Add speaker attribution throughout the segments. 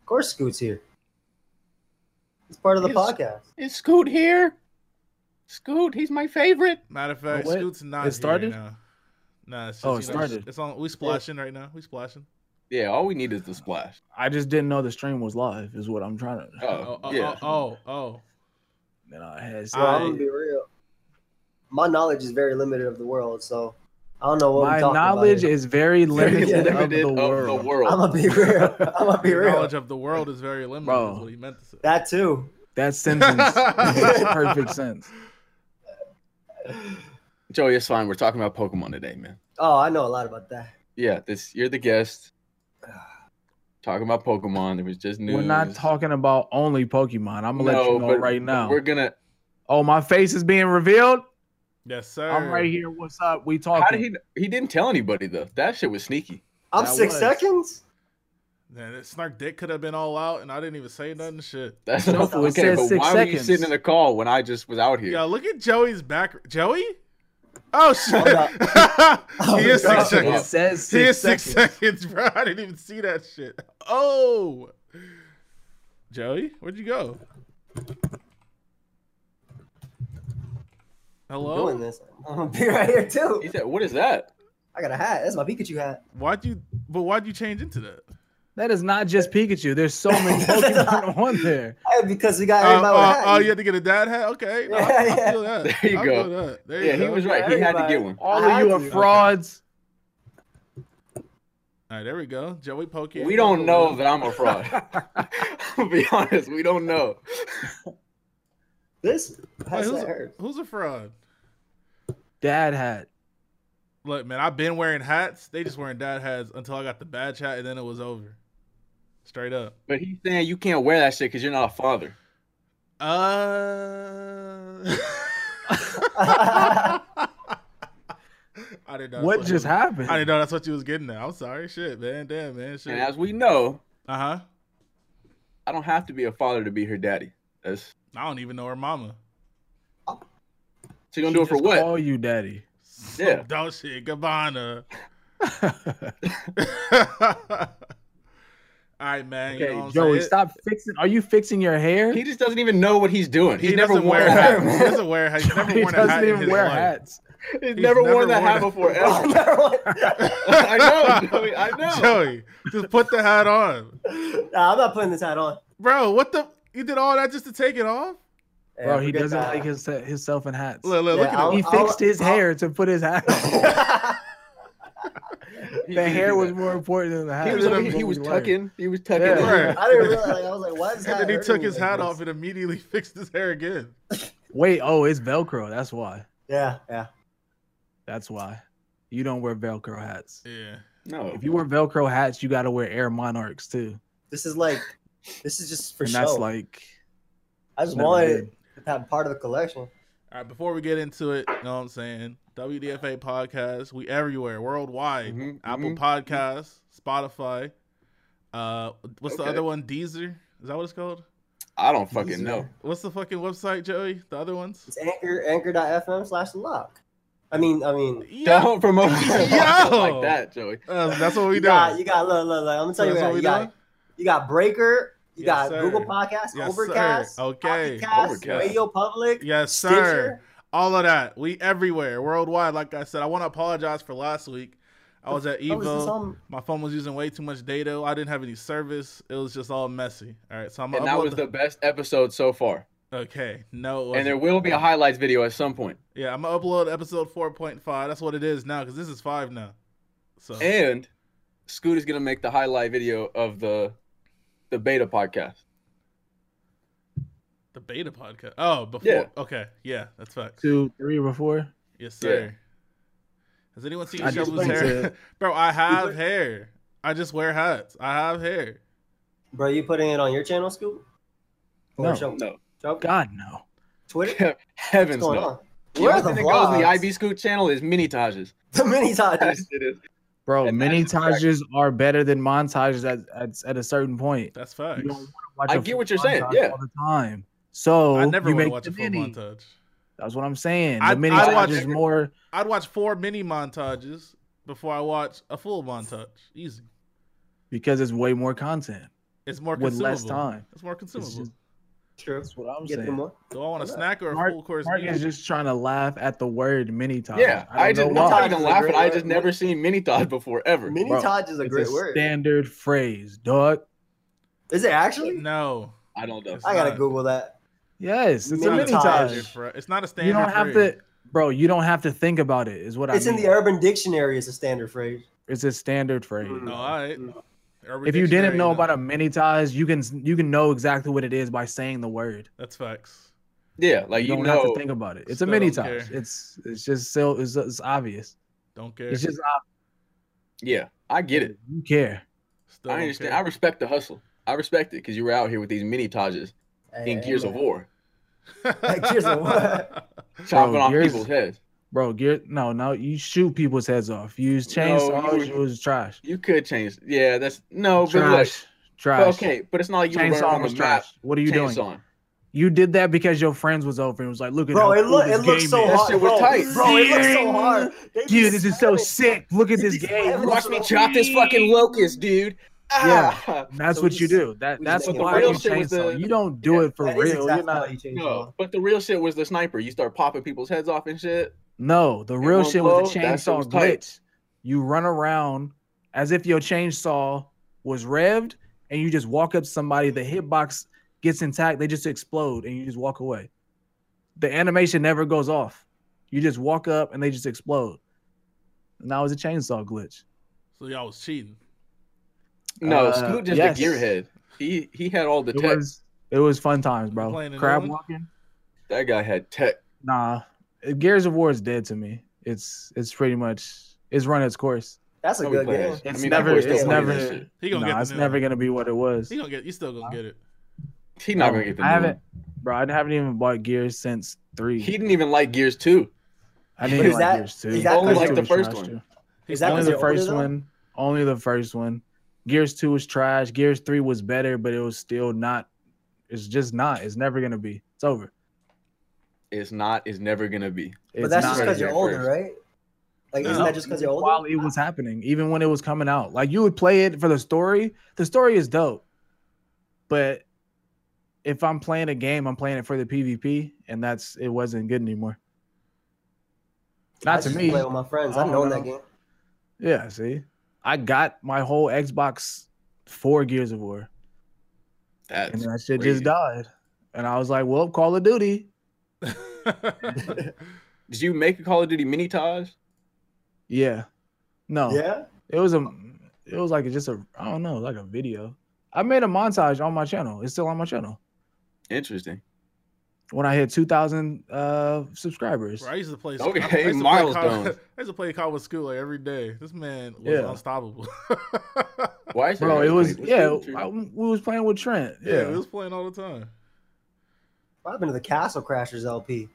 Speaker 1: Of course, Scoot's here. He's part of the
Speaker 2: He's-
Speaker 1: podcast.
Speaker 2: Is Scoot here? Scoot, he's my favorite.
Speaker 3: Matter of fact,
Speaker 4: Oh, wait.
Speaker 3: Scoot's not
Speaker 4: It started?
Speaker 3: Here right now. Nah, it's just,
Speaker 4: Oh,
Speaker 3: you
Speaker 4: it
Speaker 3: know,
Speaker 4: started.
Speaker 3: It's on. We splashing right now. We splashing.
Speaker 5: Yeah, all we need is the splash.
Speaker 4: I just didn't know the stream was live. Is what I'm trying to.
Speaker 5: Oh,
Speaker 3: Oh, oh,
Speaker 5: yeah.
Speaker 3: oh, oh, oh.
Speaker 4: You know, I had
Speaker 1: Well, I'm
Speaker 3: I-
Speaker 1: gonna be real. My knowledge is very limited of the world, so I don't know what
Speaker 4: my
Speaker 1: we're talking
Speaker 4: knowledge
Speaker 1: about.
Speaker 4: is very limited,
Speaker 5: limited
Speaker 4: of the world.
Speaker 5: world.
Speaker 1: I'm gonna be real. I'm gonna be
Speaker 3: Your
Speaker 1: real.
Speaker 3: knowledge of the world is very limited.
Speaker 4: Bro.
Speaker 3: Is what he meant to say.
Speaker 1: That too.
Speaker 4: That sentence makes perfect sense.
Speaker 5: Joey, it's fine. We're talking about Pokemon today, man.
Speaker 1: Oh, I know a lot about that.
Speaker 5: Yeah, this you're the guest. Talking about Pokemon. There was just news.
Speaker 4: We're not talking about only Pokemon. I'm gonna let
Speaker 5: No,
Speaker 4: you know
Speaker 5: but
Speaker 4: right now.
Speaker 5: We're gonna.
Speaker 4: Oh, my face is being revealed.
Speaker 3: Yes, sir.
Speaker 4: I'm right here. What's up? We talking?
Speaker 5: How did he? He didn't tell anybody though. That shit was sneaky.
Speaker 1: I'm
Speaker 4: That
Speaker 1: six
Speaker 4: was.
Speaker 1: seconds.
Speaker 3: Man, that snark dick could have been all out, and I didn't even say nothing. Shit.
Speaker 5: That's
Speaker 4: No, it
Speaker 5: okay.
Speaker 4: says
Speaker 5: But
Speaker 4: six
Speaker 5: why were you
Speaker 4: seconds.
Speaker 5: sitting in the call when I just was out here?
Speaker 3: Yeah, look at Joey's back. Joey? Oh shit!
Speaker 1: Oh,
Speaker 3: he is
Speaker 1: God.
Speaker 3: six
Speaker 4: It
Speaker 3: seconds.
Speaker 4: says
Speaker 3: He is
Speaker 4: six
Speaker 3: six
Speaker 4: seconds.
Speaker 3: seconds, bro. I didn't even see that shit. Oh, Joey, where'd you go?
Speaker 4: Oh.
Speaker 1: I'm doing
Speaker 3: Hello.
Speaker 1: this. I'm gonna be right here too.
Speaker 5: He said, "What is that?"
Speaker 1: I got a hat. That's my Pikachu hat.
Speaker 3: Why'd you? But why'd you change into that?
Speaker 4: That is not just Pikachu. There's so many Pokemon on there.
Speaker 1: Hey, because we got
Speaker 4: Uh,
Speaker 3: Oh,
Speaker 1: everybody with
Speaker 3: oh,
Speaker 1: hat.
Speaker 3: oh, you had to get a dad hat. Okay, no, I- I,
Speaker 1: Yeah,
Speaker 3: feel that.
Speaker 5: There you
Speaker 3: I
Speaker 5: go.
Speaker 3: feel that. There you
Speaker 5: Yeah, he
Speaker 3: go.
Speaker 5: was right. He had to get
Speaker 1: Everybody.
Speaker 5: one.
Speaker 4: All
Speaker 1: I
Speaker 4: of you are
Speaker 1: do.
Speaker 4: frauds.
Speaker 3: All right, there we go. Joey Pokey.
Speaker 5: We don't know that I'm a fraud. I'll be honest, we don't know.
Speaker 1: This
Speaker 4: Oh,
Speaker 3: Wait,
Speaker 1: has
Speaker 3: who's,
Speaker 1: that hurt.
Speaker 3: who's a fraud?
Speaker 4: Dad hat.
Speaker 3: Look, man, I've been wearing hats. They just wearing dad hats until I got the badge hat, and then it was over. Straight up.
Speaker 5: But he's saying you can't wear that shit because you're not a father.
Speaker 3: Uh. I didn't know. that's
Speaker 4: What
Speaker 3: you was-
Speaker 4: just happened?
Speaker 3: I didn't know that's what you was getting at. I'm sorry, shit, man. Damn, man,
Speaker 5: And
Speaker 3: shit.
Speaker 5: as we know,
Speaker 3: Uh huh.
Speaker 5: I don't have to be a father to be her daddy. That's
Speaker 3: I don't even know her mama.
Speaker 5: so you gonna do it for
Speaker 4: Just
Speaker 5: what?
Speaker 4: Call you daddy.
Speaker 3: Some
Speaker 5: Yeah.
Speaker 3: Dog shit. Gabbana. All right, man. you
Speaker 4: okay,
Speaker 3: know what I'm
Speaker 4: Joey,
Speaker 3: saying?
Speaker 4: stop fixing. Are you fixing your hair?
Speaker 5: He just doesn't even know what he's doing. He's
Speaker 3: He
Speaker 5: never
Speaker 3: doesn't
Speaker 5: worn
Speaker 3: wear
Speaker 5: a hat.
Speaker 3: hats. He doesn't wear hats. He's never
Speaker 4: He
Speaker 3: worn a hat
Speaker 4: doesn't
Speaker 3: in
Speaker 4: even
Speaker 3: his
Speaker 4: wear
Speaker 3: life.
Speaker 4: hats.
Speaker 5: He's, never, worn that hat
Speaker 3: a-
Speaker 5: before ever. I know, Joey, I know.
Speaker 3: Joey, just put the hat on,
Speaker 1: Nah, I'm not putting this hat on.
Speaker 3: bro. What the? You did all that just to take it off?
Speaker 1: Yeah,
Speaker 4: Bro, he
Speaker 1: forget
Speaker 4: doesn't
Speaker 1: that.
Speaker 4: like his, himself in hats.
Speaker 3: Look, look, look
Speaker 1: Yeah,
Speaker 3: at
Speaker 1: I'll-
Speaker 4: he
Speaker 3: him.
Speaker 1: I'll-
Speaker 4: fixed his
Speaker 1: I'll-
Speaker 4: hair to put his hat on.
Speaker 5: He
Speaker 4: the
Speaker 5: did
Speaker 4: hair
Speaker 5: do
Speaker 4: was
Speaker 5: that.
Speaker 4: more important than the hat.
Speaker 5: He was,
Speaker 3: That's
Speaker 5: over-
Speaker 3: what
Speaker 5: he
Speaker 4: we
Speaker 5: was
Speaker 4: learned.
Speaker 5: tucking. He was tucking.
Speaker 4: Yeah.
Speaker 5: it.
Speaker 3: Right.
Speaker 1: I didn't realize. Like, I was like, why is that?
Speaker 3: And then he took his hat off and immediately fixed his hair again.
Speaker 4: Wait, oh, it's Velcro. That's why.
Speaker 1: Yeah, yeah.
Speaker 4: That's why. You don't wear Velcro hats.
Speaker 3: Yeah.
Speaker 5: No,
Speaker 4: If you wear Velcro hats, you got to wear Air Monarchs too.
Speaker 1: This is like, this is just for
Speaker 4: and
Speaker 1: show.
Speaker 4: that's like.
Speaker 1: I just
Speaker 4: never
Speaker 1: wanted
Speaker 4: good.
Speaker 1: it to have part of the collection.
Speaker 3: All right, before we get into it, you know what I'm saying? WDFA podcast, we everywhere, worldwide.
Speaker 1: Mm-hmm.
Speaker 5: Mhm,
Speaker 3: Apple
Speaker 5: mhm.
Speaker 3: Podcasts, Spotify. Uh, what's the
Speaker 5: Okay.
Speaker 3: other one? Deezer? Is that what it's called?
Speaker 5: I don't fucking know.
Speaker 3: What's the fucking website, Joey? The other ones?
Speaker 1: It's anchor anchor.fm slash the lock. I mean, I mean,
Speaker 3: Yeah.
Speaker 5: Don't promote
Speaker 3: Yo.
Speaker 5: like that, Joey.
Speaker 3: Uh, that's what we
Speaker 1: you
Speaker 3: do.
Speaker 1: got, you got, look, look, look. I'm gonna tell
Speaker 3: That's
Speaker 1: you
Speaker 3: what
Speaker 1: what,
Speaker 3: we
Speaker 1: you got,
Speaker 3: doing?
Speaker 1: you got Breaker, you
Speaker 3: Yes,
Speaker 1: got
Speaker 3: sir.
Speaker 1: Google Podcast,
Speaker 3: Yes, sir.
Speaker 1: Overcast,
Speaker 3: Okay.
Speaker 1: Pocket Cast,
Speaker 5: Overcast.
Speaker 1: Radio Public,
Speaker 3: Yes, sir.
Speaker 1: Stitcher. Oh,
Speaker 3: All of that. We everywhere, worldwide. Like I said, I want to apologize for last week. I was at
Speaker 1: Oh, is this
Speaker 3: Evo.
Speaker 1: on-
Speaker 3: My phone was using way too much data. I didn't have any service. It was just all messy. All right, so I'm.
Speaker 5: And that
Speaker 3: upload
Speaker 5: was the best episode so far.
Speaker 3: Okay, no. It wasn't.
Speaker 5: And there will be a highlights video at some point.
Speaker 3: Yeah, I'm gonna upload episode 4.5. That's what it is now, because this is five now. So
Speaker 5: And Scoot is gonna make the highlight video of the the beta podcast.
Speaker 3: the beta podcast. Oh, before.
Speaker 5: Yeah.
Speaker 3: Okay, yeah, that's facts.
Speaker 4: Two, three, or four.
Speaker 3: Yes,
Speaker 5: Yeah.
Speaker 3: sir. Has anyone seen
Speaker 4: I just
Speaker 3: Shovel's
Speaker 4: went
Speaker 3: hair?
Speaker 4: to-
Speaker 3: Bro, I have hair. I just wear hats. I have hair.
Speaker 1: Bro, you putting it on your channel, Scoop? Or
Speaker 4: No.
Speaker 1: show-
Speaker 5: No.
Speaker 1: show-
Speaker 4: God no.
Speaker 1: Twitter? What's
Speaker 5: Heavens
Speaker 1: going
Speaker 5: no.
Speaker 1: on?
Speaker 5: The only
Speaker 1: Where are
Speaker 5: thing
Speaker 1: the
Speaker 5: that goes in the
Speaker 1: vlogs?
Speaker 5: IB Scoot channel is mini Tajes.
Speaker 1: The mini
Speaker 5: That
Speaker 1: Dodgers.
Speaker 5: shit is-
Speaker 4: Bro,
Speaker 5: And that
Speaker 4: mini
Speaker 5: is correct.
Speaker 4: montages are better than montages at, at, at a certain point.
Speaker 3: That's
Speaker 4: You
Speaker 3: facts.
Speaker 4: don't wanna watch
Speaker 5: I
Speaker 4: a
Speaker 5: get
Speaker 4: full
Speaker 5: what you're saying,
Speaker 4: montage
Speaker 5: yeah.
Speaker 4: All the time. So
Speaker 3: I never
Speaker 4: you
Speaker 3: would
Speaker 4: make
Speaker 3: watch
Speaker 4: the
Speaker 3: a full
Speaker 4: mini.
Speaker 3: montage.
Speaker 4: That's what I'm saying.
Speaker 3: I-
Speaker 4: The mini
Speaker 3: I'd
Speaker 5: watch-
Speaker 4: montage is more.
Speaker 3: I'd watch four mini montages before I watch a full montage. Easy.
Speaker 4: because it's way more content.
Speaker 3: It's more
Speaker 4: with
Speaker 3: consumable.
Speaker 4: less time.
Speaker 3: It's more
Speaker 4: It's
Speaker 3: consumable.
Speaker 4: just,
Speaker 1: True.
Speaker 4: that's what I'm
Speaker 1: Get them
Speaker 4: saying.
Speaker 1: more.
Speaker 3: Do I want a
Speaker 1: Hold up.
Speaker 3: snack or a
Speaker 4: Mark-
Speaker 3: full course
Speaker 4: Mark is
Speaker 3: meal?
Speaker 4: just trying to laugh at the word many times.
Speaker 5: Yeah, I,
Speaker 4: don't
Speaker 5: just
Speaker 4: know
Speaker 5: I'm not
Speaker 4: why.
Speaker 1: Todd is
Speaker 5: even
Speaker 1: a
Speaker 5: laughing.
Speaker 1: great
Speaker 5: I
Speaker 1: word.
Speaker 5: just never seen mini Todd before ever.
Speaker 1: Mini
Speaker 4: Bro,
Speaker 1: Taj is a
Speaker 4: It's
Speaker 1: great
Speaker 4: a
Speaker 1: word.
Speaker 4: standard phrase, dog.
Speaker 1: Is it actually?
Speaker 3: No,
Speaker 5: I don't know.
Speaker 3: It's
Speaker 1: I gotta
Speaker 3: not.
Speaker 1: Google that.
Speaker 4: Yes, it's
Speaker 3: it's
Speaker 1: Many
Speaker 4: a
Speaker 3: not a
Speaker 4: many
Speaker 1: times.
Speaker 3: standard.
Speaker 4: times.
Speaker 3: fr- It's not a standard.
Speaker 4: You don't have
Speaker 3: phrase.
Speaker 4: to, bro. You don't have to think about it. Is what
Speaker 1: It's
Speaker 4: I
Speaker 1: in
Speaker 4: mean.
Speaker 1: the Urban Dictionary. It's a standard phrase.
Speaker 4: It's a standard phrase.
Speaker 1: Mm.
Speaker 3: No, all right.
Speaker 1: Mm.
Speaker 3: Urban
Speaker 4: If you
Speaker 3: Dictionary,
Speaker 4: didn't know
Speaker 3: no.
Speaker 4: about a many ties, you can you can know exactly what it is by saying the word.
Speaker 3: that's facts.
Speaker 5: Yeah, like
Speaker 4: you
Speaker 5: you,
Speaker 4: don't
Speaker 5: know,
Speaker 4: have to think about it. It's a
Speaker 3: Still
Speaker 4: many
Speaker 3: don't care.
Speaker 4: ties. It's it's just so it's, it's obvious.
Speaker 3: Don't care.
Speaker 4: It's just uh,
Speaker 5: yeah, I get it.
Speaker 4: you care.
Speaker 3: Still
Speaker 5: I
Speaker 3: don't
Speaker 5: understand.
Speaker 3: care.
Speaker 5: I respect the hustle. I respect it because you were out here with these mini Tajes in
Speaker 1: Hey,
Speaker 5: Gears of
Speaker 1: man.
Speaker 5: War,
Speaker 1: Gears of War.
Speaker 5: chopping off
Speaker 4: Gears-
Speaker 5: people's heads.
Speaker 4: Bro, gear no, no, you shoot people's heads off. You use
Speaker 5: No,
Speaker 4: chainsaws,
Speaker 5: you-
Speaker 4: you use trash.
Speaker 5: You could change. Yeah, that's no, but like,
Speaker 4: trash. Trash.
Speaker 5: okay, but it's not like you were running
Speaker 4: Chainsaw
Speaker 5: on the
Speaker 4: was
Speaker 5: map.
Speaker 4: trash. What are you doing?
Speaker 5: Chainsaw.
Speaker 4: You did that because your friends was over and was like, look at
Speaker 1: Bro,
Speaker 4: how
Speaker 1: it
Speaker 4: cool
Speaker 1: look
Speaker 4: this
Speaker 1: it looks
Speaker 4: game
Speaker 1: so
Speaker 4: is.
Speaker 5: That
Speaker 1: hard,
Speaker 5: shit was
Speaker 1: bro.
Speaker 5: tight.
Speaker 1: Bro, it looks so hard. They
Speaker 4: Dude,
Speaker 1: just
Speaker 4: this is so
Speaker 1: slapping.
Speaker 4: sick. Look at
Speaker 1: They
Speaker 4: this
Speaker 1: just
Speaker 4: game.
Speaker 1: slapping.
Speaker 5: Watch me chop this fucking locust, dude. Ah.
Speaker 4: That's
Speaker 1: So we
Speaker 4: what you
Speaker 1: just-
Speaker 4: do. That
Speaker 1: we
Speaker 4: that's
Speaker 1: just make the
Speaker 4: why
Speaker 1: real
Speaker 4: you
Speaker 5: shit with
Speaker 4: chainsaw.
Speaker 5: the-
Speaker 4: You don't do
Speaker 5: Yeah,
Speaker 4: it for
Speaker 1: That is
Speaker 4: real. You're
Speaker 1: exactly
Speaker 4: not.
Speaker 1: how you change the law.
Speaker 5: No, but the real shit was the sniper. You start popping people's heads off and shit.
Speaker 4: No, the real
Speaker 5: won't
Speaker 4: shit was the
Speaker 5: blow. That shit
Speaker 4: chainsaw
Speaker 5: was tight.
Speaker 4: glitch. You run around as if your chainsaw was revved, and you just walk up to somebody. The hitbox gets intact. They just explode, and you just walk away. The animation never goes off. You just walk up, and they just explode. And that was a chainsaw glitch.
Speaker 3: so y'all was cheating.
Speaker 5: No,
Speaker 4: Uh,
Speaker 5: Scoot just
Speaker 4: yes.
Speaker 5: a gearhead. He he had all the
Speaker 4: It
Speaker 5: tech.
Speaker 4: was. It was fun times, bro.
Speaker 3: playing a new
Speaker 4: Crab
Speaker 3: one?
Speaker 4: walking.
Speaker 5: That guy had tech.
Speaker 4: Nah, Gears of War is dead to me. It's it's pretty much it's run its course.
Speaker 1: That's a
Speaker 5: No, we
Speaker 1: good
Speaker 5: playing.
Speaker 1: game.
Speaker 5: I
Speaker 4: It's
Speaker 5: mean, that
Speaker 4: never
Speaker 5: boy's still
Speaker 4: it's
Speaker 5: playing
Speaker 4: never
Speaker 5: this shit.
Speaker 3: He gonna
Speaker 4: nah,
Speaker 3: get the
Speaker 4: it's
Speaker 3: new
Speaker 4: never
Speaker 3: one.
Speaker 4: gonna be what it was.
Speaker 3: He gonna get. You still gonna get it.
Speaker 5: He not gonna get the
Speaker 4: I
Speaker 5: new
Speaker 4: haven't,
Speaker 5: one.
Speaker 4: bro. I haven't even bought Gears since three.
Speaker 5: He didn't even like Gears two.
Speaker 4: I
Speaker 1: But
Speaker 4: didn't even
Speaker 1: is
Speaker 4: like
Speaker 1: that-
Speaker 4: Gears two.
Speaker 1: is that
Speaker 5: Only
Speaker 4: 'cause
Speaker 5: like
Speaker 4: two
Speaker 5: the
Speaker 4: was
Speaker 5: first
Speaker 4: trash,
Speaker 5: one.
Speaker 4: too.
Speaker 1: Is that
Speaker 4: Only
Speaker 1: 'cause
Speaker 4: the
Speaker 1: you're older,
Speaker 4: first
Speaker 1: though?
Speaker 4: one. Only the first one. Gears two was trash. Gears three was better, but it was still not. It's just not. It's never gonna be. It's over.
Speaker 5: It's not. It's never gonna be.
Speaker 1: But
Speaker 4: It's
Speaker 1: that's
Speaker 4: not.
Speaker 1: just because you're
Speaker 5: Yeah,
Speaker 1: older,
Speaker 5: first.
Speaker 1: right? Like, isn't
Speaker 3: No.
Speaker 1: that just because you're
Speaker 4: while
Speaker 1: older?
Speaker 4: it was happening, even when it was coming out. Like you would play it for the story. The story is dope. But if I'm playing a game, I'm playing it for the PvP, and that's it wasn't good anymore.
Speaker 1: I
Speaker 4: Not to
Speaker 1: just
Speaker 4: me.
Speaker 1: Play with my friends.
Speaker 4: I
Speaker 1: I've
Speaker 4: don't
Speaker 1: known
Speaker 4: know.
Speaker 1: that game.
Speaker 4: Yeah, see. I got my whole Xbox four Gears of War. And
Speaker 5: That's
Speaker 4: that shit
Speaker 5: crazy.
Speaker 4: just died. And I was like, well, Call of Duty.
Speaker 5: Did you make a Call of Duty mini Taj?
Speaker 4: Yeah. No.
Speaker 1: Yeah.
Speaker 4: It was a it was like just a I don't know, like a video. I made a montage on my channel. It's still on my channel.
Speaker 5: Interesting.
Speaker 4: when I hit 2,000 uh, subscribers.
Speaker 3: Bro, I used to play.
Speaker 5: Okay,
Speaker 3: I, I used to play Call, I
Speaker 5: milestones.
Speaker 3: used to play Call with School like every day. This man was
Speaker 4: Yeah.
Speaker 3: unstoppable.
Speaker 5: Why? Is
Speaker 4: Bro,
Speaker 5: there-
Speaker 4: it was
Speaker 5: what's
Speaker 4: yeah.
Speaker 5: the-
Speaker 4: I, we was playing with Trent.
Speaker 3: yeah,
Speaker 4: Yeah,
Speaker 3: we was playing all the time.
Speaker 1: What happened to the Castle Crashers LP?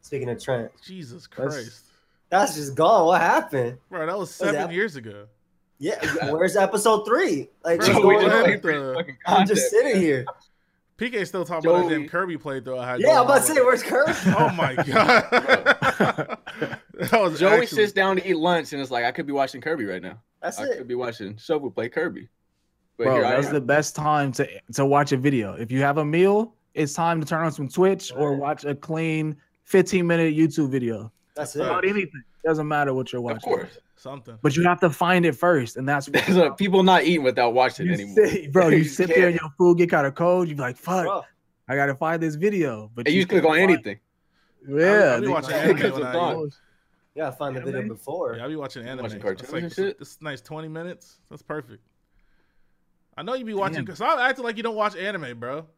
Speaker 1: Speaking of Trent,
Speaker 3: Jesus
Speaker 4: That's-
Speaker 3: Christ,
Speaker 1: that's just gone. What happened?
Speaker 3: bro, that was seven
Speaker 1: that-
Speaker 3: years ago.
Speaker 1: Yeah. Where's episode three? Like,
Speaker 3: Bro,
Speaker 1: what's
Speaker 5: Bro, we
Speaker 1: going
Speaker 5: just
Speaker 1: on?
Speaker 5: played for fucking
Speaker 1: I'm just
Speaker 5: content,
Speaker 1: sitting
Speaker 5: man.
Speaker 1: here.
Speaker 3: PK still talking about that damn
Speaker 5: Joey.
Speaker 3: Kirby playthrough. I had
Speaker 1: Yeah, I'm
Speaker 3: going on.
Speaker 1: about to say, where's Kirby?
Speaker 3: Oh my god, that was
Speaker 5: Joey
Speaker 3: actually,
Speaker 5: sits down to eat lunch and it's like, I could be watching Kirby right now.
Speaker 1: That's
Speaker 5: I
Speaker 1: it.
Speaker 5: could be watching Shovel play Kirby. But
Speaker 4: bro,
Speaker 5: here I
Speaker 4: that's
Speaker 5: am.
Speaker 4: the best time to to watch a video. If you have a meal, it's time to turn on some Twitch or
Speaker 1: Right.
Speaker 4: watch a clean 15 minute YouTube video
Speaker 1: That's
Speaker 3: Right.
Speaker 1: it.
Speaker 4: about anything. Doesn't matter what you're watching.
Speaker 5: of course.
Speaker 3: something.
Speaker 4: but you have to find it first, and that's
Speaker 5: There's a, people not eating without watching
Speaker 4: you
Speaker 5: anymore.
Speaker 4: sit, bro. You,
Speaker 5: You
Speaker 4: sit
Speaker 5: can't-
Speaker 4: there and your food get kind of cold. You're like, fuck,
Speaker 1: Bro,
Speaker 4: I gotta find this video. But
Speaker 5: And you click
Speaker 4: can't
Speaker 5: on
Speaker 4: find-
Speaker 5: anything.
Speaker 4: Yeah,
Speaker 3: I be
Speaker 4: they-
Speaker 3: watching
Speaker 5: like-
Speaker 3: anime when I
Speaker 5: Dawn.
Speaker 3: eat.
Speaker 1: you gotta find the
Speaker 4: Yeah,
Speaker 1: video
Speaker 4: man.
Speaker 1: before.
Speaker 3: Yeah, I be watching anime.
Speaker 5: Watching
Speaker 3: It's
Speaker 5: cartoons
Speaker 3: like,
Speaker 5: and shit.
Speaker 3: This, this nice twenty minutes. That's perfect. I know you be watching.
Speaker 4: Damn.
Speaker 3: Stop acting like you don't watch anime, bro.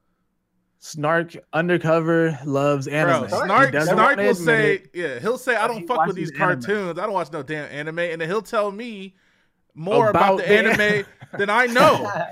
Speaker 4: Snark undercover loves anime.
Speaker 3: Bro, Snark,
Speaker 4: He doesn't
Speaker 3: Snark
Speaker 4: wanna
Speaker 3: will
Speaker 4: admit it.
Speaker 3: say, yeah, he'll say, I
Speaker 4: He
Speaker 3: don't fuck with
Speaker 4: watches
Speaker 3: these
Speaker 4: anime.
Speaker 3: cartoons. I don't watch no damn anime, and then he'll tell me more about,
Speaker 4: About
Speaker 3: the
Speaker 4: the-
Speaker 3: anime than I know.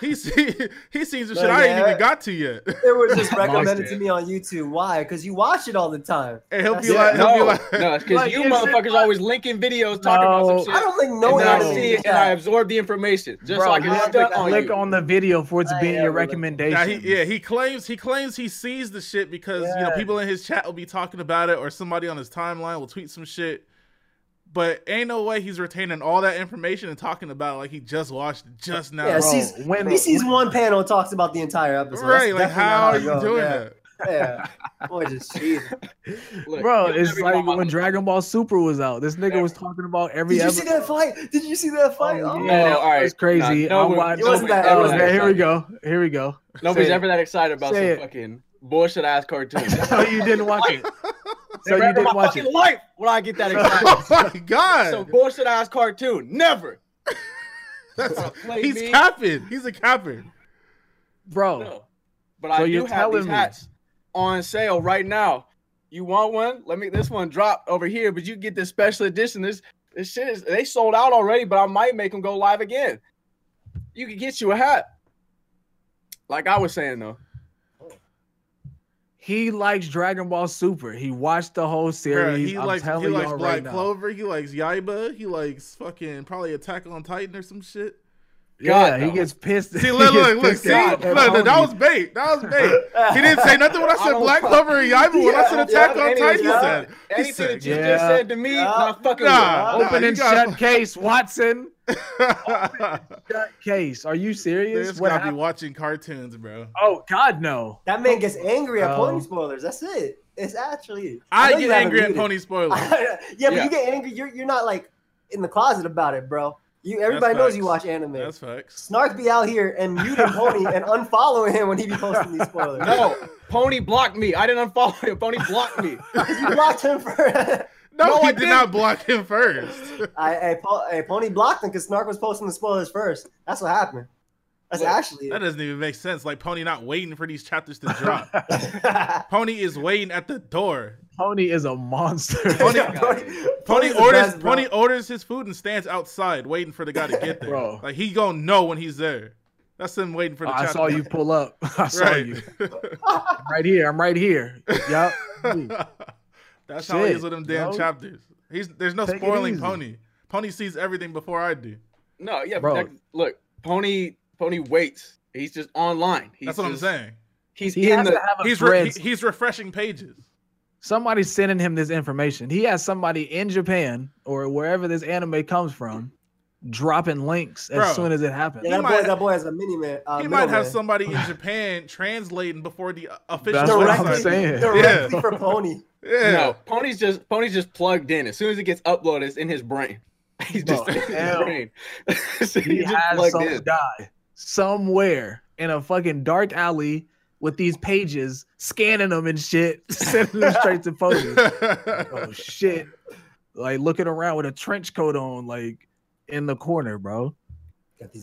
Speaker 3: he see, he sees the shit
Speaker 1: Look,
Speaker 3: I ain't
Speaker 1: yeah.
Speaker 3: even got to yet,
Speaker 1: It was just recommended
Speaker 5: Lost
Speaker 1: to
Speaker 5: it.
Speaker 1: me on YouTube. Why? Because you watch it all the time.
Speaker 3: and he'll
Speaker 1: That's
Speaker 3: be
Speaker 1: it.
Speaker 3: like, he'll
Speaker 5: no,
Speaker 3: be like,
Speaker 5: no, it's because
Speaker 4: Like,
Speaker 5: you
Speaker 4: it's-
Speaker 5: motherfuckers always linking videos talking about
Speaker 4: No.
Speaker 5: some shit.
Speaker 1: I don't think no
Speaker 5: and then I
Speaker 1: anime
Speaker 5: see
Speaker 1: did
Speaker 5: it and I
Speaker 1: that.
Speaker 5: absorb the information just so
Speaker 4: Bro,
Speaker 5: I
Speaker 4: you
Speaker 5: can
Speaker 1: have
Speaker 4: have
Speaker 1: to
Speaker 5: stuck
Speaker 4: to
Speaker 5: on
Speaker 4: click
Speaker 5: you.
Speaker 4: on the video for it to
Speaker 1: I
Speaker 4: be in
Speaker 1: am
Speaker 4: your
Speaker 1: really-
Speaker 4: recommendation.
Speaker 3: Nah, he, yeah, he claims he claims he sees the shit because you know
Speaker 4: Yeah.
Speaker 3: people in his chat will be talking about it, or somebody on his timeline will tweet some shit. But ain't no way he's retaining all that information and talking about it like he just watched it just now.
Speaker 1: Yeah,
Speaker 4: Bro,
Speaker 1: see- season-
Speaker 4: when
Speaker 1: He sees one panel and talks about the entire episode. That's
Speaker 3: right? Like
Speaker 1: definitely
Speaker 3: how
Speaker 1: not
Speaker 3: are
Speaker 1: it
Speaker 3: you
Speaker 1: goes,
Speaker 3: doing
Speaker 1: yeah.
Speaker 3: that?
Speaker 1: Yeah, boy, just cheating.
Speaker 5: Look,
Speaker 4: bro,
Speaker 5: you'll
Speaker 4: it's
Speaker 5: never
Speaker 4: like
Speaker 5: go on
Speaker 4: when
Speaker 5: the-
Speaker 4: Dragon Ball Super was out. This nigga
Speaker 5: Never.
Speaker 4: was talking about every
Speaker 1: Did you see
Speaker 4: episode.
Speaker 1: that fight? Did you see that fight?
Speaker 4: Oh,
Speaker 1: Oh,
Speaker 4: yeah.
Speaker 5: No, no, all right.
Speaker 4: It's crazy.
Speaker 5: Nah, no,
Speaker 4: I watched-
Speaker 1: it wasn't that-
Speaker 4: Oh,
Speaker 1: it wasn't
Speaker 4: man,
Speaker 1: that
Speaker 4: here we go. Here we go.
Speaker 5: Nobody's
Speaker 4: Say it.
Speaker 5: ever that excited about
Speaker 4: Say
Speaker 5: some
Speaker 4: it.
Speaker 5: fucking bullshit ass cartoon.
Speaker 4: So you didn't watch it. So you didn't watch it.
Speaker 5: life when I get that excited.
Speaker 3: Oh my god!
Speaker 5: so bullshit ass cartoon, never.
Speaker 3: That's,
Speaker 5: Play
Speaker 3: he's
Speaker 5: me.
Speaker 3: capping. He's a capper.
Speaker 4: Bro,
Speaker 5: No. But I
Speaker 4: Oh. So
Speaker 5: do
Speaker 4: you're
Speaker 5: have these
Speaker 4: telling me-
Speaker 5: hats on sale right now. You want one? Let me this one drop over here, but you get this special edition. This this shit is they sold out already, but I might make them go live again. You could get you a hat. Like I was saying though.
Speaker 4: he likes Dragon Ball Super. He watched the whole
Speaker 3: Bruh,
Speaker 4: series.
Speaker 3: he
Speaker 4: I'm
Speaker 3: likes he
Speaker 4: telling
Speaker 3: likes
Speaker 4: y'all
Speaker 3: Black
Speaker 4: right now.
Speaker 3: Clover. He likes Yaiba. He likes fucking probably Attack on Titan or some shit.
Speaker 4: Yeah,
Speaker 5: God,
Speaker 4: he
Speaker 5: no.
Speaker 4: gets pissed.
Speaker 3: See,
Speaker 4: he
Speaker 3: look,
Speaker 4: gets
Speaker 3: look, look.
Speaker 4: pissed
Speaker 3: See,
Speaker 4: at
Speaker 3: look, look, that was bait. That was bait. He didn't say nothing when I
Speaker 5: I
Speaker 3: said
Speaker 5: don't
Speaker 3: Black
Speaker 5: fuck-
Speaker 3: Clover and Yaiba. When I said
Speaker 5: Yeah,
Speaker 3: Attack
Speaker 5: yeah,
Speaker 3: on
Speaker 5: anyways,
Speaker 3: Titan, he
Speaker 5: yeah.
Speaker 3: said
Speaker 5: Anything that you
Speaker 4: Yeah.
Speaker 5: just said to me,
Speaker 1: Yeah.
Speaker 5: not fucking
Speaker 3: Nah,
Speaker 5: with.
Speaker 3: nah,
Speaker 4: Open
Speaker 3: you
Speaker 4: and
Speaker 3: gotta-
Speaker 4: shut case, Watson.
Speaker 3: Dude,
Speaker 4: Shut case. Are you serious?
Speaker 3: This
Speaker 4: What
Speaker 3: gotta be
Speaker 4: happened?
Speaker 3: watching cartoons, bro.
Speaker 4: Oh God, no.
Speaker 1: That man gets angry at
Speaker 4: Oh.
Speaker 1: pony spoilers. That's it. It's actually.
Speaker 3: I,
Speaker 1: know you
Speaker 3: get
Speaker 1: haven't
Speaker 3: angry at
Speaker 1: muted.
Speaker 3: pony spoilers.
Speaker 1: yeah, but
Speaker 5: Yeah.
Speaker 1: you get angry. You're, you're not like in the closet about it, bro. You everybody knows
Speaker 3: facts.
Speaker 1: you watch anime.
Speaker 3: That's facts.
Speaker 1: Snark be out here and muting pony and unfollowing him when he be posting these spoilers.
Speaker 5: No, Pony blocked me. I didn't unfollow him. Pony blocked me.
Speaker 1: you blocked him for.
Speaker 3: No,
Speaker 5: No,
Speaker 3: he
Speaker 5: I
Speaker 3: did
Speaker 5: didn't.
Speaker 3: not block him first.
Speaker 1: I, I, Po- I pony blocked him because Snark was posting the spoilers first. That's what happened. That's
Speaker 5: Look,
Speaker 1: actually.
Speaker 3: That doesn't even make sense. Like Pony not waiting for these chapters to drop. Pony is waiting at the door.
Speaker 4: Pony is a monster.
Speaker 3: Pony- Pony
Speaker 1: Pony's the
Speaker 3: orders
Speaker 1: best, bro.
Speaker 3: Pony orders his food and stands outside waiting for the guy to get there.
Speaker 4: Bro. Oh,
Speaker 3: Like he gonna know when he's there. That's him waiting for the
Speaker 4: I
Speaker 3: chapter.
Speaker 4: saw you pull up. I saw
Speaker 3: right.
Speaker 4: you. I'm right here. I'm right here. Yup.
Speaker 3: That's how he is
Speaker 4: Shit,
Speaker 3: with them damn
Speaker 4: yo.
Speaker 3: chapters. He's there's no
Speaker 4: Take it
Speaker 3: spoiling
Speaker 4: easy.
Speaker 3: Pony. Pony sees everything before I do.
Speaker 5: No, yeah,
Speaker 4: Bro.
Speaker 5: but that, look, Pony Pony waits. He's just online. He's
Speaker 3: That's what I'm
Speaker 5: just-
Speaker 3: saying.
Speaker 5: He's
Speaker 4: He
Speaker 5: in
Speaker 4: has to
Speaker 5: the
Speaker 4: have a
Speaker 3: He's re-
Speaker 4: thread.
Speaker 3: he- he's refreshing pages.
Speaker 4: Somebody's sending him this information. He has somebody in Japan or wherever this anime comes from dropping links as
Speaker 3: Bro.
Speaker 4: soon as it happens.
Speaker 1: Yeah,
Speaker 3: He
Speaker 1: that,
Speaker 3: might-
Speaker 1: boy, that boy has a mini man. Uh,
Speaker 3: he might have
Speaker 1: middleman.
Speaker 3: somebody in Japan translating before the uh, official
Speaker 4: That's what I'm
Speaker 1: Directly-
Speaker 3: website.
Speaker 4: saying.
Speaker 1: directly for Pony.
Speaker 3: Yeah.
Speaker 5: no. Pony's just Pony's just plugged in. As soon as it gets uploaded, it's in his brain. He's
Speaker 4: Bro,
Speaker 1: Oh,
Speaker 5: just in his
Speaker 4: hell.
Speaker 5: brain. so
Speaker 4: he
Speaker 5: he's just
Speaker 4: has
Speaker 5: plugged
Speaker 4: some
Speaker 5: in.
Speaker 4: guy somewhere in a fucking dark alley with these pages, scanning them and shit, sending them straight to Pony. oh shit! Like looking around with a trench coat on, like in the corner, bro.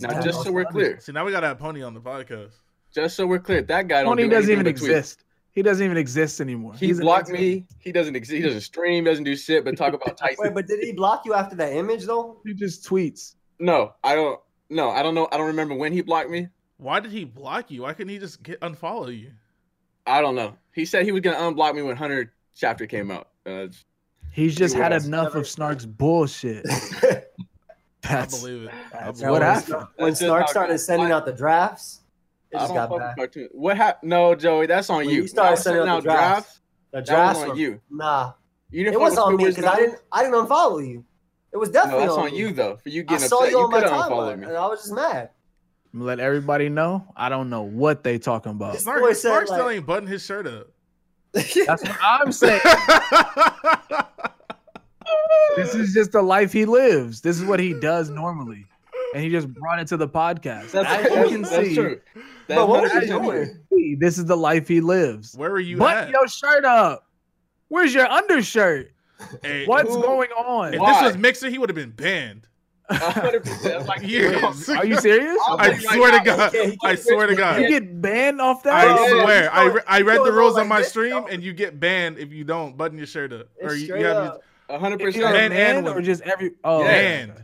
Speaker 5: Now, just so we're clear,
Speaker 3: See, now we gotta have Pony on the podcast.
Speaker 5: just so we're clear, that guy don't
Speaker 4: Pony
Speaker 5: do
Speaker 4: doesn't
Speaker 5: anything
Speaker 4: even
Speaker 5: but tweet.
Speaker 4: exist. He doesn't even exist anymore.
Speaker 5: He
Speaker 4: He's an
Speaker 5: blocked
Speaker 4: internet-
Speaker 5: me. He doesn't exist. He doesn't stream. Doesn't do shit. But talk about Tyson.
Speaker 1: Wait, but did he block you after that image though?
Speaker 4: He just tweets.
Speaker 5: no, I don't. No, I don't know. I don't remember when he blocked me.
Speaker 3: Why did he block you? Why couldn't he just get unfollow you?
Speaker 5: I don't know. He said he was gonna unblock me when Hunter chapter came out. Uh,
Speaker 4: He's just
Speaker 5: He
Speaker 4: had
Speaker 5: was.
Speaker 4: enough of Snark's bullshit.
Speaker 3: I
Speaker 4: That's
Speaker 3: believe it. I
Speaker 4: that's
Speaker 3: believe
Speaker 4: what
Speaker 3: it.
Speaker 4: happened.
Speaker 1: When
Speaker 5: That's just
Speaker 1: Snark
Speaker 5: how-
Speaker 1: started sending out the drafts, it
Speaker 5: I
Speaker 1: just
Speaker 5: don't
Speaker 1: got
Speaker 5: fuck
Speaker 1: bad.
Speaker 5: with cartoon- What happened? No, Joey, that's on
Speaker 1: When
Speaker 5: you.
Speaker 1: you started
Speaker 5: Y'all
Speaker 1: sending out the drafts, The
Speaker 5: That
Speaker 1: drafts
Speaker 5: was on
Speaker 1: were-
Speaker 5: you.
Speaker 1: Nah,
Speaker 5: You
Speaker 1: it
Speaker 5: fuck
Speaker 1: was
Speaker 5: with
Speaker 1: on me
Speaker 5: Squidward's
Speaker 1: because I
Speaker 5: numbers?
Speaker 1: didn't. I didn't unfollow you. It was
Speaker 5: No,
Speaker 1: definitely
Speaker 5: that's on
Speaker 1: me.
Speaker 5: you though. For you
Speaker 1: I
Speaker 5: getting
Speaker 1: saw
Speaker 5: upset,
Speaker 1: you
Speaker 5: you
Speaker 1: on my
Speaker 5: could have unfollowed
Speaker 1: timeline,
Speaker 5: me.
Speaker 1: and I was just mad.
Speaker 4: Let everybody know. I don't know what they talking about.
Speaker 1: This boy
Speaker 3: Snark,
Speaker 1: said,
Speaker 3: Snark still
Speaker 1: like-
Speaker 3: ain't buttoned his shirt up.
Speaker 4: That's what I'm saying. This is just the life he lives. This is what he does normally, and he just brought it to the podcast.
Speaker 5: That's,
Speaker 4: As you
Speaker 5: that's-
Speaker 4: can
Speaker 5: that's
Speaker 4: see,
Speaker 5: true. That's
Speaker 1: Bro, what were you
Speaker 5: 100% true.
Speaker 1: doing?
Speaker 4: see, this is the life he lives.
Speaker 3: Where were you
Speaker 4: Button
Speaker 3: at?
Speaker 4: your shirt up. Where's your undershirt?
Speaker 3: Hey,
Speaker 4: What's
Speaker 5: who-
Speaker 4: going
Speaker 3: If
Speaker 4: on?
Speaker 5: Why?
Speaker 3: this was Mixer, he would have been banned.
Speaker 5: 100%. I'm Like,
Speaker 3: Yes.
Speaker 4: Are you serious?
Speaker 5: I'll
Speaker 3: I
Speaker 5: tell you right
Speaker 3: swear
Speaker 5: now,
Speaker 3: to God.
Speaker 1: he can't- he
Speaker 3: I
Speaker 1: can't
Speaker 3: swear to
Speaker 1: risk
Speaker 3: God.
Speaker 4: You get banned off that?
Speaker 3: I
Speaker 1: Yeah, he's
Speaker 3: swear. I,
Speaker 1: going-
Speaker 3: re- I
Speaker 1: he's
Speaker 3: read
Speaker 1: going
Speaker 3: the rules
Speaker 1: like
Speaker 3: on my
Speaker 1: this,
Speaker 3: stream,
Speaker 1: though.
Speaker 3: and you get banned if you don't button your shirt up.
Speaker 1: It's
Speaker 3: or you,
Speaker 1: straight
Speaker 3: you have
Speaker 1: up.
Speaker 3: your-
Speaker 4: If you're a
Speaker 5: 100%.
Speaker 3: And-
Speaker 4: man
Speaker 3: and
Speaker 4: or
Speaker 3: women.
Speaker 4: just every oh
Speaker 3: banned.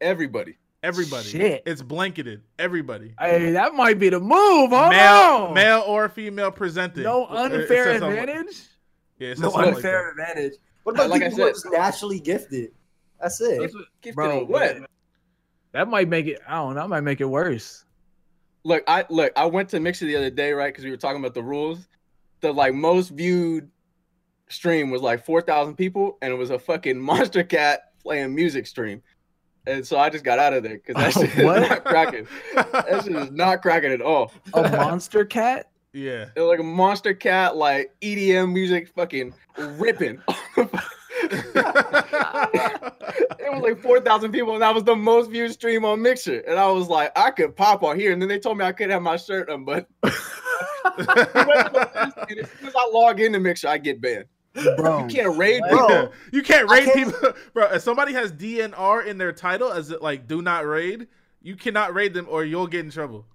Speaker 5: Everybody.
Speaker 3: Everybody.
Speaker 4: Shit.
Speaker 3: It's blanketed. Everybody.
Speaker 4: Hey, that might be the move. Hold
Speaker 3: male,
Speaker 4: on.
Speaker 3: male or female presented.
Speaker 4: no
Speaker 3: It- it
Speaker 4: unfair
Speaker 3: says something like-
Speaker 4: advantage.
Speaker 3: yeah, it says
Speaker 1: No
Speaker 3: something like
Speaker 1: unfair
Speaker 3: that.
Speaker 1: advantage. What
Speaker 5: Yeah,
Speaker 1: about
Speaker 5: like I
Speaker 1: people who are just
Speaker 5: said-
Speaker 1: naturally gifted? That's it.
Speaker 5: Gifted
Speaker 4: Bro,
Speaker 5: or what?
Speaker 4: That might make it. I don't know. That might make it worse.
Speaker 5: Look, I look. I went to Mixer the other day, right? Because we were talking about the rules. The like most viewed stream was like four thousand people, and it was a fucking monster cat playing music stream, and so I just got out of there because that shit
Speaker 4: What?
Speaker 5: is not cracking. That shit is not cracking at all.
Speaker 4: A monster cat?
Speaker 3: yeah.
Speaker 5: It was like a monster cat, like EDM music, fucking ripping. it was like 4,000 people, and that was the most viewed stream on Mixer. And I was like, I could pop on here. And then they told me I couldn't have my shirt on, but as soon as I log into Mixer, I get banned. You
Speaker 4: Bro.
Speaker 5: can't raid
Speaker 1: Bro.
Speaker 5: people.
Speaker 3: you can't
Speaker 1: I
Speaker 3: raid
Speaker 1: can't-
Speaker 3: people, bro. If somebody has DNR in their title, as it like do not raid, you cannot raid them or you'll get in trouble.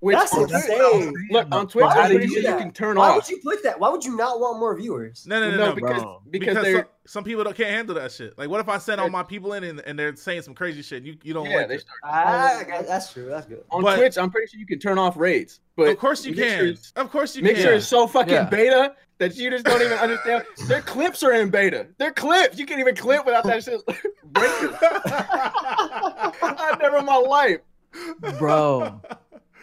Speaker 5: Which
Speaker 1: That's
Speaker 5: on
Speaker 1: insane.
Speaker 5: Twitch- Look, on Twitch,
Speaker 1: Why
Speaker 5: I'm
Speaker 1: would you do
Speaker 5: pretty sure
Speaker 1: that?
Speaker 5: you can turn
Speaker 1: Why
Speaker 5: off.
Speaker 1: would you click that? Why would you not want more viewers?
Speaker 3: No, no, no, no,
Speaker 5: No,
Speaker 3: bro.
Speaker 5: because,
Speaker 4: bro.
Speaker 5: because
Speaker 3: some-
Speaker 5: they're
Speaker 3: some, people don't can't handle that shit. Like, what if I send all my people in and, and they're saying some crazy shit? And you you don't
Speaker 5: Yeah,
Speaker 3: like
Speaker 5: they
Speaker 3: it?
Speaker 1: Ah, that's true. That's good.
Speaker 5: on
Speaker 3: But-
Speaker 5: Twitch. I'm pretty sure you can turn off raids, but
Speaker 3: Of course you
Speaker 5: Mixer
Speaker 3: can.
Speaker 5: is-
Speaker 3: Of course you
Speaker 5: Mixer
Speaker 3: can.
Speaker 5: is so fucking
Speaker 4: Yeah.
Speaker 5: beta that you just don't even understand. Their clips are in beta. Their clips. You can't even clip without that shit breaking. I never in my life.
Speaker 4: Bro.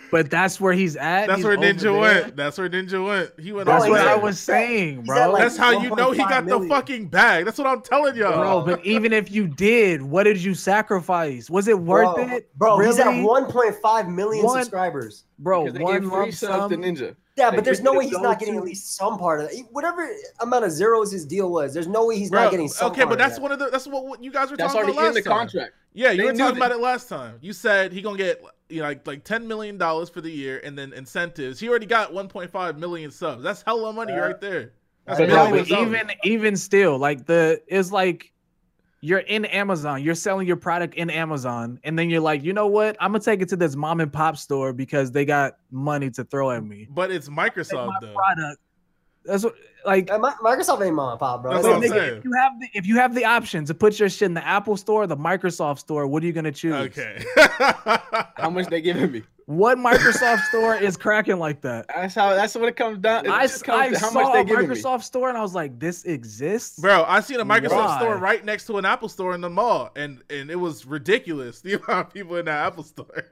Speaker 4: But that's where he's at.
Speaker 3: That's
Speaker 4: He's
Speaker 3: where
Speaker 4: over
Speaker 3: Ninja
Speaker 4: there.
Speaker 3: went. That's where Ninja went. He went.
Speaker 4: That's
Speaker 1: Oh,
Speaker 3: all
Speaker 4: what
Speaker 3: the
Speaker 4: I
Speaker 3: way.
Speaker 4: was saying,
Speaker 1: He's
Speaker 4: bro.
Speaker 1: at, like,
Speaker 3: That's how you know he
Speaker 1: 1.5
Speaker 3: got the
Speaker 1: million.
Speaker 3: fucking bag. That's what I'm telling y'all.
Speaker 4: Bro, but even if you did, what did you sacrifice? Was it worth
Speaker 1: bro,
Speaker 4: it?
Speaker 1: Bro, he's at
Speaker 4: Really?
Speaker 1: 1.5 million
Speaker 4: One-
Speaker 1: subscribers.
Speaker 4: Bro,
Speaker 5: Because they
Speaker 4: one
Speaker 5: gave free
Speaker 4: lump
Speaker 5: subs to
Speaker 4: sum.
Speaker 5: Ninja.
Speaker 1: Yeah,
Speaker 5: They
Speaker 1: but there's
Speaker 5: get
Speaker 1: no
Speaker 5: to
Speaker 1: way he's
Speaker 5: go
Speaker 1: not getting
Speaker 5: to-
Speaker 1: at least some part of that. Whatever amount of zeros his deal was, there's no way he's
Speaker 3: Bro,
Speaker 1: not getting some.
Speaker 3: okay,
Speaker 1: part
Speaker 3: but
Speaker 1: of
Speaker 3: that's
Speaker 1: that.
Speaker 3: one of the. That's what, what you guys were
Speaker 5: That's
Speaker 3: talking
Speaker 5: already
Speaker 3: about
Speaker 5: in
Speaker 3: last
Speaker 5: the
Speaker 3: time.
Speaker 5: contract.
Speaker 3: Yeah, you
Speaker 5: They
Speaker 3: were
Speaker 5: knew
Speaker 3: talking
Speaker 5: that.
Speaker 3: about it last time. You said he gonna get you know like like ten million dollars for the year and then incentives. He already got 1.5 million subs. That's hella money
Speaker 1: Yeah.
Speaker 3: right there. That's
Speaker 1: But
Speaker 4: Bro,
Speaker 1: Yeah,
Speaker 3: millions
Speaker 4: but
Speaker 3: of dollars.
Speaker 4: even even still, like the it's like you're in Amazon, you're selling your product in Amazon, and then you're like, you know what? I'm gonna take it to this mom and pop store because they got money to throw at me.
Speaker 3: but it's Microsoft though.
Speaker 4: Product. That's what like
Speaker 1: Uh, Mi- Microsoft ain't mom and pop, bro.
Speaker 3: That's
Speaker 1: They-
Speaker 3: what I'm
Speaker 1: they-
Speaker 3: saying.
Speaker 4: if you have the if you have the option to put your shit in the Apple store or the Microsoft store, what are you gonna choose?
Speaker 3: Okay.
Speaker 5: How much they giving me?
Speaker 4: What Microsoft store is cracking like that?
Speaker 5: That's how. That's what it comes down. It
Speaker 4: I,
Speaker 5: just comes
Speaker 4: I
Speaker 5: to how
Speaker 4: saw
Speaker 5: much they
Speaker 4: a
Speaker 5: giving me.
Speaker 4: Microsoft store and I was like, this exists.
Speaker 3: Bro, I seen a Microsoft
Speaker 4: Why?
Speaker 3: store right next to an Apple store in the mall, and and it was ridiculous the amount of people in that Apple store.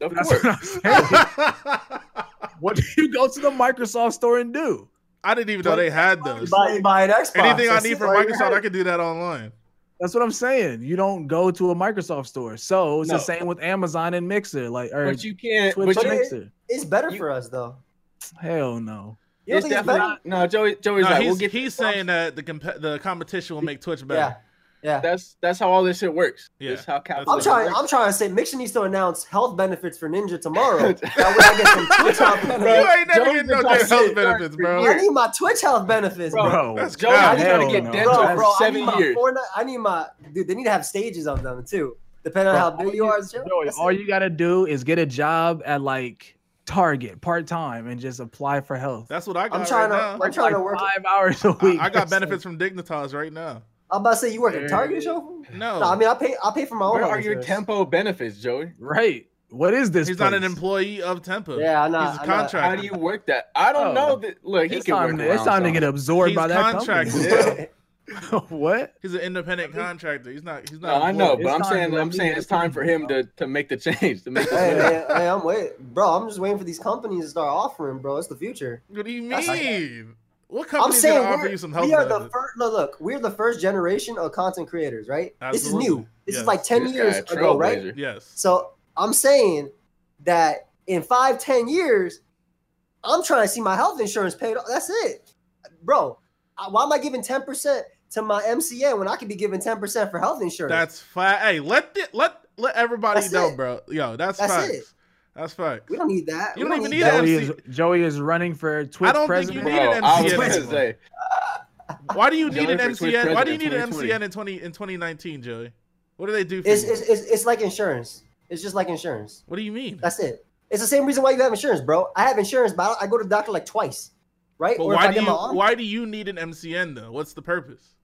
Speaker 5: Of
Speaker 4: That's
Speaker 5: course.
Speaker 4: what I'm saying. what do you go to the Microsoft store and do?
Speaker 3: I didn't even know they had
Speaker 1: You
Speaker 3: those.
Speaker 1: buy, you buy an Xbox.
Speaker 3: Anything I
Speaker 1: that's
Speaker 3: need
Speaker 1: it,
Speaker 3: from
Speaker 1: right?
Speaker 3: Microsoft, I can do that online.
Speaker 4: That's what I'm saying. You don't go to a Microsoft store. So it's
Speaker 5: No.
Speaker 4: the same with Amazon and Mixer, like or
Speaker 5: But you can't.
Speaker 4: Twitch
Speaker 5: But
Speaker 4: and
Speaker 5: you,
Speaker 1: it-
Speaker 4: Mixer.
Speaker 1: It's better
Speaker 5: You-
Speaker 1: for us though.
Speaker 4: Hell no.
Speaker 1: You don't think
Speaker 5: it's
Speaker 1: it's
Speaker 5: definitely
Speaker 1: better?
Speaker 5: not. No, Joey. Joey's
Speaker 3: No,
Speaker 5: right.
Speaker 3: he's,
Speaker 5: we'll get.
Speaker 3: he's saying that the comp- the competition will make Twitch
Speaker 1: Yeah,
Speaker 3: better.
Speaker 1: yeah.
Speaker 5: That's that's how all this shit works.
Speaker 3: Yeah.
Speaker 5: That's how
Speaker 1: I'm
Speaker 3: That's
Speaker 5: capitalism.
Speaker 3: what
Speaker 1: trying.
Speaker 5: works.
Speaker 1: I'm trying to say, Mixer needs to announce health benefits for Ninja tomorrow. that way I get some Twitch health
Speaker 3: You
Speaker 1: benefits.
Speaker 3: ain't never
Speaker 5: Joey's
Speaker 3: getting
Speaker 5: been
Speaker 3: no
Speaker 5: talking
Speaker 3: damn health
Speaker 5: shit
Speaker 3: benefits,
Speaker 5: for
Speaker 3: bro.
Speaker 1: I need my Twitch health benefits, bro.
Speaker 4: Bro,
Speaker 3: That's
Speaker 5: Joey's
Speaker 3: cap.
Speaker 5: been trying to
Speaker 4: Hell
Speaker 5: get
Speaker 4: no.
Speaker 5: dental
Speaker 1: Bro,
Speaker 5: for
Speaker 1: bro, I need
Speaker 5: seven
Speaker 1: my
Speaker 5: years.
Speaker 1: Fortnite, I need my dude. They need to have stages of them too, depending
Speaker 4: Bro,
Speaker 1: on how big you are. and shit.
Speaker 4: Joey,
Speaker 1: That's
Speaker 4: all
Speaker 1: it.
Speaker 4: you gotta do is get a job at like Target part time and just apply for health.
Speaker 3: That's what I got
Speaker 1: I'm trying
Speaker 3: right
Speaker 1: to.
Speaker 3: now.
Speaker 1: I'm trying to
Speaker 4: Like,
Speaker 1: work.
Speaker 4: five hours a week.
Speaker 3: I, I got benefits from Dignitas right now.
Speaker 1: I'm about to say you work at
Speaker 5: Dude.
Speaker 1: Target, show.
Speaker 3: No,
Speaker 1: No, I mean I pay. I pay for my own.
Speaker 5: Where
Speaker 1: health
Speaker 5: are your
Speaker 1: insurance.
Speaker 5: tempo benefits, Joey?
Speaker 4: Right. What is this?
Speaker 3: he's not an
Speaker 4: place?
Speaker 3: employee of Tempo.
Speaker 1: Yeah, I'm not.
Speaker 3: he's a
Speaker 1: I'm not-
Speaker 3: contractor.
Speaker 5: How do you work that? I don't
Speaker 4: Oh.
Speaker 5: know. That, look, he
Speaker 4: It's
Speaker 5: can
Speaker 4: time,
Speaker 5: work
Speaker 4: to, it's time to get absorbed
Speaker 3: He's
Speaker 4: by that
Speaker 3: contracted.
Speaker 4: company.
Speaker 1: Yeah.
Speaker 4: what?
Speaker 3: He's an independent contractor. He's not. He's
Speaker 5: No,
Speaker 3: not.
Speaker 5: I know,
Speaker 3: employed.
Speaker 5: but I'm
Speaker 4: It's time
Speaker 5: saying,
Speaker 4: to
Speaker 5: I'm saying
Speaker 4: leave.
Speaker 5: it's time for him to to make the change. To make
Speaker 1: hey,
Speaker 5: this
Speaker 1: hey, hey, I'm wait, bro. I'm just waiting for these companies to start offering, bro. It's the future.
Speaker 3: What do you
Speaker 1: That's like-
Speaker 3: mean? What
Speaker 1: I'm
Speaker 3: company's
Speaker 1: saying
Speaker 3: gonna offer
Speaker 1: we're-
Speaker 3: you some health
Speaker 1: we are the
Speaker 3: benefits?
Speaker 1: first. No, look, we're the first generation of content creators, right? This is
Speaker 3: Absolutely.
Speaker 1: new. This
Speaker 3: Yes.
Speaker 1: is like ten years ago, right?
Speaker 3: Yes.
Speaker 1: So I'm saying that in five, ten years, I'm trying to see my health insurance paid off. That's it, bro. I- Why am I giving ten percent to my MCA when I could be giving ten percent for health insurance?
Speaker 3: That's fact. Hey, let the, let let everybody
Speaker 1: That's
Speaker 3: know,
Speaker 1: it.
Speaker 3: bro. Yo, that's,
Speaker 1: That's
Speaker 3: facts.
Speaker 1: it.
Speaker 3: That's facts.
Speaker 1: we don't need that.
Speaker 3: You
Speaker 1: We
Speaker 3: don't even need
Speaker 1: that.
Speaker 4: Joey
Speaker 3: MC
Speaker 4: is, Joey is running for Twitch
Speaker 3: don't think you
Speaker 4: president.
Speaker 3: need an
Speaker 5: I was
Speaker 1: MCN
Speaker 5: gonna
Speaker 1: anyway.
Speaker 5: say,
Speaker 3: Why do you
Speaker 5: Joey
Speaker 3: need an
Speaker 5: for Twitch
Speaker 3: MCN? Why do you
Speaker 5: president
Speaker 3: need an
Speaker 5: 2020.
Speaker 3: MCN in twenty in twenty nineteen, Joey? What do they do for
Speaker 1: It's,
Speaker 3: you?
Speaker 1: it's, it's, it's like insurance. It's just like insurance.
Speaker 3: what do you mean?
Speaker 1: That's it. It's the same reason why you have insurance, bro. I have insurance, but I don't- I go to the doctor like twice, right?
Speaker 3: But
Speaker 1: or if
Speaker 3: why
Speaker 1: I
Speaker 3: do
Speaker 1: get
Speaker 3: you
Speaker 1: my arm.
Speaker 3: why do you need an MCN though? What's the purpose?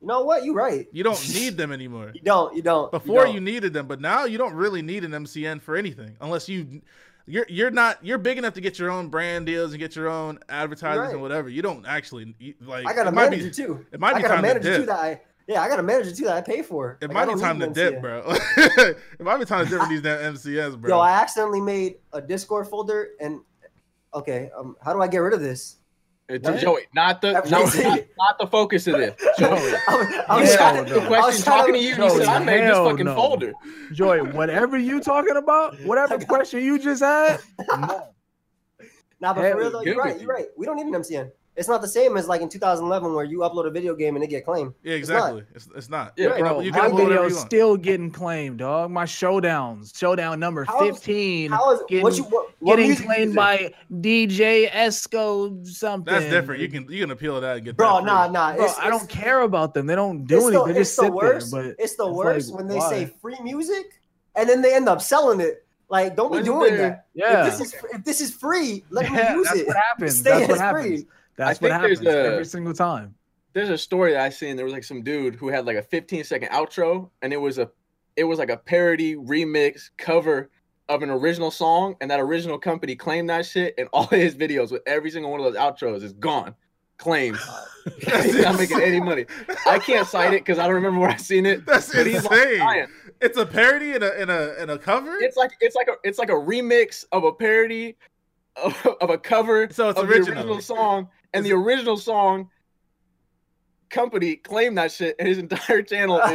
Speaker 1: you know what? You're right.
Speaker 3: You don't need them anymore.
Speaker 1: You don't. You don't.
Speaker 3: Before
Speaker 1: don't.
Speaker 3: you needed them, but now you don't really need an MCN for anything unless you you're you're not you're big enough to get your own brand deals and get your own advertisers
Speaker 1: Right.
Speaker 3: and whatever. You don't actually you- like.
Speaker 1: I got a
Speaker 3: it might be-
Speaker 1: manager too.
Speaker 3: it might
Speaker 1: I
Speaker 3: be
Speaker 1: got a
Speaker 3: time to
Speaker 1: manager
Speaker 3: dip.
Speaker 1: too that I yeah, I got a manager too that I pay for.
Speaker 3: It
Speaker 1: Like, I
Speaker 3: might
Speaker 1: don't
Speaker 3: be
Speaker 1: need
Speaker 3: time to
Speaker 1: an
Speaker 3: dip,
Speaker 1: MCN.
Speaker 3: bro. it might be time to dip with these damn MCNs, bro.
Speaker 1: Yo, I accidentally made a Discord folder and okay, um, how do I get rid of this?
Speaker 5: It-
Speaker 1: What?
Speaker 5: Joey, not the
Speaker 1: That's
Speaker 5: no,
Speaker 1: what he
Speaker 5: not,
Speaker 1: said.
Speaker 5: not the focus of this. Joey,
Speaker 1: I, I was
Speaker 4: Yeah,
Speaker 1: trying to-
Speaker 4: no.
Speaker 5: the
Speaker 1: I was
Speaker 5: question
Speaker 1: trying
Speaker 5: talking
Speaker 1: to-
Speaker 5: to you, you
Speaker 4: Joey,
Speaker 5: said I made this
Speaker 4: hell
Speaker 5: fucking
Speaker 4: no.
Speaker 5: folder.
Speaker 4: Joy, whatever you talking about, whatever question you just had, no.
Speaker 1: Nah, but
Speaker 4: Hell,
Speaker 1: for real though,
Speaker 5: good
Speaker 1: you're right.
Speaker 5: with
Speaker 1: You're right. We don't need an MCN. It's not the same as like in 2011 where you upload a video game and it get claimed.
Speaker 3: Yeah,
Speaker 1: It's not.
Speaker 3: exactly. It's it's not.
Speaker 5: Yeah,
Speaker 3: You can
Speaker 1: bro,
Speaker 3: upload- you can
Speaker 4: my
Speaker 3: upload whatever you
Speaker 4: video's
Speaker 3: want.
Speaker 4: still getting claimed, dog. My showdowns, showdown number
Speaker 1: How is-
Speaker 4: fifteen,
Speaker 1: How is
Speaker 4: getting,
Speaker 1: what you what, what
Speaker 4: getting
Speaker 1: music you using?
Speaker 4: claimed by DJ Esco something.
Speaker 3: That's different. You can you can appeal to that and get
Speaker 1: bro?
Speaker 3: that
Speaker 1: Nah,
Speaker 3: free.
Speaker 1: nah.
Speaker 4: Bro,
Speaker 1: it's-
Speaker 4: I don't
Speaker 1: it's-
Speaker 4: care about them. They don't do
Speaker 1: it's
Speaker 4: anything.
Speaker 1: The,
Speaker 4: they just
Speaker 1: it's the
Speaker 4: sit there.
Speaker 1: worst.
Speaker 4: But
Speaker 1: it's the
Speaker 4: it's
Speaker 1: worst
Speaker 4: like,
Speaker 1: when they
Speaker 4: why?
Speaker 1: say free music and then they end up selling it. Like, don't be
Speaker 5: Wasn't
Speaker 1: doing
Speaker 5: there-
Speaker 1: that.
Speaker 4: yeah,
Speaker 1: If this is if this is free, let me
Speaker 4: Yeah,
Speaker 1: use
Speaker 4: that's
Speaker 1: it.
Speaker 4: what happens.
Speaker 1: Stay
Speaker 4: That's what
Speaker 1: as free.
Speaker 4: happens. That's
Speaker 5: I
Speaker 4: what
Speaker 5: think there's
Speaker 4: happens
Speaker 5: a-
Speaker 4: every single time.
Speaker 5: There's a story that I seen. There was like some dude who had like a 15 second outro, and it was a it was like a parody remix cover of an original song, and that original company claimed that shit, and all his videos with every single one of those outros is gone, claimed. he's not making any money. I can't cite it because I don't remember where I seen it.
Speaker 3: That's
Speaker 5: But he's like
Speaker 3: insane.
Speaker 5: dying.
Speaker 3: It's a parody and a and a and a cover.
Speaker 5: It's like it's like a it's like a remix of a parody of, of a cover
Speaker 3: so it's
Speaker 5: of the
Speaker 3: original.
Speaker 5: original song, and the original song company claimed that shit, and his entire channel. Is,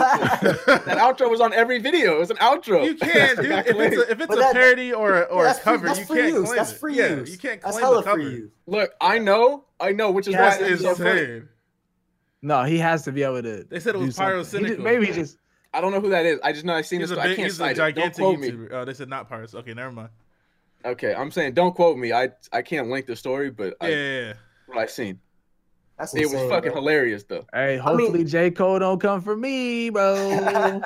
Speaker 5: that outro was on every video. It was an outro.
Speaker 3: you can't do if it's a, if it's
Speaker 1: But
Speaker 3: a
Speaker 1: that-
Speaker 3: parody or a, or
Speaker 1: Yeah,
Speaker 3: a
Speaker 1: that's free-
Speaker 3: cover.
Speaker 1: that's
Speaker 3: you
Speaker 1: free
Speaker 3: can't
Speaker 1: use.
Speaker 3: claim
Speaker 1: That's
Speaker 3: it.
Speaker 1: free
Speaker 3: yeah,
Speaker 1: use.
Speaker 3: You can't claim
Speaker 1: That's
Speaker 3: the
Speaker 1: hella
Speaker 3: cover.
Speaker 1: free use.
Speaker 5: Look, I know, I know, which is
Speaker 4: Yeah,
Speaker 5: why
Speaker 3: That's
Speaker 5: this is so funny.
Speaker 3: insane.
Speaker 4: No, he has to be able to.
Speaker 3: They said it
Speaker 4: do
Speaker 3: was
Speaker 4: something. He
Speaker 3: pyrocynical.
Speaker 4: just- Maybe he just
Speaker 5: I don't know who that is. I just know I seen
Speaker 3: He's
Speaker 5: this.
Speaker 3: a
Speaker 5: I
Speaker 3: big,
Speaker 5: can't
Speaker 3: he's a
Speaker 5: cite it. Don't
Speaker 3: gigantic
Speaker 5: quote me.
Speaker 3: YouTuber. Oh, they said not pirates. Okay, never mind.
Speaker 5: Okay, I'm saying don't quote me. I I can't link the story, but
Speaker 3: Yeah,
Speaker 5: I,
Speaker 3: yeah, yeah.
Speaker 5: what I seen,
Speaker 1: That's
Speaker 5: it was
Speaker 1: insane,
Speaker 5: fucking
Speaker 1: bro.
Speaker 5: hilarious though.
Speaker 4: hey.
Speaker 1: I mean-
Speaker 4: Hopefully, J Cole don't come for me, bro.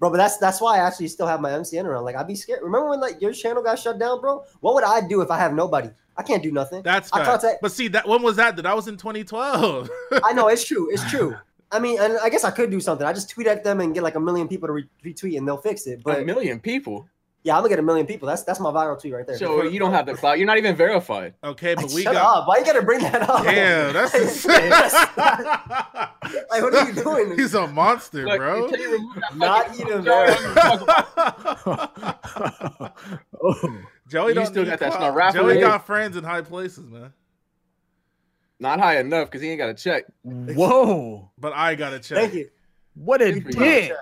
Speaker 1: bro. But that's that's why I actually still have my MCN around. Like I'd be scared. Remember when like your channel got shut down, bro? What would I do if I have nobody? I can't do nothing.
Speaker 3: That's
Speaker 1: I
Speaker 3: fact.
Speaker 1: contact-
Speaker 3: But see, that when was that? That I was in 2012.
Speaker 1: I know it's true. It's true. I mean, and I guess I could do something. I just tweet at them and get like a million people to re- retweet, and they'll fix it.
Speaker 5: a
Speaker 1: But
Speaker 5: million people.
Speaker 1: yeah, I'm gonna get a million people. That's that's my viral tweet right there.
Speaker 5: So you don't have the cloud. You're not even verified.
Speaker 3: Okay, but we
Speaker 1: Shut
Speaker 3: got.
Speaker 1: up! Why you gotta bring that up?
Speaker 3: Damn, that's insane.
Speaker 1: That's-
Speaker 3: like,
Speaker 1: what are you doing?
Speaker 3: He's a monster,
Speaker 5: Look,
Speaker 3: bro.
Speaker 5: until you remove that
Speaker 1: Not
Speaker 5: fucking
Speaker 1: even
Speaker 5: cloud,
Speaker 1: verified.
Speaker 4: oh,
Speaker 3: Joey
Speaker 5: You
Speaker 3: don't
Speaker 5: still
Speaker 3: need
Speaker 5: got that
Speaker 3: clout.
Speaker 5: snarl
Speaker 3: Joey
Speaker 5: rapper.
Speaker 3: got friends in high places, man.
Speaker 5: Not high enough because he ain't got a check.
Speaker 4: whoa!
Speaker 3: But I gotta check.
Speaker 1: Thank you,
Speaker 4: What a
Speaker 5: Good for you.
Speaker 4: dick!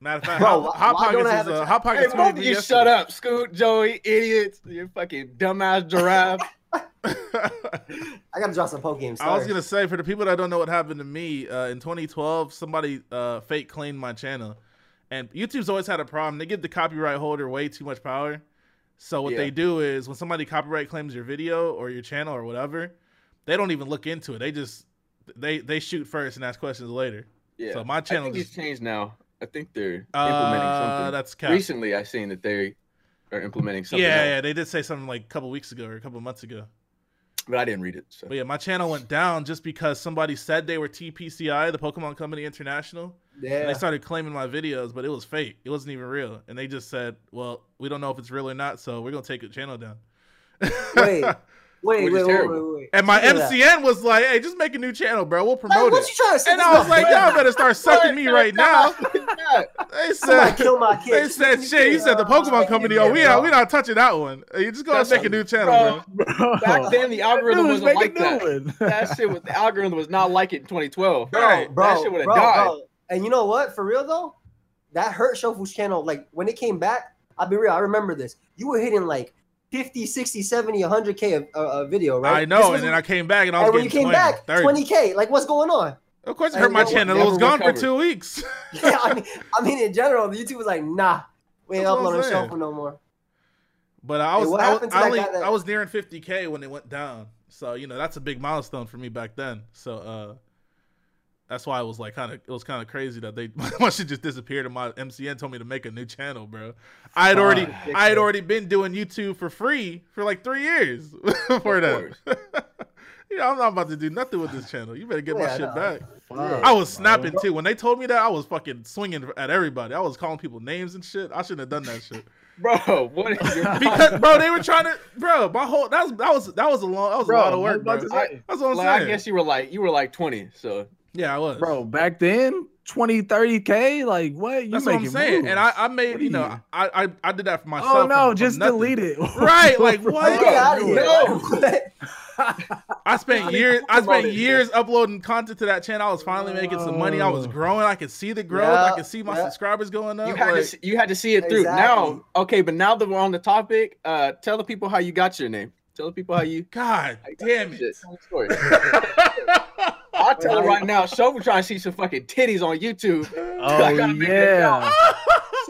Speaker 3: Matter of fact,
Speaker 1: Bro,
Speaker 3: Hot,
Speaker 1: why-
Speaker 3: Hot
Speaker 1: why don't I
Speaker 3: Pockets
Speaker 1: have
Speaker 3: is
Speaker 1: a
Speaker 3: uh,
Speaker 1: check?
Speaker 3: Hot
Speaker 5: Hey,
Speaker 3: Pockets.
Speaker 5: both
Speaker 3: tweeted
Speaker 5: of
Speaker 3: me
Speaker 5: you
Speaker 3: yesterday.
Speaker 5: shut up, Scoot, Joey, idiots. You fucking dumbass giraffe.
Speaker 1: I gotta drop some poke games.
Speaker 3: I was
Speaker 1: sorry.
Speaker 3: gonna say for the people that don't know what happened to me uh, in 2012, somebody uh, fake claimed my channel, and YouTube's always had a problem. They give the copyright holder way too much power. So what
Speaker 5: Yeah.
Speaker 3: they do is when somebody copyright claims your video or your channel or whatever, they don't even look into it. They just they they shoot first and ask questions later.
Speaker 5: yeah.
Speaker 3: So my
Speaker 5: I
Speaker 3: channel
Speaker 5: think it's
Speaker 3: just
Speaker 5: changed now. I think they're implementing
Speaker 3: uh,
Speaker 5: something.
Speaker 3: that's cap.
Speaker 5: Recently, I seen that they are implementing
Speaker 3: yeah,
Speaker 5: something. else,
Speaker 3: yeah, they did say something like a couple weeks ago or a couple months ago.
Speaker 5: But I didn't read it. So.
Speaker 3: But yeah, my channel went down just because somebody said they were TPCI, the Pokemon Company International. And
Speaker 1: Yeah.
Speaker 3: they started claiming my videos, but it was fake. It wasn't even real. And they just said, "Well, we don't know if it's real or not, so we're gonna take your channel down."
Speaker 1: Wait,
Speaker 5: Which
Speaker 1: Wait, wait,
Speaker 5: is
Speaker 1: wait, wait,
Speaker 5: terrible.
Speaker 1: wait.
Speaker 3: and my
Speaker 1: Look at that.
Speaker 3: MCN was like, "Hey, just make a new channel, bro. We'll
Speaker 1: Like,
Speaker 3: promote
Speaker 1: what
Speaker 3: it."
Speaker 1: you trying to say?
Speaker 3: And
Speaker 1: This
Speaker 3: I was
Speaker 1: motherfucker-
Speaker 3: like, "Y'all better start sucking me right now."
Speaker 1: Somebody
Speaker 3: They said,
Speaker 1: kill my kid.
Speaker 3: "They said shit." You said the Pokemon Company. Oh, we are. We not touching that one. You just gonna
Speaker 5: That's
Speaker 3: make a
Speaker 5: like-
Speaker 3: new channel,
Speaker 5: Back then, the algorithm
Speaker 4: Oh. Dude,
Speaker 5: wasn't
Speaker 4: make a
Speaker 5: like
Speaker 4: new
Speaker 5: that.
Speaker 4: one.
Speaker 5: That shit, was, the algorithm was not like it in 2012.
Speaker 1: bro,
Speaker 3: Right,
Speaker 1: bro,
Speaker 5: that shit would've
Speaker 1: bro,
Speaker 5: died.
Speaker 1: bro. And you know what? For real though, that hurt Shofu's channel. Like when it came back, I'll be real. I remember this. You were hitting like 50, 60, 70, 100k of a, a video,
Speaker 3: bro.
Speaker 1: right?
Speaker 3: I
Speaker 1: This
Speaker 3: know.
Speaker 1: was-
Speaker 3: And then I came back, and I was
Speaker 1: and when
Speaker 3: getting
Speaker 1: you came
Speaker 3: 20,
Speaker 1: back,
Speaker 3: 30.
Speaker 1: 20k. Like what's going on?
Speaker 3: Of course, it
Speaker 1: and
Speaker 3: hurt my
Speaker 1: no one
Speaker 3: channel. It
Speaker 5: never
Speaker 3: was gone for
Speaker 5: recovered.
Speaker 3: two weeks.
Speaker 1: yeah, I mean, I mean, in general, YouTube was like, nah, we ain't
Speaker 3: That's what I'm
Speaker 1: uploading
Speaker 3: saying.
Speaker 1: Shofu no more.
Speaker 3: But I
Speaker 1: Hey,
Speaker 3: was,
Speaker 1: what
Speaker 3: I, was
Speaker 1: happened to
Speaker 3: I,
Speaker 1: that
Speaker 3: only,
Speaker 1: guy that-
Speaker 3: I was nearing 50k when it went down, so you know that's a big milestone for me back then. So uh, that's why it was like kind of it was kind of crazy that they my shit just disappeared and my MCN told me to make a new channel, bro. I had already
Speaker 5: Fuck.
Speaker 3: I had already been doing YouTube for free for like three years before
Speaker 5: Of
Speaker 3: that. yeah, I'm not about to do nothing with this channel. You better get my
Speaker 1: Yeah,
Speaker 3: shit
Speaker 1: no.
Speaker 3: back.
Speaker 1: Fuck.
Speaker 3: I was snapping too when they told me that. I was fucking swinging at everybody. I was calling people names and shit. I shouldn't have done that shit.
Speaker 5: Bro, what is your
Speaker 3: Because bro, they were trying to bro, my whole that was that was that was a long that was a lot of work,
Speaker 4: I
Speaker 3: bro.
Speaker 4: was about to
Speaker 5: bro.
Speaker 4: say.
Speaker 3: That's what I'm
Speaker 5: Like,
Speaker 3: saying.
Speaker 5: I guess you were like you were like 20, so
Speaker 3: yeah, I was.
Speaker 4: Bro, back then, 20, 30K, like what? You
Speaker 3: that's what
Speaker 4: making
Speaker 3: I'm saying.
Speaker 4: moves.
Speaker 3: And I, I made
Speaker 4: What
Speaker 3: you
Speaker 4: are
Speaker 3: know
Speaker 4: you-
Speaker 3: I, I I did that for myself.
Speaker 4: Oh no,
Speaker 3: from- from
Speaker 4: just
Speaker 3: nothing.
Speaker 4: delete it.
Speaker 3: Right, like, what?
Speaker 1: Get out of here.
Speaker 5: No.
Speaker 1: Like,
Speaker 3: I spent
Speaker 5: Not even
Speaker 3: years. I spent
Speaker 5: promoted.
Speaker 3: years uploading content to that channel. I was finally making some money. I was
Speaker 4: Oh.
Speaker 3: growing. I could see the growth. I
Speaker 1: Yeah,
Speaker 3: could see my
Speaker 1: yeah.
Speaker 3: subscribers going up.
Speaker 5: You had to
Speaker 3: like-
Speaker 5: see, you had to see it through. Now,
Speaker 1: Exactly.
Speaker 5: okay, but now that we're on the topic, uh, tell the people how you got your name. Tell the people how you.
Speaker 3: God
Speaker 5: how you got
Speaker 3: damn
Speaker 5: your shit.
Speaker 3: it!
Speaker 5: Tell the story.
Speaker 3: oh
Speaker 5: I'll tell it right now. Show we're trying to see some fucking titties on YouTube. I
Speaker 4: Oh
Speaker 5: gotta make it
Speaker 4: yeah.
Speaker 5: out.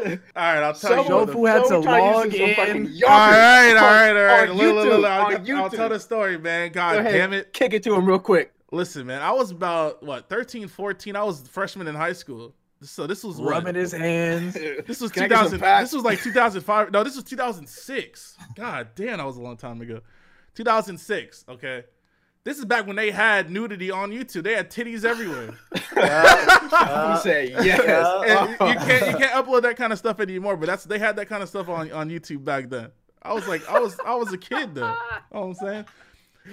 Speaker 3: All right, I'll tell you.
Speaker 5: Shovel-
Speaker 3: what
Speaker 4: Shofu had
Speaker 5: Shovel
Speaker 4: to
Speaker 5: trying use
Speaker 4: log
Speaker 5: some fucking
Speaker 4: in.
Speaker 5: yogurt.
Speaker 3: All right, all right, all right.
Speaker 5: on
Speaker 3: Look, look, look,
Speaker 5: YouTube,
Speaker 3: I'll,
Speaker 5: on
Speaker 3: I'll tell
Speaker 5: YouTube.
Speaker 3: the story, man. God
Speaker 5: Go ahead.
Speaker 3: damn it.
Speaker 5: Kick it to him real quick.
Speaker 3: Listen, man, I was about, what, 13, 14? I was a freshman in high school. So this was what?
Speaker 4: Rubbing his hands.
Speaker 3: This was
Speaker 5: Can I get some
Speaker 3: 2000.
Speaker 5: packs?
Speaker 3: This was like 2005. No, this was 2006. God damn, that was a long time ago. 2006. Okay, this is back when they had nudity on YouTube. They had titties everywhere. Uh,
Speaker 5: You say yes.
Speaker 3: And you can't you can't upload that kind of stuff anymore. But that's they had that kind of stuff on on YouTube back then. I was like, I was I was a kid though. You know what I'm saying.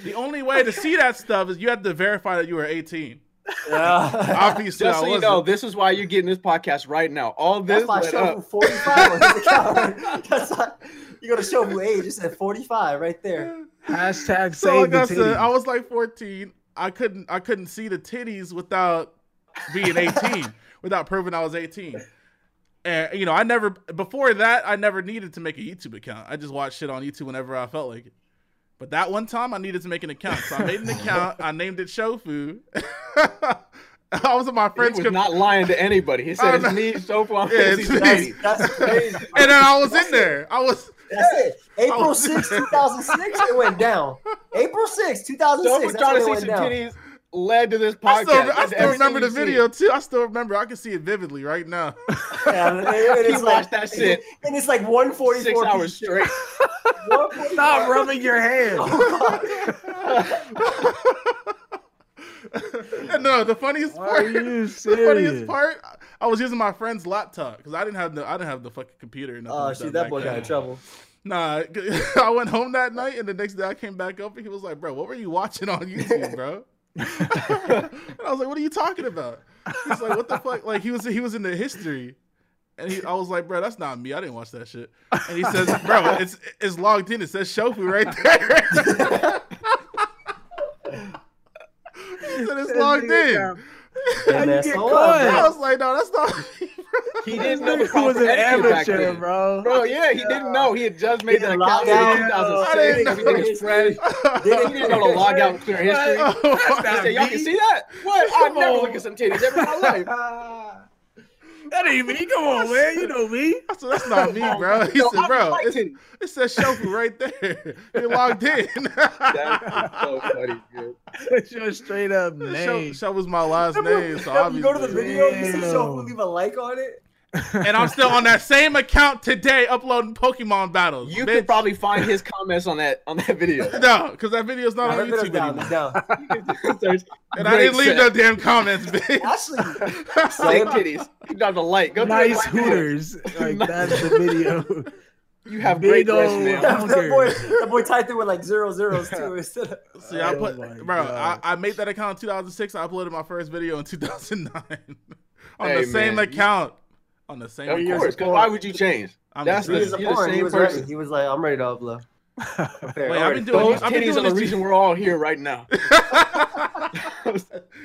Speaker 3: The only way to see that stuff is you had to verify that you were 18.
Speaker 1: yeah.
Speaker 3: Obviously,
Speaker 5: Just
Speaker 3: I
Speaker 5: so you
Speaker 3: wasn't.
Speaker 5: know, this is why you're getting this podcast right now. All this
Speaker 1: That's why
Speaker 5: led
Speaker 1: Shovel
Speaker 5: up.
Speaker 1: 45 on his account. That's not, you go to Shovel age, it said 45 right there.
Speaker 4: Hashtag
Speaker 3: So
Speaker 4: save
Speaker 3: like
Speaker 4: the
Speaker 3: I said, I
Speaker 4: titties.
Speaker 3: was like 14. I couldn't I couldn't see the titties without being 18, without proving I was 18. And you know, I never before that I never needed to make a YouTube account. I just watched shit on YouTube whenever I felt like it. But that one time I needed to make an account. So I made an account. I named it Shofu. I was at my
Speaker 5: He
Speaker 3: friend's
Speaker 5: was
Speaker 3: com-
Speaker 5: not lying to anybody. He said
Speaker 3: I'm
Speaker 5: it's
Speaker 3: not-
Speaker 5: me, Shofu. I'm
Speaker 3: Yeah, it's
Speaker 5: yeah,
Speaker 3: me.
Speaker 1: That's,
Speaker 3: and then I was in there. I was
Speaker 1: that's it.
Speaker 3: Oh.
Speaker 1: April 6, 2006, it went down. April 6, 2006,
Speaker 5: Shofu
Speaker 1: that's when
Speaker 5: trying
Speaker 1: it
Speaker 5: to see
Speaker 1: went
Speaker 5: some
Speaker 1: down.
Speaker 5: titties led to this podcast.
Speaker 3: I still, I
Speaker 5: That's
Speaker 3: still
Speaker 5: everything
Speaker 3: remember the
Speaker 5: you see.
Speaker 3: video too. I still remember. I can see it vividly right now.
Speaker 1: Yeah, and, and
Speaker 5: He
Speaker 1: it's like,
Speaker 5: watched that shit
Speaker 1: And it's like 144
Speaker 5: six hours straight.
Speaker 4: Stop rubbing your hands.
Speaker 3: and no, the funniest
Speaker 4: Why
Speaker 3: part.
Speaker 4: are
Speaker 3: The
Speaker 4: you
Speaker 3: funniest
Speaker 4: serious?
Speaker 3: part, I was using my friend's laptop because I didn't have the I didn't have the fucking computer. Or nothing
Speaker 1: Oh,
Speaker 3: like
Speaker 1: shoot, that
Speaker 3: back
Speaker 1: boy got
Speaker 3: then.
Speaker 1: in trouble.
Speaker 3: Nah, I went home that night and the next day I came back up and he was like, "Bro, what were you watching on YouTube, bro?" and I was like, "What are you talking about?" He's like, "What the fuck?" Like he was he was in the history, and he, I was like, "Bro, that's not me. I didn't watch that shit." And he says, "Bro, it's it's logged in. It says Shofu right there." he said, "It's logged in."
Speaker 1: And
Speaker 4: you
Speaker 1: that's
Speaker 4: get
Speaker 1: all
Speaker 4: caught?
Speaker 1: I
Speaker 3: I
Speaker 1: know.
Speaker 3: was like, "No, that's not." Me, bro."
Speaker 5: He
Speaker 4: This
Speaker 5: didn't know the
Speaker 4: nigga was an
Speaker 5: proper etiquette back
Speaker 4: amateur,
Speaker 5: then.
Speaker 4: bro.
Speaker 5: Bro, yeah, he didn't know. He had just made
Speaker 1: He
Speaker 5: an
Speaker 1: didn't
Speaker 5: account
Speaker 1: log
Speaker 5: in
Speaker 1: out.
Speaker 5: 2006.
Speaker 3: I didn't know.
Speaker 5: Everything was fresh. He didn't know to log out and clear history.
Speaker 3: Oh, my-
Speaker 5: I said, y'all can see that? What? I
Speaker 4: Come
Speaker 5: never
Speaker 4: on.
Speaker 5: look at some titties ever in my life.
Speaker 4: That ain't me. Come on, man. You know me.
Speaker 3: I said, that's not me, bro. He
Speaker 5: No,
Speaker 3: said,
Speaker 5: I
Speaker 3: bro,
Speaker 5: Oh, like
Speaker 3: it's,
Speaker 5: titties.
Speaker 3: it says Shofu right there. You're logged in.
Speaker 5: That's so funny, dude.
Speaker 4: It's your straight up
Speaker 3: Show,
Speaker 4: name.
Speaker 3: Shofu's my last
Speaker 1: Remember-
Speaker 3: name, so
Speaker 1: remember you go to the
Speaker 3: obviously-
Speaker 1: video, you see
Speaker 4: Damn.
Speaker 1: Shofu leave a like on it.
Speaker 3: and I'm still on that same account today, uploading Pokemon battles.
Speaker 5: You
Speaker 3: bitch.
Speaker 5: could probably find his comments on that on that video.
Speaker 3: no, because that video's not
Speaker 1: Nah,
Speaker 3: on
Speaker 1: it's
Speaker 3: YouTube
Speaker 1: down,
Speaker 3: anymore.
Speaker 1: it's down.
Speaker 5: Search
Speaker 3: And I didn't
Speaker 5: Great set.
Speaker 3: leave no damn comments, bitch.
Speaker 1: Actually,
Speaker 5: Same titties. You dropped a light. Go to that
Speaker 4: nice
Speaker 5: light video.
Speaker 4: hooters. Like that's the video.
Speaker 5: You have
Speaker 4: Big
Speaker 5: great breasts,
Speaker 4: old-
Speaker 5: man.
Speaker 1: that boy, that boy typed it with like zero zeros too. Instead of,
Speaker 3: See, I
Speaker 4: Oh
Speaker 3: put,
Speaker 4: my
Speaker 3: bro, I,
Speaker 4: God.
Speaker 3: I made that account in 2006. I uploaded my first video in 2009 on
Speaker 5: Hey,
Speaker 3: the same
Speaker 5: man, you-
Speaker 3: account. On the same
Speaker 5: Of
Speaker 3: account.
Speaker 5: course. 'cause Why would you change?
Speaker 3: I'm
Speaker 5: that's
Speaker 3: just
Speaker 1: he
Speaker 5: the-
Speaker 1: was
Speaker 3: saying.
Speaker 5: you're
Speaker 1: born. He
Speaker 5: same
Speaker 1: was ready.
Speaker 5: person.
Speaker 1: He was like, I'm ready to upload. Prepare.
Speaker 3: Wait,
Speaker 1: I'm
Speaker 3: I've
Speaker 1: ready.
Speaker 3: been doing
Speaker 5: Those
Speaker 3: I've been
Speaker 5: titties
Speaker 3: doing
Speaker 5: are the
Speaker 3: this-
Speaker 5: reason we're all here right now.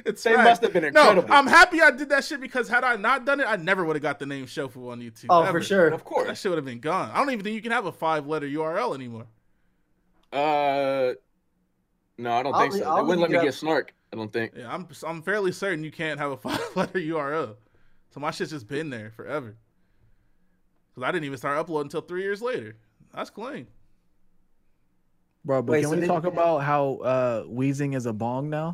Speaker 3: it's
Speaker 5: They
Speaker 3: fact.
Speaker 5: must have been incredible.
Speaker 3: No, I'm happy I did that shit because had I not done it, I never would have got the name Shofu on YouTube.
Speaker 1: Oh,
Speaker 3: ever.
Speaker 1: for sure.
Speaker 5: Of course.
Speaker 3: That shit would have been gone. I don't even think you can have a five letter URL anymore.
Speaker 5: Uh, no, I don't
Speaker 1: I'll
Speaker 5: think
Speaker 1: leave-
Speaker 5: so.
Speaker 1: I'll
Speaker 5: They wouldn't let
Speaker 1: leave
Speaker 5: me
Speaker 1: it up.
Speaker 5: get snark. I don't think.
Speaker 3: Yeah, I'm I'm fairly certain you can't have a five letter URL. So my shit's just been there forever. Cause I didn't even start uploading until three years later. That's clean.
Speaker 4: Bro, but
Speaker 1: Wait,
Speaker 4: can
Speaker 1: so
Speaker 4: we
Speaker 1: did-
Speaker 4: talk about how uh wheezing is a bong now?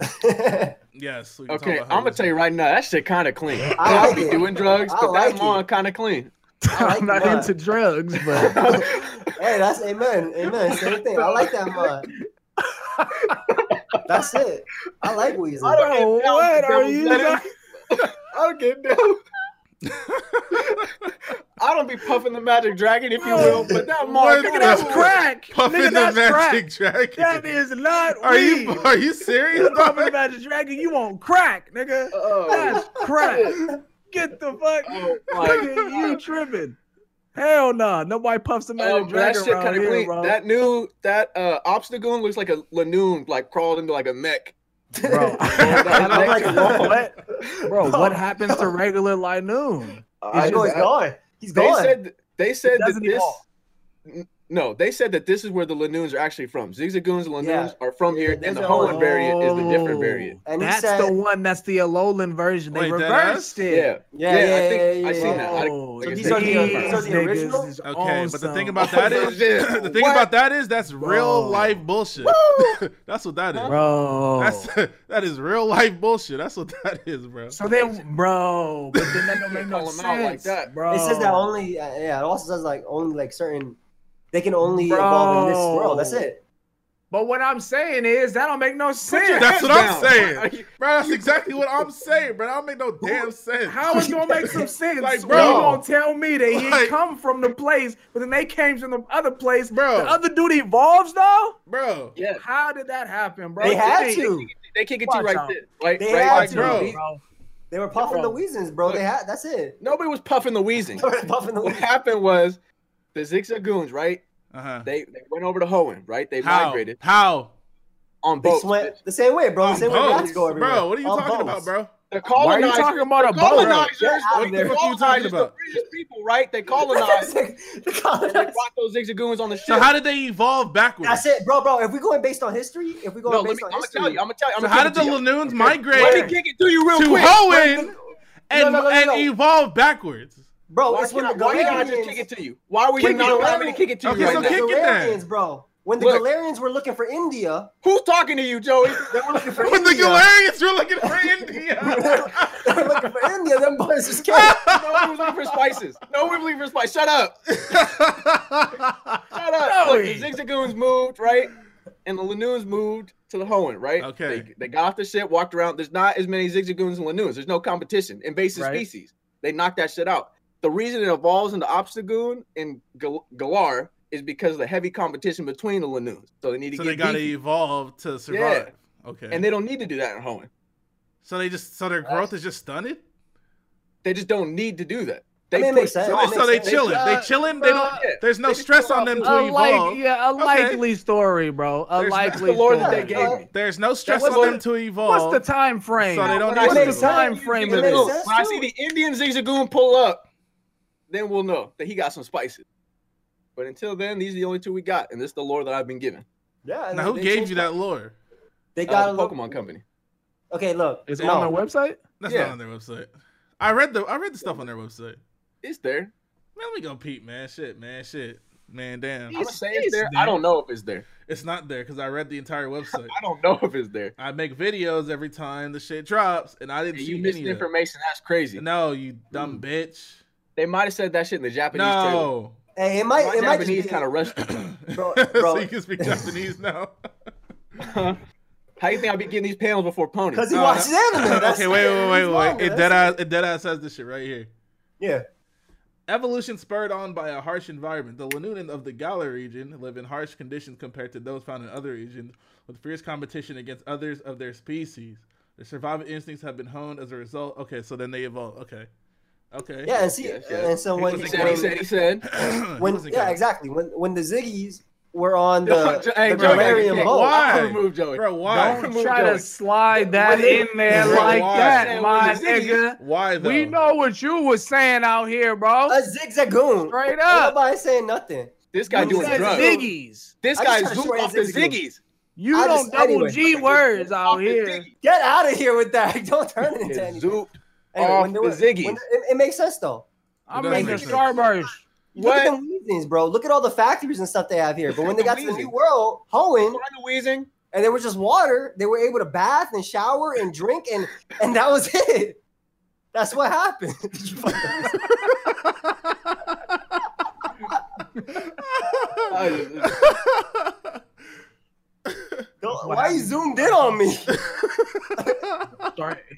Speaker 3: Yes. we can talk
Speaker 5: Okay,
Speaker 3: about
Speaker 5: I'm
Speaker 3: how
Speaker 5: gonna
Speaker 3: this-
Speaker 5: tell you right now, that shit kind of clean.
Speaker 1: I
Speaker 5: I
Speaker 1: like
Speaker 5: be
Speaker 1: it.
Speaker 5: doing drugs,
Speaker 1: I
Speaker 5: but
Speaker 1: like
Speaker 5: that
Speaker 1: it.
Speaker 5: mom kind of clean.
Speaker 1: like
Speaker 4: I'm not
Speaker 1: mine.
Speaker 4: into drugs, but
Speaker 1: hey, that's amen. Amen. Same thing. I like that mod. that's it. I like Weezy.
Speaker 5: I don't-
Speaker 4: bro, what are you?
Speaker 5: That
Speaker 4: talking-
Speaker 5: I don't get down. I don't be puffing the magic dragon, if you will, but that mom,
Speaker 3: What
Speaker 5: nigga,
Speaker 3: the-
Speaker 5: that's
Speaker 4: That's
Speaker 5: crack.
Speaker 4: crack.
Speaker 3: Puffin
Speaker 4: Nigga,
Speaker 3: the
Speaker 4: that's
Speaker 3: Magic
Speaker 4: crack.
Speaker 3: Dragon.
Speaker 4: That is not
Speaker 3: are you
Speaker 4: weed.
Speaker 3: are you serious?
Speaker 4: You puffing the magic dragon? You want crack, nigga?
Speaker 5: Oh,
Speaker 4: That's crack. Get the fuck.
Speaker 5: oh my
Speaker 4: Nigga, you tripping? Hell no, nobody puffs somebody
Speaker 5: Oh,
Speaker 4: oh,
Speaker 5: bro, that
Speaker 4: drag
Speaker 5: shit
Speaker 4: around
Speaker 5: kind of
Speaker 4: here,
Speaker 5: clean.
Speaker 4: bro.
Speaker 5: That new that uh obstacle looks like a Lanoon like crawled into like a mech.
Speaker 4: Bro,
Speaker 5: I
Speaker 1: don't like
Speaker 5: it.
Speaker 4: what, bro,
Speaker 1: No,
Speaker 4: what happens to regular light noon?
Speaker 1: That
Speaker 5: I-
Speaker 1: boy's
Speaker 5: I-
Speaker 1: gone. He's
Speaker 5: They
Speaker 1: gone.
Speaker 5: said they said that
Speaker 4: doesn't
Speaker 5: this.
Speaker 4: evolve.
Speaker 5: N- No, they said that this is where the Lanoons are actually from. Zigzagoons and Lanoons
Speaker 1: Yeah.
Speaker 5: are from here,
Speaker 1: There's
Speaker 5: and the
Speaker 1: a whole-
Speaker 5: Hoenn variant is the different variant.
Speaker 4: Oh,
Speaker 1: And he
Speaker 4: that's
Speaker 1: said-
Speaker 4: the one. That's the Alolan version. They
Speaker 3: Wait, that
Speaker 4: reversed it.
Speaker 5: Yeah, yeah, I think- I seen that.
Speaker 4: Bro,
Speaker 5: So
Speaker 1: these
Speaker 4: these
Speaker 1: are the- so the
Speaker 4: niggas
Speaker 1: original?
Speaker 4: is
Speaker 3: Okay, but the thing
Speaker 4: awesome.
Speaker 3: about that is
Speaker 5: Shit.
Speaker 3: the thing
Speaker 5: What?
Speaker 3: about that is that's real
Speaker 4: Bro.
Speaker 3: life bullshit. that's what that is.
Speaker 4: bro.
Speaker 3: That's that is real life bullshit. That's what that is, bro.
Speaker 4: so then, bro, but then that don't make no
Speaker 5: Call 'em
Speaker 4: sense,
Speaker 5: out like that.
Speaker 4: bro.
Speaker 1: It says that only. Uh, yeah, it also says like only like certain. They can only evolve in this world. That's it.
Speaker 4: But what I'm saying is that don't make no sense.
Speaker 3: That's what
Speaker 5: Hands
Speaker 3: I'm
Speaker 5: down.
Speaker 3: saying.
Speaker 5: Are you-
Speaker 3: Bro, that's exactly what I'm saying, bro. I don't make no damn sense.
Speaker 4: How it's gonna make some sense?
Speaker 3: Like,
Speaker 4: when
Speaker 3: bro.
Speaker 4: you gonna tell me that he
Speaker 3: Like-
Speaker 4: come from the place, but then they came from the other place,
Speaker 3: Bro.
Speaker 4: The other dude evolves though.
Speaker 3: bro?
Speaker 5: Yeah,
Speaker 4: How did that happen, bro?
Speaker 1: They
Speaker 4: You
Speaker 1: had
Speaker 4: think-
Speaker 1: to.
Speaker 5: they can't get you
Speaker 4: Watch
Speaker 5: right
Speaker 4: out.
Speaker 5: there. Like,
Speaker 1: They
Speaker 5: right,
Speaker 1: had
Speaker 5: like,
Speaker 1: to,
Speaker 5: bro.
Speaker 3: bro.
Speaker 1: They were puffing
Speaker 4: Bro.
Speaker 1: the Weezins, bro. They had. That's it.
Speaker 5: Nobody was puffing the wheezing.
Speaker 1: They were puffing the
Speaker 5: what
Speaker 1: Weezins.
Speaker 5: happened was the Zigzagoons, right?
Speaker 3: Uh-huh.
Speaker 5: They they went over to Hoenn, right? They
Speaker 3: How?
Speaker 5: migrated
Speaker 3: How?
Speaker 5: on
Speaker 1: They
Speaker 5: boats.
Speaker 1: swam the same way, bro. The
Speaker 3: On
Speaker 1: same way rats
Speaker 3: boats,
Speaker 1: go everywhere.
Speaker 3: bro. What are you
Speaker 1: On
Speaker 3: talking
Speaker 1: boats.
Speaker 3: about, bro?
Speaker 5: The
Speaker 4: Why are you
Speaker 5: colonizers,
Speaker 4: talking about a
Speaker 5: the
Speaker 4: boat?
Speaker 5: colonizers,
Speaker 1: Get out
Speaker 5: the
Speaker 1: of there.
Speaker 5: colonizers,
Speaker 1: What
Speaker 3: are you talking
Speaker 5: the
Speaker 3: about?
Speaker 5: British people, right? They colonized.
Speaker 1: The
Speaker 5: and they
Speaker 1: colonized.
Speaker 5: brought those Zigzagoons on the ship.
Speaker 3: So how did they evolve backwards?
Speaker 1: That's it, bro, bro. If we going based on history, if we
Speaker 5: no,
Speaker 1: going
Speaker 5: let me,
Speaker 1: based
Speaker 5: I'm
Speaker 1: on
Speaker 5: gonna
Speaker 1: history,
Speaker 5: tell you. I'm gonna tell you. I'm
Speaker 3: So
Speaker 5: gonna
Speaker 3: how
Speaker 5: kick
Speaker 3: did the
Speaker 5: it to you.
Speaker 3: Lanoons
Speaker 5: Let
Speaker 3: migrate
Speaker 5: me kick it to you real
Speaker 3: to
Speaker 5: quick.
Speaker 3: Hoenn
Speaker 1: No,
Speaker 3: and,
Speaker 1: no, no,
Speaker 3: and
Speaker 1: no.
Speaker 3: evolve backwards?
Speaker 1: bro,
Speaker 5: Why
Speaker 1: Oh, it's when the
Speaker 5: can't I- why did I
Speaker 1: Galarians-
Speaker 5: just kick it to you? Why were you
Speaker 1: Kick it.
Speaker 5: not allowing me to kick it to
Speaker 3: Okay,
Speaker 5: you
Speaker 3: so
Speaker 5: right now?
Speaker 3: kick
Speaker 1: the
Speaker 3: it then.
Speaker 1: Galarians, bro. When the
Speaker 5: Look.
Speaker 1: Galarians were looking for India,
Speaker 5: Who's talking to you, Joey?
Speaker 1: they were looking for
Speaker 3: When the
Speaker 1: India.
Speaker 3: Galarians were looking for India.
Speaker 1: they were looking for India. Them boys just came.
Speaker 5: No one was looking for spices. No one was looking for spices. Shut up. Shut up. Look,
Speaker 4: Joey.
Speaker 5: the Zigzagoons moved, right? And the Lanoons moved to the Hoenn, right?
Speaker 3: Okay.
Speaker 5: They, they got off the ship, walked around. There's not as many Zigzagoons and Lanoons. There's no competition. Invasive
Speaker 4: Right.
Speaker 5: species. They knocked that shit out. The reason it evolves into Obstagoon and Gal- Galar is because of the heavy competition between the Lanoons. So they need to
Speaker 3: so
Speaker 5: get
Speaker 3: they gotta
Speaker 5: beefy.
Speaker 3: evolve to survive. Okay.
Speaker 5: And they don't need to do that in Hoenn.
Speaker 3: so they just so their growth is just stunted.
Speaker 5: They just don't need to do that.
Speaker 1: I
Speaker 5: They
Speaker 1: mean, it makes sense.
Speaker 5: push through
Speaker 1: It
Speaker 5: it.
Speaker 1: makes
Speaker 3: So they
Speaker 1: sense.
Speaker 3: chilling. They
Speaker 4: Uh,
Speaker 3: chilling. They don't.
Speaker 5: yeah.
Speaker 3: There's no
Speaker 5: They just
Speaker 3: stress
Speaker 5: chill
Speaker 3: on
Speaker 5: out.
Speaker 3: them
Speaker 4: A
Speaker 3: to
Speaker 4: like,
Speaker 3: evolve.
Speaker 4: yeah, a likely story, bro. A
Speaker 3: There's-
Speaker 5: That's
Speaker 4: likely
Speaker 5: the lore that they
Speaker 4: story.
Speaker 5: gave me.
Speaker 3: There's no stress on
Speaker 4: what's
Speaker 3: them
Speaker 4: the-
Speaker 3: to
Speaker 4: What's
Speaker 3: evolve.
Speaker 4: the time frame?
Speaker 3: So they don't
Speaker 5: When I
Speaker 1: need
Speaker 4: What's
Speaker 1: to
Speaker 4: the
Speaker 1: do that.
Speaker 4: time frame
Speaker 5: When
Speaker 4: of
Speaker 1: It makes
Speaker 4: this?
Speaker 1: sense,
Speaker 5: I
Speaker 1: too.
Speaker 5: see the Indian Zigzagoon pull up, then we'll know that he got some spices. But until then, these are the only two we got, and this is the lore that I've been given.
Speaker 1: Yeah. and
Speaker 3: now who
Speaker 1: they
Speaker 3: gave
Speaker 1: changed
Speaker 3: you
Speaker 1: it.
Speaker 3: that lore?
Speaker 1: They
Speaker 5: Uh,
Speaker 1: got
Speaker 5: the
Speaker 1: a
Speaker 5: Pokemon
Speaker 1: look.
Speaker 5: Company.
Speaker 1: Okay, look.
Speaker 4: Is it
Speaker 1: no.
Speaker 4: on their website?
Speaker 3: That's
Speaker 5: Yeah.
Speaker 3: not on their website. I read the I read the stuff on their website.
Speaker 5: It's there.
Speaker 3: Man, let me go peep, man. Shit, man, shit, man. Damn,
Speaker 5: I'm gonna
Speaker 4: It's-
Speaker 5: say it's
Speaker 4: it's
Speaker 5: there.
Speaker 4: there.
Speaker 5: I don't know if it's there.
Speaker 3: it's not there because I read the entire website.
Speaker 5: I don't know if it's there.
Speaker 3: I make videos every time the shit drops, and I didn't
Speaker 5: Hey,
Speaker 3: see
Speaker 5: you
Speaker 3: any
Speaker 5: missed
Speaker 3: of it.
Speaker 5: information. That's crazy.
Speaker 3: No, you dumb bitch.
Speaker 5: They might have said that shit in the Japanese. trailer.
Speaker 3: No,
Speaker 1: Hey, it
Speaker 5: My
Speaker 1: might. It might just be
Speaker 5: Japanese kind of rushed.
Speaker 1: Bro,
Speaker 3: so
Speaker 1: bro.
Speaker 3: you can speak Japanese now.
Speaker 5: How you think I'll be getting these panels before Pony?
Speaker 1: because he
Speaker 3: No,
Speaker 1: watches anime. That's-
Speaker 3: Uh, okay, wait, wait, wait,
Speaker 1: he's
Speaker 3: wait.
Speaker 1: wrong,
Speaker 3: It
Speaker 1: bro.
Speaker 3: dead eye, it dead eye says this shit right here.
Speaker 1: Yeah.
Speaker 3: Evolution spurred on by a harsh environment. The Lanunan of the Gala region live in harsh conditions compared to those found in other regions, with fierce competition against others of their species. Their survival instincts have been honed as a result. Okay, so then they evolve. Okay, okay.
Speaker 1: Yeah, and see,
Speaker 5: Yes, yes.
Speaker 1: and so
Speaker 3: He
Speaker 1: when,
Speaker 5: He
Speaker 3: wasn't
Speaker 5: said. He said. He said.
Speaker 3: He
Speaker 1: when,
Speaker 3: wasn't
Speaker 1: yeah,
Speaker 3: kidding.
Speaker 1: exactly. When when the Ziggies were on the,
Speaker 5: Hey,
Speaker 1: the
Speaker 5: bro, I gotta
Speaker 1: Galarian
Speaker 5: kick-
Speaker 1: boat,
Speaker 3: Why?
Speaker 5: I remove Joey.
Speaker 3: Bro, why?
Speaker 4: Don't
Speaker 5: Move
Speaker 4: try
Speaker 5: going.
Speaker 4: to slide that in there
Speaker 3: Bro,
Speaker 4: like
Speaker 3: why?
Speaker 4: that,
Speaker 5: It
Speaker 4: my
Speaker 5: was a ziggy.
Speaker 4: nigga.
Speaker 3: Why though?
Speaker 4: We know what you was saying out here, bro.
Speaker 1: a zigzagoon.
Speaker 4: Straight
Speaker 1: Ain't
Speaker 4: up.
Speaker 1: Nobody saying nothing.
Speaker 5: This guy
Speaker 1: You
Speaker 5: doing
Speaker 1: said
Speaker 5: drugs.
Speaker 1: Ziggy.
Speaker 4: Ziggies.
Speaker 5: This
Speaker 1: I
Speaker 5: guy
Speaker 1: just tried to
Speaker 5: zoomed
Speaker 1: throw
Speaker 5: off the
Speaker 1: in Ziggy.
Speaker 5: ziggies.
Speaker 4: You
Speaker 1: I
Speaker 4: don't
Speaker 1: just-
Speaker 4: double
Speaker 1: anyway.
Speaker 4: G words out
Speaker 5: Off the
Speaker 4: here.
Speaker 5: ziggies.
Speaker 1: Get out of here with that. Don't turn it into
Speaker 5: Yeah,
Speaker 1: anything.
Speaker 5: Zoop.
Speaker 1: Anyway,
Speaker 5: off
Speaker 1: when they
Speaker 5: the
Speaker 1: were-
Speaker 5: Ziggies.
Speaker 1: when- it, it makes sense though.
Speaker 4: I'm
Speaker 3: does
Speaker 4: making
Speaker 3: make sense.
Speaker 4: Starburst.
Speaker 1: Look at
Speaker 5: What?
Speaker 1: them Weezings, bro. Look at all the factories and stuff they have here. But when they got to the new
Speaker 5: Weezings.
Speaker 1: world, Hoenn,
Speaker 5: Find the wheezing.
Speaker 1: and there was just water, they were able to bath and shower and drink, and and that was it. That's what happened. Did you fucking-
Speaker 5: uh,
Speaker 1: Don't- Why you zoomed in on me?
Speaker 4: Start,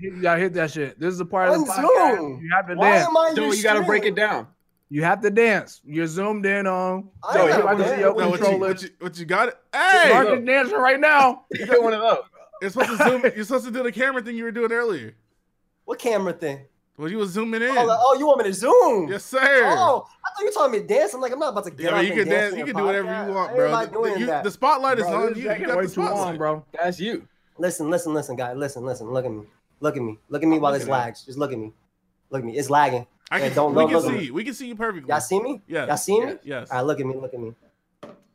Speaker 4: y'all hit that shit. This is the part of the
Speaker 1: On
Speaker 4: podcast.
Speaker 1: Zoom.
Speaker 4: You have to
Speaker 1: Why
Speaker 4: dance.
Speaker 1: am I? your
Speaker 5: Dude, you gotta
Speaker 1: string?
Speaker 5: break it down.
Speaker 4: You have to dance. You're zoomed in on.
Speaker 1: I
Speaker 5: Joey,
Speaker 1: know,
Speaker 5: you about to
Speaker 1: man.
Speaker 5: see your
Speaker 3: No, what you,
Speaker 4: Controller.
Speaker 3: what you what you got?
Speaker 4: Mark
Speaker 3: Hey,
Speaker 5: look.
Speaker 4: is dancing right now.
Speaker 5: You got one of those.
Speaker 3: you're supposed to zoom. You're supposed to do the camera thing you were doing earlier.
Speaker 1: What camera thing?
Speaker 3: Well, you was zooming in.
Speaker 1: Oh, like, oh, you want me to zoom?
Speaker 3: Yes, sir.
Speaker 1: Oh, I thought you were talking me to dance. I'm like, I'm not about to get
Speaker 3: Yeah, I mean,
Speaker 1: up
Speaker 3: you
Speaker 1: and
Speaker 3: can dance.
Speaker 1: in
Speaker 3: You
Speaker 1: a
Speaker 3: can do whatever you
Speaker 1: podcast.
Speaker 3: want,
Speaker 1: Ain't
Speaker 3: bro.
Speaker 1: nobody
Speaker 3: The,
Speaker 1: doing
Speaker 3: you-
Speaker 1: that.
Speaker 3: the spotlight is
Speaker 4: Bro,
Speaker 3: on
Speaker 4: this
Speaker 3: you.
Speaker 4: jacket
Speaker 3: You got
Speaker 4: way
Speaker 3: the
Speaker 4: too long,
Speaker 3: spotlight.
Speaker 4: bro.
Speaker 5: That's you.
Speaker 1: Listen, listen, listen, guys. Listen, listen. Look at me. Look at me. Look at me while this
Speaker 3: looking at you.
Speaker 1: lags. Just look at me. Look at me. It's lagging.
Speaker 3: I
Speaker 1: Yeah,
Speaker 3: can,
Speaker 1: don't-
Speaker 3: we
Speaker 1: don't
Speaker 3: can
Speaker 1: look at
Speaker 3: see
Speaker 1: me.
Speaker 3: you. We can see you perfectly.
Speaker 1: Y'all see me? Y'all
Speaker 3: Yes.
Speaker 1: see me?
Speaker 3: Yes.
Speaker 1: All right, look at me, look at me.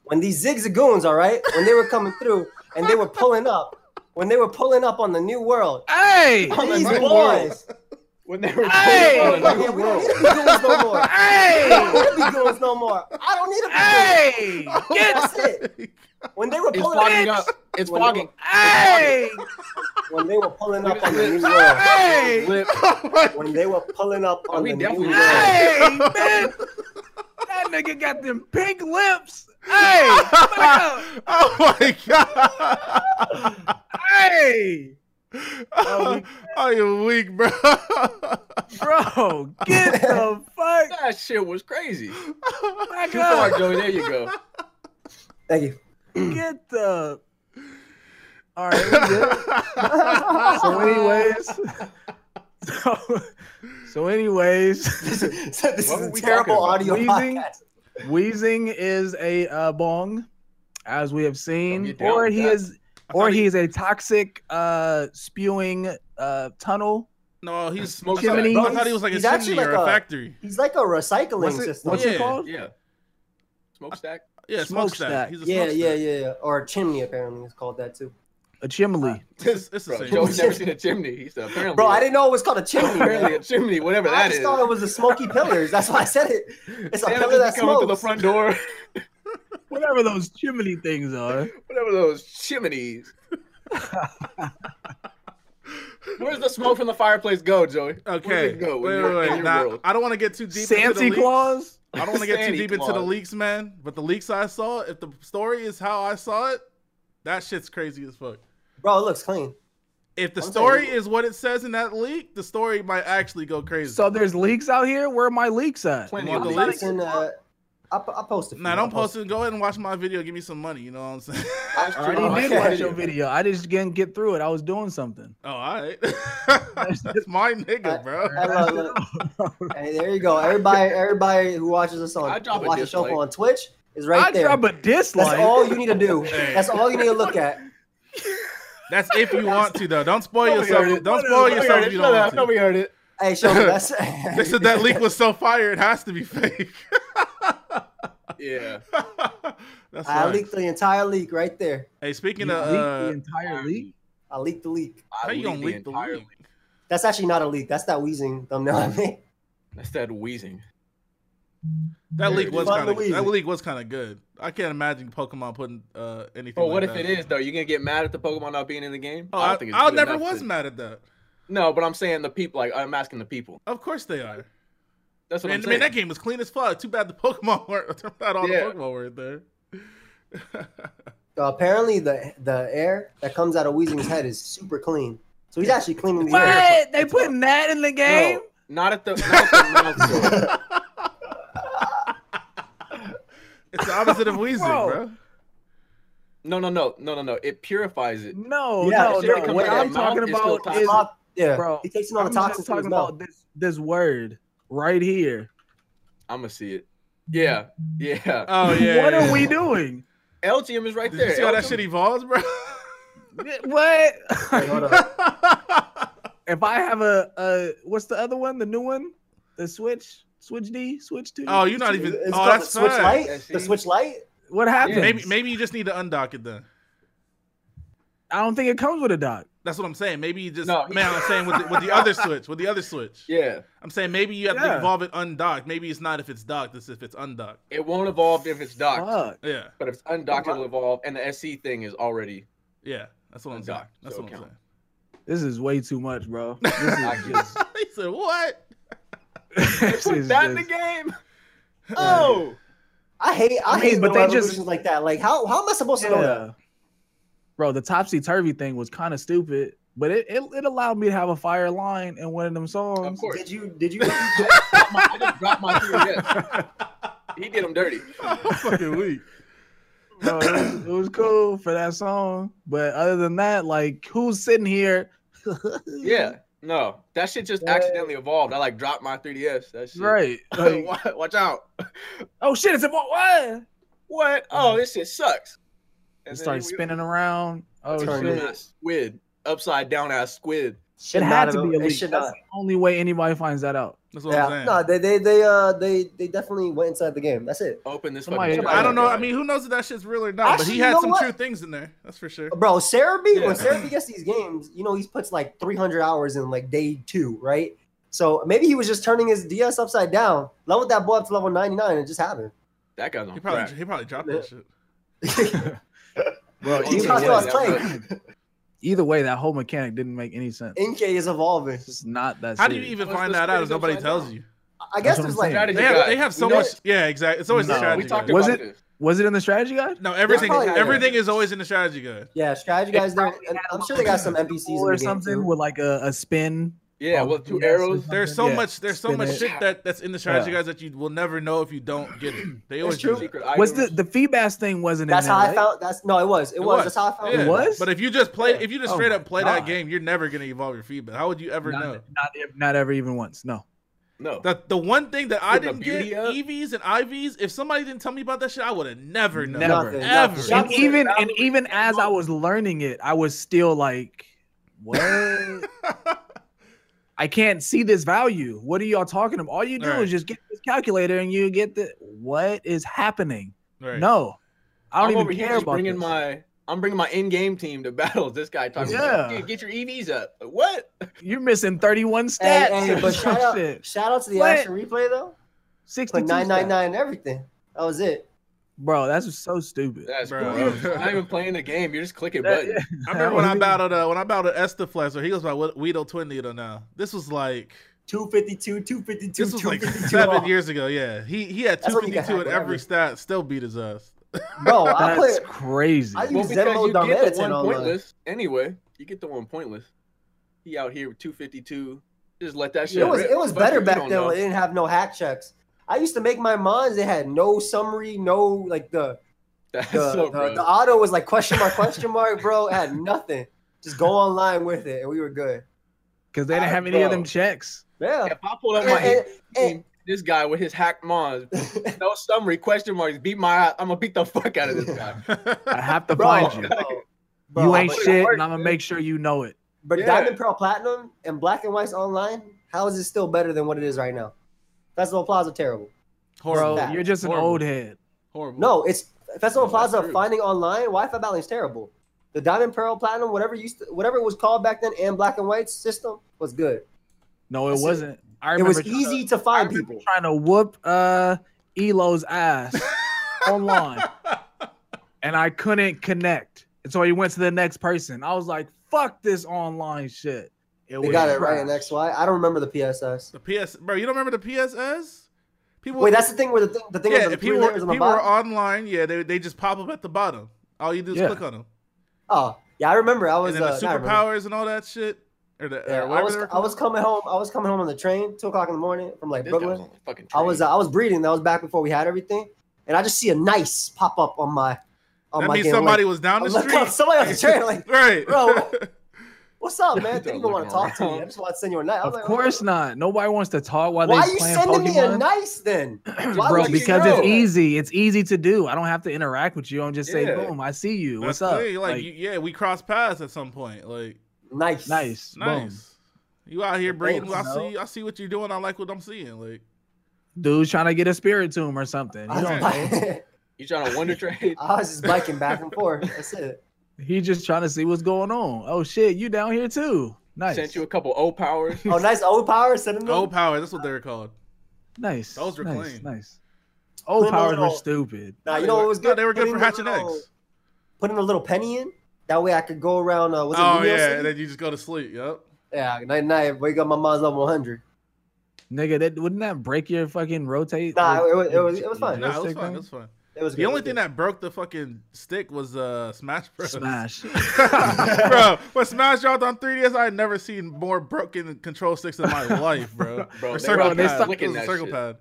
Speaker 1: When these zigzagoons, all right, when they were coming through and they were pulling up, when they were pulling up on the new world,
Speaker 4: Hey,
Speaker 5: On the
Speaker 1: these
Speaker 5: new
Speaker 1: boys,
Speaker 5: When they were
Speaker 4: Hey!
Speaker 5: on the
Speaker 1: yeah,
Speaker 5: new
Speaker 1: we don't
Speaker 5: world.
Speaker 1: need to be goons no more. We don't
Speaker 4: hey,
Speaker 1: need to be goons no more. I don't need to be
Speaker 4: hey, get,
Speaker 1: That's it. goons. When they were
Speaker 5: It's
Speaker 1: pulling
Speaker 5: fogging
Speaker 1: up,
Speaker 5: up. It's
Speaker 1: When they
Speaker 5: fogging.
Speaker 4: hey,
Speaker 1: when they were pulling up
Speaker 5: Look at
Speaker 1: on the
Speaker 5: this.
Speaker 1: new world,
Speaker 4: hey,
Speaker 5: Lip.
Speaker 3: Oh
Speaker 1: when they were pulling up
Speaker 5: Oh,
Speaker 1: on
Speaker 5: we
Speaker 1: the new
Speaker 5: definitely-
Speaker 1: world,
Speaker 4: Hey, man, that nigga got them pink lips. Hey, look out.
Speaker 3: oh my god.
Speaker 4: hey,
Speaker 3: Oh, you weak, bro.
Speaker 4: bro, get the fuck
Speaker 5: That shit was crazy.
Speaker 4: back
Speaker 5: Too far,
Speaker 4: up.
Speaker 5: Joey. There you go.
Speaker 1: thank you.
Speaker 4: Get the. All right, we good. so anyways, so, so anyways,
Speaker 1: So this
Speaker 5: What were
Speaker 1: is a
Speaker 5: we
Speaker 1: terrible
Speaker 5: talking
Speaker 1: audio
Speaker 4: about? Wheezing?
Speaker 1: podcast.
Speaker 4: wheezing is a uh, bong, as we have
Speaker 5: Don't
Speaker 4: seen,
Speaker 5: get down
Speaker 4: or
Speaker 5: with
Speaker 4: he
Speaker 5: that.
Speaker 4: is, or he is a toxic, uh, spewing uh, tunnel.
Speaker 3: No, he's
Speaker 5: Smoke
Speaker 3: smoking. I,
Speaker 4: chimney.
Speaker 3: thought- I thought he was like a
Speaker 1: He's actually
Speaker 3: chimney or
Speaker 1: like
Speaker 3: a
Speaker 1: a-
Speaker 3: factory.
Speaker 1: He's like a recycling
Speaker 4: What's it,
Speaker 1: system.
Speaker 4: what's
Speaker 3: Yeah.
Speaker 4: it called?
Speaker 5: Yeah. Smokestack.
Speaker 3: Yeah, smokestack.
Speaker 4: Smokestack.
Speaker 3: He's a
Speaker 1: Yeah,
Speaker 3: smokestack.
Speaker 1: yeah, yeah, yeah. Or a chimney, apparently, it's called that too.
Speaker 4: A chimney.
Speaker 3: It's, it's the
Speaker 5: Bro,
Speaker 3: same.
Speaker 5: Joey's never seen a chimney. He said apparently.
Speaker 1: Bro, I didn't know it was called a chimney. man.
Speaker 5: Apparently a chimney, whatever
Speaker 1: I
Speaker 5: that
Speaker 1: just
Speaker 5: is.
Speaker 1: thought it was the smoky pillars. That's why I said it. It's a
Speaker 5: Santa
Speaker 1: pillar that
Speaker 5: just be coming through the
Speaker 1: smokes.
Speaker 5: front door.
Speaker 4: Whatever those chimney things are.
Speaker 5: Whatever those chimneys. Where's the smoke from the fireplace go, Joey? Where does
Speaker 3: Okay.
Speaker 5: it go when
Speaker 3: wait,
Speaker 5: you're
Speaker 3: wait,
Speaker 5: in
Speaker 3: wait.
Speaker 5: your
Speaker 3: Now,
Speaker 5: world?
Speaker 3: I don't want to get too deep into the
Speaker 4: Santa
Speaker 3: leaks.
Speaker 4: Claus.
Speaker 3: I don't want to get too
Speaker 5: Santa
Speaker 3: deep into the
Speaker 5: Claus.
Speaker 3: leaks, man. But the leaks I saw, if the story is how I saw it, that shit's crazy as fuck.
Speaker 1: Bro, it looks clean.
Speaker 3: If the
Speaker 1: I'm saying-
Speaker 3: story is what it says in that leak, the story might actually go crazy.
Speaker 4: So there's leaks out here. Where are my leaks at?
Speaker 5: Plenty
Speaker 3: You
Speaker 5: of
Speaker 3: want
Speaker 1: I'm
Speaker 3: the
Speaker 5: leaks.
Speaker 3: leaks?
Speaker 1: posting, uh, I, I posted.
Speaker 3: Nah, don't post it. Go ahead and watch my video. Give me some money. You know what I'm saying?
Speaker 5: That's
Speaker 4: I
Speaker 5: true.
Speaker 1: Oh,
Speaker 4: already did
Speaker 1: okay.
Speaker 4: watch your video. I just didn't get through it. I was doing something.
Speaker 3: oh, all right. That's my nigga, bro.
Speaker 1: Hey, there you go. Everybody, everybody who watches us on
Speaker 5: I drop a
Speaker 1: watch the show
Speaker 5: dislike.
Speaker 1: on Twitch is right
Speaker 4: I
Speaker 1: there.
Speaker 4: drop a dislike.
Speaker 1: That's all you need to do.
Speaker 3: Hey.
Speaker 1: That's all you need to look at.
Speaker 3: That's if you want to, though. Don't spoil
Speaker 5: Nobody heard
Speaker 3: yourself.
Speaker 5: it.
Speaker 3: Don't spoil
Speaker 5: Nobody
Speaker 3: yourself
Speaker 5: heard
Speaker 3: if
Speaker 5: it.
Speaker 3: you
Speaker 5: Shut up.
Speaker 3: don't want to.
Speaker 5: Nobody heard it.
Speaker 1: Hey, show that's
Speaker 3: They said that leak was so fire, it has to be fake.
Speaker 5: Yeah.
Speaker 3: That's
Speaker 1: I
Speaker 3: right.
Speaker 1: leaked the entire leak right there.
Speaker 3: Hey,
Speaker 4: You
Speaker 3: speaking
Speaker 4: leaked
Speaker 3: of,
Speaker 4: the
Speaker 3: uh,
Speaker 4: entire leak.
Speaker 1: I leaked the leak.
Speaker 5: I
Speaker 3: how you gonna leak the
Speaker 5: entire
Speaker 3: leak?
Speaker 1: That's actually not a leak. That's that wheezing thumbnail I made.
Speaker 5: That's that wheezing.
Speaker 3: That
Speaker 5: Yeah,
Speaker 3: leak was
Speaker 1: fuck
Speaker 3: kind of
Speaker 1: Louise.
Speaker 3: that leak was kind of good. I can't imagine Pokemon putting uh, anything.
Speaker 5: But what
Speaker 3: like
Speaker 5: if
Speaker 3: that.
Speaker 5: it is though? You gonna get mad at the Pokemon not being in the game?
Speaker 3: Oh, I,
Speaker 5: don't
Speaker 3: I
Speaker 5: good
Speaker 3: never
Speaker 5: enough
Speaker 3: was
Speaker 5: to-
Speaker 3: mad at that.
Speaker 5: No, but I'm saying the people. Like I'm asking the people.
Speaker 3: Of course they are.
Speaker 5: That's what
Speaker 3: Man,
Speaker 5: I'm
Speaker 3: I
Speaker 5: saying.
Speaker 3: mean, that game was clean as fuck. Too bad the Pokemon weren't. Too bad all
Speaker 5: Yeah.
Speaker 3: the Pokemon weren't there.
Speaker 1: So apparently, the the air that comes out of Weezing's head is super clean. So he's actually cleaning the air.
Speaker 4: What? They putting that in the game?
Speaker 5: No, not at the. Not at the mouth door.
Speaker 3: it's the opposite of wheezing,
Speaker 4: Bro.
Speaker 3: bro.
Speaker 5: no, no, no, no, no, no. It purifies it.
Speaker 4: No,
Speaker 1: Yeah,
Speaker 4: no,
Speaker 1: it should've
Speaker 4: no.
Speaker 1: come
Speaker 4: What
Speaker 1: out of
Speaker 4: I'm
Speaker 1: their
Speaker 5: mouth.
Speaker 4: talking
Speaker 5: It's still
Speaker 4: about
Speaker 5: toxic.
Speaker 4: is
Speaker 1: Top- yeah,
Speaker 4: Bro,
Speaker 1: he takes in all
Speaker 4: I'm
Speaker 1: the
Speaker 4: just
Speaker 1: toxins from
Speaker 4: talking
Speaker 1: his mouth.
Speaker 4: about this this word right here.
Speaker 5: I'm gonna see it. Yeah, yeah.
Speaker 3: Oh yeah.
Speaker 4: what
Speaker 3: yeah,
Speaker 4: are we
Speaker 3: yeah.
Speaker 4: doing?
Speaker 5: LGM is right
Speaker 3: Did
Speaker 5: there.
Speaker 3: you see how that
Speaker 5: LGM
Speaker 3: shit evolves, bro?
Speaker 4: what?
Speaker 1: Wait, hold up.
Speaker 4: if I have a, a what's the other one? The new one? The Switch? Switch D? Switch 2?
Speaker 3: oh, you're not
Speaker 1: It's
Speaker 3: even. oh,
Speaker 1: called the
Speaker 3: that's
Speaker 1: switch
Speaker 3: fine.
Speaker 5: Yeah,
Speaker 1: light.
Speaker 5: see?
Speaker 1: The switch light.
Speaker 4: What happens?
Speaker 3: Maybe maybe you just need to undock it then.
Speaker 4: I don't think it comes with a dock.
Speaker 3: That's what I'm saying. Maybe you just
Speaker 5: No, he-
Speaker 3: man. I'm saying with the, with the other switch, with the other switch.
Speaker 5: Yeah,
Speaker 3: I'm saying maybe you have to
Speaker 4: Yeah.
Speaker 3: evolve it undocked. Maybe it's not if it's docked. It's if it's undocked.
Speaker 5: it won't evolve if it's docked,
Speaker 4: Fuck.
Speaker 3: Yeah,
Speaker 5: but if it's undocked, it'll evolve. And the SC thing is already.
Speaker 3: yeah. That's what I'm saying.
Speaker 5: Undocked,
Speaker 3: That's
Speaker 5: so
Speaker 3: what
Speaker 5: it
Speaker 3: I'm
Speaker 5: counts.
Speaker 4: This is way too much, bro.
Speaker 5: I
Speaker 4: This
Speaker 5: guess.
Speaker 3: saying. he said what?
Speaker 4: is, this
Speaker 5: Put
Speaker 4: is
Speaker 5: that in the
Speaker 4: just-
Speaker 5: game. Oh,
Speaker 1: I hate. I,
Speaker 4: I mean,
Speaker 1: hate.
Speaker 4: but
Speaker 1: But
Speaker 4: they
Speaker 1: they
Speaker 4: just-
Speaker 1: like that. Like how how am I supposed to know that?
Speaker 4: Yeah. Bro, the topsy turvy thing was kind of stupid, but it, it it allowed me to have a fire line in one of them songs.
Speaker 5: of course.
Speaker 1: Did you did you
Speaker 5: I just dropped my theory. Yes. He did him dirty.
Speaker 3: I'm fucking weak.
Speaker 4: Bro, it, was, it was cool for that song, but other than that, like who's sitting here?
Speaker 5: Yeah, No, that shit just
Speaker 1: Yeah.
Speaker 5: accidentally evolved. I like dropped my 3DS. That shit.
Speaker 4: Right. Like,
Speaker 5: Wa- Watch out.
Speaker 4: oh shit! It's a ball. What?
Speaker 5: What? Oh, this shit sucks.
Speaker 4: It
Speaker 5: And then
Speaker 4: started
Speaker 5: we-
Speaker 4: spinning around. Oh
Speaker 1: Turned
Speaker 4: shit!
Speaker 1: it.
Speaker 5: Ass Squid. Upside down ass squid.
Speaker 1: Should
Speaker 4: It
Speaker 1: not
Speaker 4: had to
Speaker 1: have-
Speaker 4: be a
Speaker 1: they
Speaker 4: leak.
Speaker 1: should
Speaker 4: That's
Speaker 1: not.
Speaker 4: the only way anybody finds that out.
Speaker 3: That's what I'm
Speaker 1: Yeah,
Speaker 3: saying.
Speaker 1: no, they they they uh they they definitely went inside the game. That's it,
Speaker 5: Open this
Speaker 4: Somebody-
Speaker 5: fucking
Speaker 3: I don't know.
Speaker 5: jar.
Speaker 3: I mean, who knows if that shit's real or not? but
Speaker 1: Actually,
Speaker 3: he
Speaker 1: you
Speaker 3: had
Speaker 1: know
Speaker 3: some
Speaker 1: what?
Speaker 3: true things in there. That's for sure.
Speaker 1: bro. Cerebi
Speaker 5: Yeah.
Speaker 1: when Cerebi gets these games, you know he puts like 300 hours in like day two, right? So maybe he was just turning his DS upside down, leveled that boy up to level 99, and it just happened.
Speaker 5: that guy's on
Speaker 3: He probably
Speaker 5: crack.
Speaker 3: he probably dropped that shit.
Speaker 4: Bro,
Speaker 3: E
Speaker 1: He's not
Speaker 4: either
Speaker 1: gonna
Speaker 4: way,
Speaker 1: play.
Speaker 4: either way, that whole mechanic didn't make any sense.
Speaker 1: Inke is evolving.
Speaker 4: It's just not that.
Speaker 3: How do you
Speaker 4: serious.
Speaker 3: even
Speaker 5: What's
Speaker 3: find
Speaker 5: the
Speaker 3: that out
Speaker 5: squid
Speaker 3: if nobody
Speaker 5: upside
Speaker 3: tells
Speaker 5: down?
Speaker 3: you?
Speaker 1: I guess
Speaker 4: what I'm
Speaker 1: there's like
Speaker 4: saying.
Speaker 5: Strategy
Speaker 3: They have,
Speaker 5: guide.
Speaker 3: they have
Speaker 5: We
Speaker 3: so
Speaker 5: know
Speaker 3: much.
Speaker 5: it.
Speaker 3: Yeah, exactly. It's always
Speaker 4: No.
Speaker 3: the strategy.
Speaker 5: We talked
Speaker 3: guide.
Speaker 4: Was
Speaker 5: about
Speaker 4: it-
Speaker 5: this.
Speaker 4: Was it in the strategy guide?
Speaker 3: No, everything
Speaker 1: probably-
Speaker 3: everything is always in the strategy guide.
Speaker 1: yeah, strategy
Speaker 4: They
Speaker 1: guys. There,
Speaker 4: probably
Speaker 1: and
Speaker 4: had a
Speaker 1: I'm sure
Speaker 4: little
Speaker 1: they got some
Speaker 4: bit of a
Speaker 1: NPCs in
Speaker 4: pool
Speaker 1: the
Speaker 4: or
Speaker 1: game,
Speaker 4: something
Speaker 1: too.
Speaker 4: with like a, a spin.
Speaker 5: Yeah,
Speaker 1: Oh,
Speaker 4: on
Speaker 5: with two
Speaker 4: DS or
Speaker 5: arrows.
Speaker 4: something.
Speaker 3: There's so
Speaker 4: Yeah.
Speaker 3: much. There's so
Speaker 4: Spin
Speaker 3: much
Speaker 4: it.
Speaker 3: shit that, that's in the strategy
Speaker 4: Yeah.
Speaker 3: guys that you will never know if you don't get it. They always
Speaker 1: true.
Speaker 3: do that.
Speaker 5: Secret
Speaker 4: Was the
Speaker 5: items.
Speaker 4: the feedback thing wasn't
Speaker 1: That's
Speaker 4: in there?
Speaker 1: how I
Speaker 4: right?
Speaker 1: found. That's no, it was. It,
Speaker 3: It
Speaker 1: was.
Speaker 3: was.
Speaker 1: That's how I found.
Speaker 3: Yeah.
Speaker 1: It
Speaker 4: It was?
Speaker 3: But if you just play, if you just
Speaker 4: Oh
Speaker 3: straight
Speaker 4: my
Speaker 3: up play that
Speaker 4: God.
Speaker 3: game, you're never gonna evolve your feedback. How would you ever
Speaker 4: Not,
Speaker 3: know?
Speaker 4: not, ev- not ever even once. No.
Speaker 5: no.
Speaker 3: The the one thing that I
Speaker 5: Put the
Speaker 3: didn't get
Speaker 5: beauty up.
Speaker 3: EVs and IVs. If somebody didn't tell me about that shit, I would have never known.
Speaker 4: Never.
Speaker 1: Nothing,
Speaker 3: Ever.
Speaker 1: nothing.
Speaker 4: And
Speaker 1: Shots were-
Speaker 4: even and even as I was learning it, I was still like, "What? I can't see this value. What are y'all talking about? All you do
Speaker 3: Right.
Speaker 4: is just get this calculator and you get the what is happening?
Speaker 3: Right.
Speaker 4: No, I don't
Speaker 5: I'm
Speaker 4: even
Speaker 5: over
Speaker 4: care
Speaker 5: here just
Speaker 4: about
Speaker 5: bringing
Speaker 4: this.
Speaker 5: my I'm bringing my in-game team to battles. This guy talking about
Speaker 4: Yeah.
Speaker 5: "Dude, get your EVs up. Like, what?
Speaker 4: You're missing 31 stats.
Speaker 1: Hey, hey,
Speaker 4: or
Speaker 1: but
Speaker 4: some
Speaker 1: shout out,
Speaker 4: shit.
Speaker 1: shout out to the
Speaker 4: What?
Speaker 1: action replay though. Put
Speaker 4: 62
Speaker 1: nine nine
Speaker 4: stats.
Speaker 1: nine and everything. That was it.
Speaker 4: Bro, that's just so stupid.
Speaker 5: That's
Speaker 3: Bro.
Speaker 5: cool. I'm not even playing the game. You're just clicking
Speaker 4: That-
Speaker 5: buttons.
Speaker 3: I remember when I battled uh, when I battled Estaflex, or he was my Weedle Twin Needle. Now this was like
Speaker 1: 252, 252,
Speaker 3: this was like
Speaker 1: 252.
Speaker 3: seven years ago. Yeah, he he had
Speaker 1: That's
Speaker 3: two
Speaker 1: what you got,
Speaker 3: fifty two at every
Speaker 1: whatever.
Speaker 3: stat, still beat his ass.
Speaker 1: Bro, I
Speaker 4: That's
Speaker 1: put
Speaker 4: crazy.
Speaker 1: I-
Speaker 5: Well,
Speaker 1: Use
Speaker 5: because
Speaker 1: Zenmo
Speaker 5: you get the
Speaker 1: Dominatin
Speaker 5: one
Speaker 1: online.
Speaker 5: pointless anyway. You get the one pointless. He out here with 252. Just let that shit.
Speaker 1: It was
Speaker 5: rip.
Speaker 1: it was
Speaker 5: Fuck
Speaker 1: better
Speaker 5: you, you
Speaker 1: back
Speaker 5: don't
Speaker 1: then
Speaker 5: know.
Speaker 1: when it didn't have no hack checks. I used to make my mons. They had no summary, no like the
Speaker 5: That's
Speaker 1: the,
Speaker 5: so
Speaker 1: the,
Speaker 5: bro.
Speaker 1: the auto was like question mark question mark, bro. It had nothing. Just go online with it, and we were good.
Speaker 4: Because they didn't have any of them checks.
Speaker 1: Yeah.
Speaker 5: If I pull up
Speaker 1: And,
Speaker 5: my
Speaker 1: and, and-
Speaker 5: team, this guy with his hack mons, no summary question marks, beat my. ass. I'm gonna beat the fuck out of this guy.
Speaker 4: I have to
Speaker 1: bro,
Speaker 4: find you.
Speaker 1: bro,
Speaker 4: you
Speaker 1: I
Speaker 4: ain't
Speaker 1: put-
Speaker 4: shit,
Speaker 5: work,
Speaker 4: and I'm gonna
Speaker 5: dude.
Speaker 4: make sure you know it.
Speaker 1: But
Speaker 5: Yeah.
Speaker 1: Diamond Pearl Platinum and Black and White's online, how is it still better than what it is right now? Festival Plaza terrible.
Speaker 3: Horrible,
Speaker 1: Bro,
Speaker 4: You're just an
Speaker 3: Horrible.
Speaker 4: old head.
Speaker 3: horrible.
Speaker 1: No, it's Festival
Speaker 5: No, that's
Speaker 1: Plaza
Speaker 5: true.
Speaker 1: finding online Wi-Fi balance terrible. The Diamond Pearl Platinum, whatever used to, whatever it was called back then, and Black and White's system was good.
Speaker 4: No, it
Speaker 1: That's it.
Speaker 4: wasn't. I
Speaker 1: It was
Speaker 4: remember trying to-
Speaker 1: easy to
Speaker 4: I
Speaker 1: find
Speaker 4: remember
Speaker 1: people.
Speaker 4: trying to whoop uh Elo's ass online, and I couldn't connect. And so he went to the next person. I was like, "Fuck this online shit." It
Speaker 1: They
Speaker 4: was
Speaker 1: got it right in
Speaker 4: trash.
Speaker 1: XY. I don't remember the PSS.
Speaker 3: the PS, bro. You don't remember the PSS? People,
Speaker 1: Wait, that's the thing where the thing, the thing
Speaker 3: yeah.
Speaker 1: was the
Speaker 3: if
Speaker 1: three
Speaker 3: people, were,
Speaker 1: layers
Speaker 3: if
Speaker 1: on the
Speaker 3: people were
Speaker 1: bottom.
Speaker 3: online, yeah, they they just pop up at the bottom. All you do is
Speaker 4: Yeah.
Speaker 3: click on them,
Speaker 1: Oh, yeah, I remember. I was
Speaker 3: and then
Speaker 1: uh,
Speaker 3: the
Speaker 1: not I remember.
Speaker 3: superpowers and all that shit, or the
Speaker 1: Yeah,
Speaker 3: or
Speaker 1: I
Speaker 3: whatever.
Speaker 1: was
Speaker 3: they're
Speaker 1: I was
Speaker 3: called.
Speaker 1: coming home. I was coming home on the train, two o'clock in the morning from like
Speaker 5: This guy
Speaker 1: Brooklyn.
Speaker 5: was on the fucking.
Speaker 1: I was
Speaker 5: train.
Speaker 1: uh, I was breeding. That was back before we had everything, and I just see a nice pop up on my on
Speaker 3: That
Speaker 1: my
Speaker 3: means
Speaker 1: damn
Speaker 3: somebody
Speaker 1: link.
Speaker 3: was down
Speaker 1: I'm
Speaker 3: the
Speaker 1: like,
Speaker 3: street.
Speaker 1: somebody on the train. Like,
Speaker 3: right,
Speaker 1: Bro, what's up, man?
Speaker 5: Don't
Speaker 1: Didn't even want to
Speaker 5: look
Speaker 1: talk to me. I
Speaker 5: around.
Speaker 1: just want to send you a night. I'm
Speaker 4: Of
Speaker 1: like,
Speaker 4: course
Speaker 1: "Why
Speaker 4: not. Nobody wants to talk while
Speaker 1: Why
Speaker 4: they
Speaker 1: are you
Speaker 4: playing
Speaker 1: sending me a
Speaker 4: Pokemon.
Speaker 1: nice then, Why
Speaker 4: Bro,
Speaker 1: would you
Speaker 4: because
Speaker 1: know?
Speaker 4: it's easy. It's easy to do. I don't have to interact with you. I'm just say,
Speaker 5: Yeah.
Speaker 4: boom, I see you. What's
Speaker 3: That's
Speaker 4: up?
Speaker 3: the thing, Like,
Speaker 4: Like,
Speaker 3: you- yeah, we crossed paths at some point. Like
Speaker 1: Nice,
Speaker 4: nice. Boom.
Speaker 3: nice. You out here bringing?
Speaker 4: Thanks,
Speaker 3: I
Speaker 4: bro.
Speaker 3: see. I see what you're doing. I like what I'm seeing. Like
Speaker 4: Dude's trying to get a spirit tomb or something.
Speaker 1: I
Speaker 4: You
Speaker 1: was,
Speaker 4: don't know.
Speaker 1: bi-
Speaker 5: You trying to wonder trade?
Speaker 1: I was just biking back and forth. That's it.
Speaker 4: He just trying to see what's going on. Oh shit, you down here too. Nice.
Speaker 5: Sent you a couple O powers.
Speaker 1: Oh, nice old power sending them.
Speaker 3: old power. That's what they're called.
Speaker 4: nice.
Speaker 3: Those were
Speaker 4: nice,
Speaker 3: clean.
Speaker 4: Nice. Old
Speaker 1: Clean
Speaker 4: powers
Speaker 1: those
Speaker 4: were
Speaker 1: all.
Speaker 4: stupid.
Speaker 1: Nah, you know what was
Speaker 3: No,
Speaker 1: good?
Speaker 3: they were good
Speaker 1: Putting
Speaker 3: for
Speaker 1: the
Speaker 3: hatching
Speaker 1: little-
Speaker 3: eggs.
Speaker 1: Putting a little penny in. That way I could go around. Uh, was it
Speaker 3: Oh
Speaker 1: New York
Speaker 3: yeah,
Speaker 1: City?
Speaker 3: and then you just go to sleep. Yep.
Speaker 1: yeah, night night. Wake up, my mom's level 100.
Speaker 4: Nigga, that wouldn't that break your fucking rotate?
Speaker 1: Nah,
Speaker 4: your-
Speaker 1: it was- it
Speaker 4: your-
Speaker 1: was- it was
Speaker 4: your
Speaker 1: fine.
Speaker 3: No, it was
Speaker 4: joystick
Speaker 3: fun.
Speaker 4: thing?
Speaker 3: It was fun.
Speaker 1: It was
Speaker 3: The
Speaker 1: good,
Speaker 3: only
Speaker 1: it was
Speaker 3: thing
Speaker 1: good.
Speaker 3: that broke the fucking stick was uh Smash Bros.
Speaker 4: Smash.
Speaker 3: bro, when Smash dropped on 3DS, I had never seen more broken control sticks in my life, bro.
Speaker 5: Bro,
Speaker 3: Or
Speaker 5: they-
Speaker 3: circle
Speaker 4: bro, they
Speaker 3: pad.
Speaker 4: suck
Speaker 3: It
Speaker 5: in
Speaker 3: was a
Speaker 5: that
Speaker 3: circle
Speaker 5: shit.
Speaker 3: pad.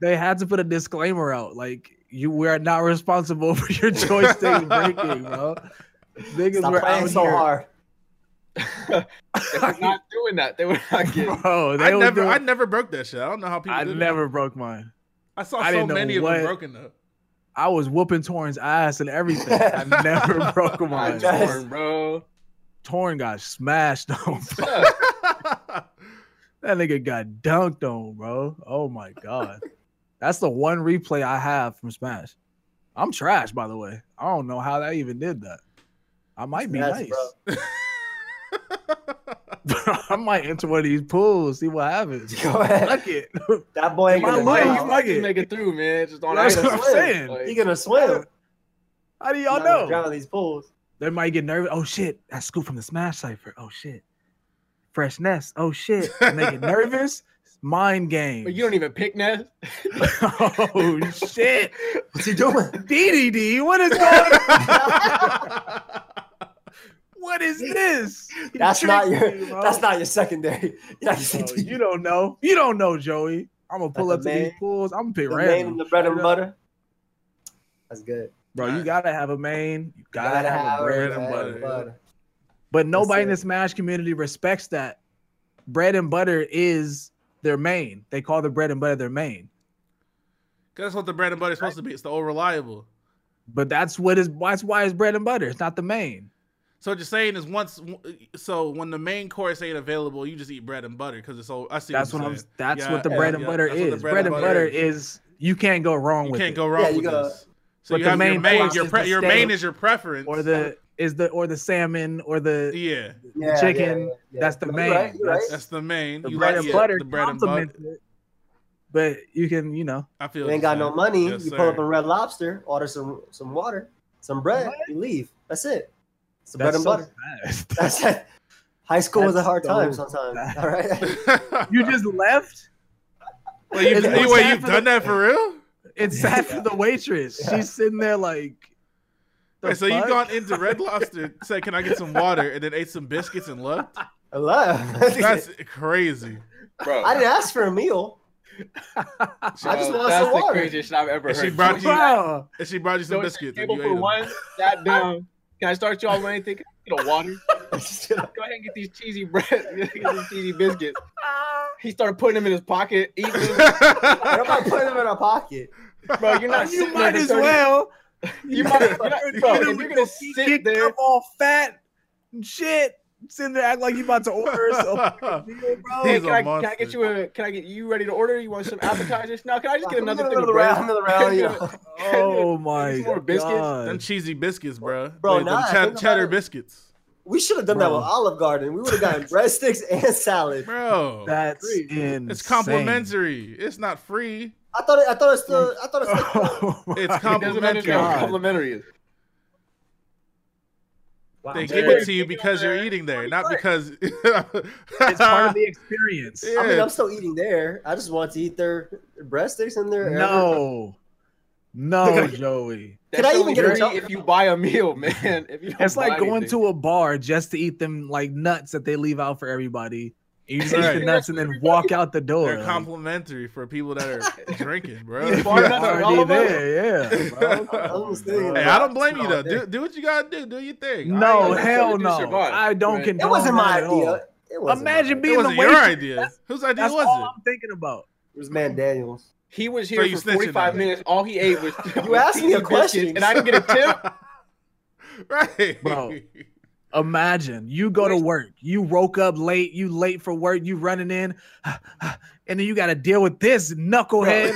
Speaker 4: they had to put a disclaimer out like you we are not responsible for your joystick breaking, bro. Niggas
Speaker 1: Stop
Speaker 4: were
Speaker 1: playing
Speaker 4: out
Speaker 1: so
Speaker 4: here.
Speaker 1: hard.
Speaker 5: They were not doing that. They were not getting.
Speaker 4: Bro, they
Speaker 3: I
Speaker 4: was
Speaker 3: never,
Speaker 4: doing-
Speaker 3: I never broke that shit. I don't know how people.
Speaker 4: I
Speaker 3: did it.
Speaker 4: never broke mine.
Speaker 3: I saw
Speaker 4: I
Speaker 3: so
Speaker 4: didn't know
Speaker 3: many of
Speaker 4: what-
Speaker 3: them broken though.
Speaker 4: I was whooping Torrin's ass and everything. I never broke
Speaker 5: My
Speaker 4: mine.
Speaker 1: Yes.
Speaker 5: Torn, bro.
Speaker 4: Torrin got smashed on.
Speaker 5: Yeah.
Speaker 4: That nigga got dunked on, bro. Oh my god. That's the one replay I have from Smash. I'm trash, by the way. I don't know how that even did that. I might be
Speaker 1: That's-
Speaker 4: nice. I might enter one of these pools, see what happens.
Speaker 1: Go ahead.
Speaker 4: Fuck it.
Speaker 1: That boy ain't
Speaker 4: My
Speaker 1: gonna
Speaker 5: You
Speaker 4: leg,
Speaker 1: drown.
Speaker 4: you might-
Speaker 5: might just make it through, man. Just on
Speaker 4: That's
Speaker 5: accident.
Speaker 1: what I'm
Speaker 4: saying.
Speaker 5: Like,
Speaker 1: He gonna swim.
Speaker 4: How do
Speaker 1: He's
Speaker 4: y'all
Speaker 1: not gonna
Speaker 4: know?
Speaker 1: Drown in these pools.
Speaker 4: They might get nervous. Oh shit, that scoop from the Smash Cypher. Oh shit. Fresh Nest. Oh shit. And they get nervous. Mind game.
Speaker 5: but you don't even pick Ness.
Speaker 4: oh shit.
Speaker 1: What's he doing?
Speaker 4: DDD, what is going on? What is this? You
Speaker 1: That's not
Speaker 4: tricked
Speaker 1: your.
Speaker 4: me, bro.
Speaker 1: That's not your secondary. You're not your
Speaker 4: Bro,
Speaker 1: secondary.
Speaker 4: you don't know. You don't know, Joey. I'm gonna pull
Speaker 1: the
Speaker 4: up to these
Speaker 1: man-
Speaker 4: pools. I'm gonna pick
Speaker 1: the main
Speaker 4: random.
Speaker 1: and the bread and
Speaker 4: Straight up.
Speaker 1: butter. That's good.
Speaker 4: Bro, you
Speaker 3: Alright.
Speaker 4: gotta have a main. You gotta, have, a bread and butter.
Speaker 3: butter.
Speaker 4: But nobody in the
Speaker 1: it.
Speaker 4: Smash community respects that. Bread and butter is their main. They call the bread and butter their main.
Speaker 3: That's what the bread and butter is supposed to be. It's the old reliable.
Speaker 4: But that's what is that's why it's bread and butter. It's not the main.
Speaker 3: So what you're saying is once, so when the main course ain't available, you just eat bread and butter because it's all. I see.
Speaker 4: That's
Speaker 3: what,
Speaker 4: what
Speaker 3: you're
Speaker 4: I'm
Speaker 3: saying.
Speaker 4: that's
Speaker 3: Yeah,
Speaker 4: what the
Speaker 3: yeah,
Speaker 4: bread and
Speaker 3: yeah.
Speaker 4: butter
Speaker 3: That's what the
Speaker 4: is. Bread and butter is you can't go wrong
Speaker 3: You
Speaker 4: with
Speaker 3: can't
Speaker 4: it.
Speaker 3: go wrong
Speaker 1: Yeah, you
Speaker 3: with
Speaker 1: gotta-
Speaker 3: this. So
Speaker 4: But
Speaker 3: you
Speaker 4: the
Speaker 3: have your
Speaker 4: main
Speaker 3: main.
Speaker 4: course
Speaker 3: Your
Speaker 4: is
Speaker 3: pre-
Speaker 4: the
Speaker 3: your main
Speaker 4: steak
Speaker 3: is your preference.
Speaker 4: Or the is the or the salmon or the
Speaker 3: yeah,
Speaker 1: Yeah,
Speaker 4: Chicken,
Speaker 1: yeah, yeah.
Speaker 4: that's the
Speaker 1: You're
Speaker 4: main.
Speaker 1: right, you're right.
Speaker 3: that's the main.
Speaker 4: the
Speaker 3: You
Speaker 4: bread
Speaker 3: like-
Speaker 4: and
Speaker 3: yeah,
Speaker 4: butter
Speaker 3: The bread and butter.
Speaker 4: complements it. But you can, you know,
Speaker 3: I feel.
Speaker 1: You ain't
Speaker 3: what
Speaker 1: got
Speaker 3: you're
Speaker 1: no money.
Speaker 3: Yes,
Speaker 1: you pull up
Speaker 3: sir.
Speaker 1: a Red Lobster, order some some water, some bread, you leave. That's it. It's the bread and
Speaker 4: that's so
Speaker 1: butter.
Speaker 4: fast.
Speaker 1: That's it. High school was a
Speaker 4: That's
Speaker 1: hard
Speaker 4: so
Speaker 1: time sometimes.
Speaker 4: bad.
Speaker 1: All right.
Speaker 3: saying.
Speaker 4: you just left.
Speaker 3: Wait, you,
Speaker 4: It's more
Speaker 3: wait,
Speaker 4: sad
Speaker 3: you've
Speaker 4: for the-
Speaker 3: done that for real?
Speaker 4: It's sad for the waitress.
Speaker 1: Yeah.
Speaker 4: She's sitting there like. the
Speaker 3: Wait, so you've
Speaker 4: fuck?
Speaker 3: gone into Red Lobster, said, "Can I get some water?" and then ate some biscuits and left.
Speaker 1: I love.
Speaker 3: That's crazy.
Speaker 5: Bro,
Speaker 1: I didn't ask for a meal. I just
Speaker 5: bro,
Speaker 1: want
Speaker 5: that's
Speaker 1: some
Speaker 5: the
Speaker 1: water.
Speaker 5: craziest shit I've ever
Speaker 3: And
Speaker 5: heard.
Speaker 3: she brought you-
Speaker 4: Wow.
Speaker 3: And she brought you some
Speaker 5: So it's
Speaker 3: biscuits. And
Speaker 5: table
Speaker 3: you
Speaker 5: for
Speaker 3: ate them.
Speaker 5: one, that down. Can I start y'all with anything? Can I Get a water. Go ahead and get these cheesy bread, get these cheesy biscuits. He started putting them in his pocket, eating them.
Speaker 1: Everybody put them in our pocket.
Speaker 5: Bro, you're not.
Speaker 4: You
Speaker 5: sitting there
Speaker 4: might
Speaker 5: for
Speaker 4: as
Speaker 5: 30
Speaker 4: well.
Speaker 5: You might. You're not, bro, if
Speaker 4: Even
Speaker 5: you're
Speaker 4: with
Speaker 5: gonna
Speaker 4: your
Speaker 5: sit
Speaker 4: kicked
Speaker 5: there,
Speaker 4: up all fat and shit, sitting there act like you about to order something. Bro,
Speaker 5: hey,
Speaker 3: He's
Speaker 5: can
Speaker 3: a
Speaker 5: I, can I get
Speaker 3: monster.
Speaker 5: you a? Can I get you ready to order? You want some appetizers? No, can I just get
Speaker 1: We
Speaker 5: another
Speaker 1: got
Speaker 5: thing of
Speaker 1: another
Speaker 5: bread?
Speaker 1: round, another round. You
Speaker 5: Can I get
Speaker 1: know.
Speaker 4: oh my
Speaker 5: Some more biscuits?
Speaker 3: Them
Speaker 4: god!
Speaker 3: cheesy biscuits, bro.
Speaker 1: Bro,
Speaker 3: Like,
Speaker 1: nah,
Speaker 3: them
Speaker 1: think
Speaker 3: chad-
Speaker 1: about
Speaker 3: cheddar
Speaker 1: it.
Speaker 3: biscuits,
Speaker 1: We should have done that
Speaker 4: Bro.
Speaker 1: with Olive Garden. We would have gotten breadsticks and salad.
Speaker 3: bro.
Speaker 4: That's
Speaker 1: It's
Speaker 4: insane.
Speaker 3: it's complimentary. It's not free.
Speaker 1: I thought. It, I thought it's the. I thought it's the.
Speaker 4: Oh my
Speaker 3: It's
Speaker 5: It doesn't matter if they're
Speaker 4: God.
Speaker 5: complimentary.
Speaker 3: They
Speaker 5: Jerry.
Speaker 3: give it to you
Speaker 5: Give me
Speaker 3: because you're
Speaker 5: another
Speaker 3: eating there,
Speaker 1: forty
Speaker 3: not
Speaker 1: bucks.
Speaker 3: because.
Speaker 4: it's part of the experience.
Speaker 3: Yeah.
Speaker 1: I mean, I'm still eating there. I just want to eat their breadsticks and their.
Speaker 4: No, no, Joey.
Speaker 1: Can
Speaker 5: That's
Speaker 1: I even
Speaker 5: only
Speaker 1: get a
Speaker 5: free
Speaker 1: jump-
Speaker 5: if you buy a meal, man? If you don't
Speaker 4: It's like
Speaker 5: buy
Speaker 4: going
Speaker 5: anything.
Speaker 4: to a bar just to eat them like nuts that they leave out for everybody. And you just eat
Speaker 3: Right.
Speaker 4: the nuts and then walk out the door.
Speaker 3: They're
Speaker 4: Like,
Speaker 3: complimentary for people that are drinking, bro.
Speaker 5: Eat a
Speaker 3: Hey,
Speaker 5: bar
Speaker 4: you're
Speaker 5: nuts are
Speaker 4: already
Speaker 5: all of us?
Speaker 4: there, yeah. bro. Come on,
Speaker 1: Understand.
Speaker 4: bro.
Speaker 3: I don't blame you
Speaker 1: All
Speaker 3: though.
Speaker 1: day.
Speaker 3: Do, do what you gotta do. Do your thing. I
Speaker 4: No,
Speaker 3: ain't-
Speaker 5: That's
Speaker 4: hell
Speaker 5: what you
Speaker 4: no.
Speaker 5: survive.
Speaker 4: I don't
Speaker 5: Right.
Speaker 4: condone.
Speaker 1: It wasn't my
Speaker 4: that at all.
Speaker 1: idea. It wasn't my
Speaker 4: Imagine
Speaker 1: idea.
Speaker 4: being
Speaker 3: it
Speaker 4: the
Speaker 3: wasn't your
Speaker 4: waitress.
Speaker 3: idea. Whose idea
Speaker 4: That's
Speaker 3: was
Speaker 4: all
Speaker 3: it?
Speaker 4: I'm thinking about.
Speaker 1: It was Man Daniels.
Speaker 5: He was
Speaker 3: So
Speaker 5: here
Speaker 3: you
Speaker 5: for
Speaker 3: snitching
Speaker 5: 45
Speaker 3: on me.
Speaker 5: minutes. All he ate was
Speaker 1: You asked me a
Speaker 5: cheesy biscuits,
Speaker 1: question.
Speaker 5: and I didn't get a tip.
Speaker 3: right,
Speaker 4: Bro. Imagine you go to
Speaker 5: Wait.
Speaker 4: work, you woke up late, you late for work, you running in, and then you got to deal with this knucklehead.